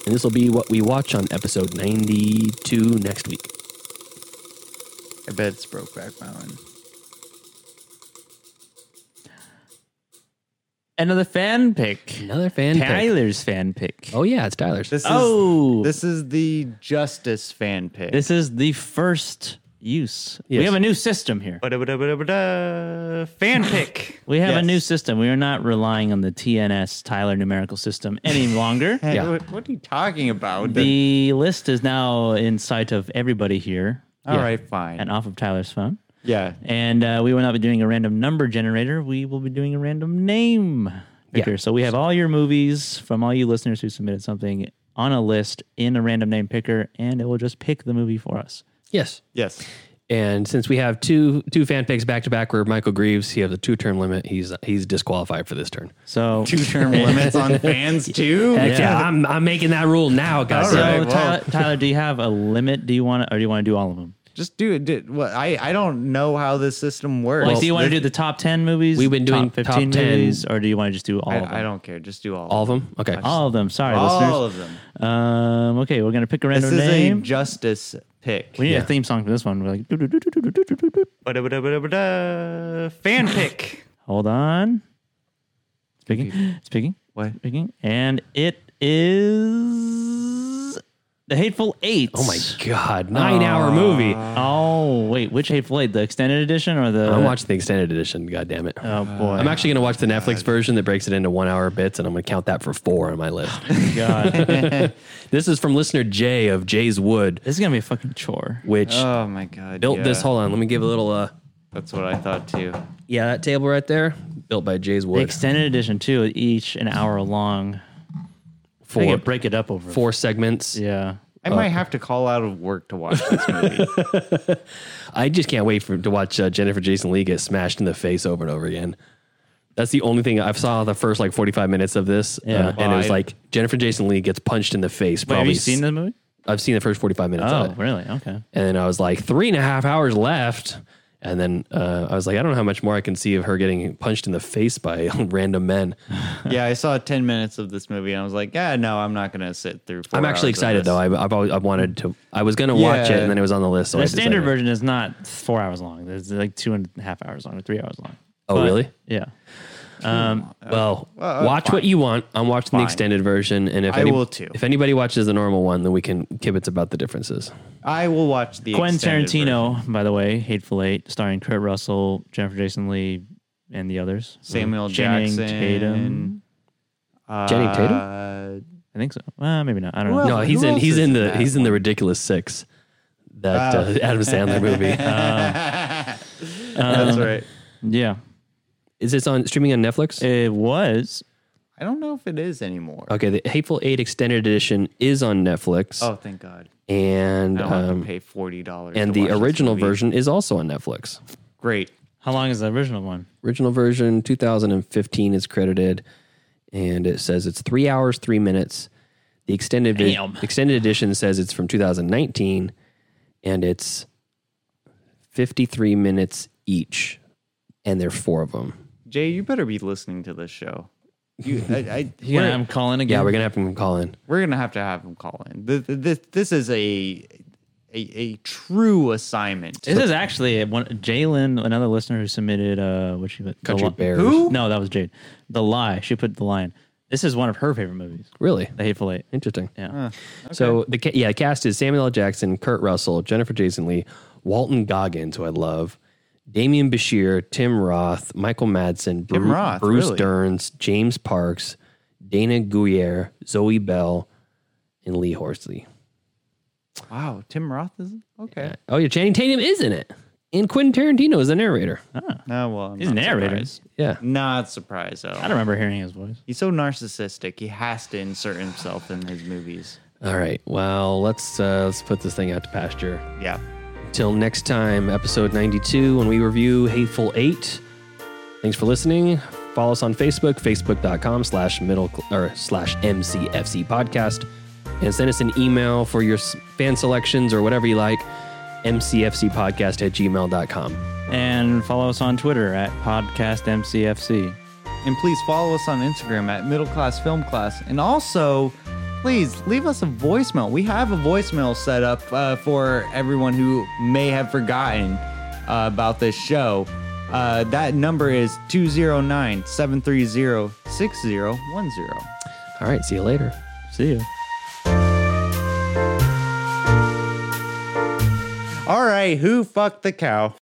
And this will be what we watch on episode 92 next week.
I bet it's Brokeback Mountain.
Another fan pick.
Another fan pick.
Tyler's fan pick.
Oh, yeah, it's Tyler's.
This is
oh,
this is the Justice fan pick.
This is the first use. We
Yes.
have a new system here.
Ba-da-ba-da-ba-da. Fan pick.
We have a
Yes.
new system. We are not relying on the TNS Tyler numerical system any longer.
Hey,
yeah.
what, what are you talking about?
the list is now in sight of everybody here
All right, fine.
and off of Tyler's phone.
yeah.
And uh, we will not be doing a random number generator. We will be doing a random name picker. So we have all your movies from all you listeners who submitted something on a list in a random name picker, and it will just pick the movie for us.
Yes.
Yes.
And since we have two two fan picks back to back, where Michael Greaves, he has a two term limit. He's he's disqualified for this turn.
So
Two term limits on fans too.
yeah, I'm I'm making that rule now, guys.
All
So
right, well-
Tyler, Tyler, do you have a limit? Do you want to, or do you want to do all of them?
Just do it. do- Well, I I don't know how this system works.
like, do you want to
This-
do the top ten movies?
We've been doing
top fifteen
top 10.
movies, or do you want to just do all of them?
I, I don't care. Just do all.
All of them. Okay.
all of them. Sorry,
All
listeners.
of them.
Um, okay, we're gonna pick a
This
random
is a
name.
justice pick.
we need a theme song for this one. We're like, "Doo-doo-doo-doo-doo-doo-doo-doo-doo."
Ba-da-ba-da-ba-da-ba-da. Fan pick.
hold on. It's picking. It's picking.
What?
It's Picking. And it is the Hateful Eight.
Oh my god, nine hour movie.
Oh wait, which Hateful Eight? The extended edition or the?
I'm watching the extended edition. God damn it.
Oh
Uh,
boy.
I'm actually gonna watch the Netflix version that breaks it into one hour bits, and I'm gonna count that for four on my list.
Oh, God.
This is from listener Jay of Jay's Wood,
this is gonna be a fucking chore.
which
Oh my god.
built this.
yeah.
Hold on, let me give a little. uh
That's what I thought too.
Yeah, that table right there, built by Jay's
The
Wood.
extended edition too, each an hour long. They
four
could break it up over.
four segments.
Yeah.
Oh,
I might have to call out of work to watch this movie.
I just can't wait for to watch uh, Jennifer Jason Lee get smashed in the face over and over again. That's the only thing I saw the first like 45 minutes of this. uh,
Yeah.
and it was
Why?
like Jennifer Jason Lee gets punched in the face.
Wait,
Probably
have you
s-
seen the movie?
I've seen the first 45 minutes
Oh,
of it.
really? Okay.
And I was like, three and a half hours left. And then uh, I was like, I don't know how much more I can see of her getting punched in the face by random men.
yeah, I saw ten minutes of this movie and I was like, yeah, no, I'm not gonna sit through. Four
I'm actually
hours of
excited
this.
though. I, I've always, I wanted to, I was going to watch it
Yeah.
and then it was on the list. So I
the standard
decided-
version is not four hours long. It's like two and a half hours long or three hours long.
Oh,
But-
really?
Yeah.
Um, well,
Uh, uh,
watch what you want. I'm watching
Fine.
the extended version, and if
I
any-
will too.
If anybody watches the normal one, then we can kibitz about the differences.
I will watch the
Quentin
extended
Tarantino, by the way, Hateful Eight, starring Kurt Russell, Jennifer Jason Lee, and the others.
Samuel
Channing
Jackson.
Tatum.
Channing Tatum?
I think so. Well, maybe not. I don't
Who
know.
else-
Uh, no, he's
who
in.
else
He's
is
in
in
the.
that
He's in the ridiculous six. That
Oh.
uh, Adam Sandler movie.
That's right.
Yeah.
Is this on streaming on Netflix?
It was.
I don't know if it is anymore.
Okay, the Hateful Eight extended edition is on Netflix.
Oh, thank God.
And
I don't have
um,
to pay forty dollars.
and the original version is also on Netflix.
Great.
How long is the original one?
Original version 2015 is credited, and it says it's three hours three minutes. The extended vi-
Damn.
extended edition says it's from 2019, and it's 53 minutes each, and there are four of them.
Jay, you better be listening to this show. You, I, I,
You gonna
we're-
have him call in again?
Mm.
Yeah, we're gonna have them call in.
We're gonna have to have him call in. This, this, this is a, a a true assignment.
This is actually a one Jalen, another listener who submitted uh what she put the
Country
Li-
Bears. Who?
No, that was Jade. The lie. She put the lion. This is one of her favorite movies.
Really?
The Hateful Eight.
Interesting.
Yeah.
So the ca- yeah, the cast is Samuel L. Jackson, Kurt Russell, Jennifer Jason Lee, Walton Goggins, who I love, Damian Bashir, Tim Roth, Michael Madsen,
Tim
Bru-
Roth,
Bruce
really?
Dern's, James Parks, Dana Guyer, Zoe Bell, and Lee Horsley.
wow. Tim Roth is okay.
Oh yeah, Channing Tatum is in it, and Quentin Tarantino is the narrator.
No, well, I'm
He's
not
a narrator.
surprised.
Yeah.
Not surprised at all.
I don't remember hearing his voice.
He's so narcissistic. He has to insert himself in his movies.
All right, well let's uh, let's put this thing out to pasture.
Yeah.
Till next time, episode 92, when we review Hateful Eight. Thanks for listening. Follow us on Facebook, facebook.com slash middle or slash MCFC podcast. And send us an email for your s- fan selections or whatever you like, mcfcpodcast at gmail.com.
And follow us on Twitter at Podcast MCFC.
And please follow us on Instagram at Middle Class Film Class. And also, please leave us a voicemail. We have a voicemail set up uh, for everyone who may have forgotten uh, about this show. Uh, that number is 209 730 6010.
All right, see you later.
See you.
All right, who fucked the cow?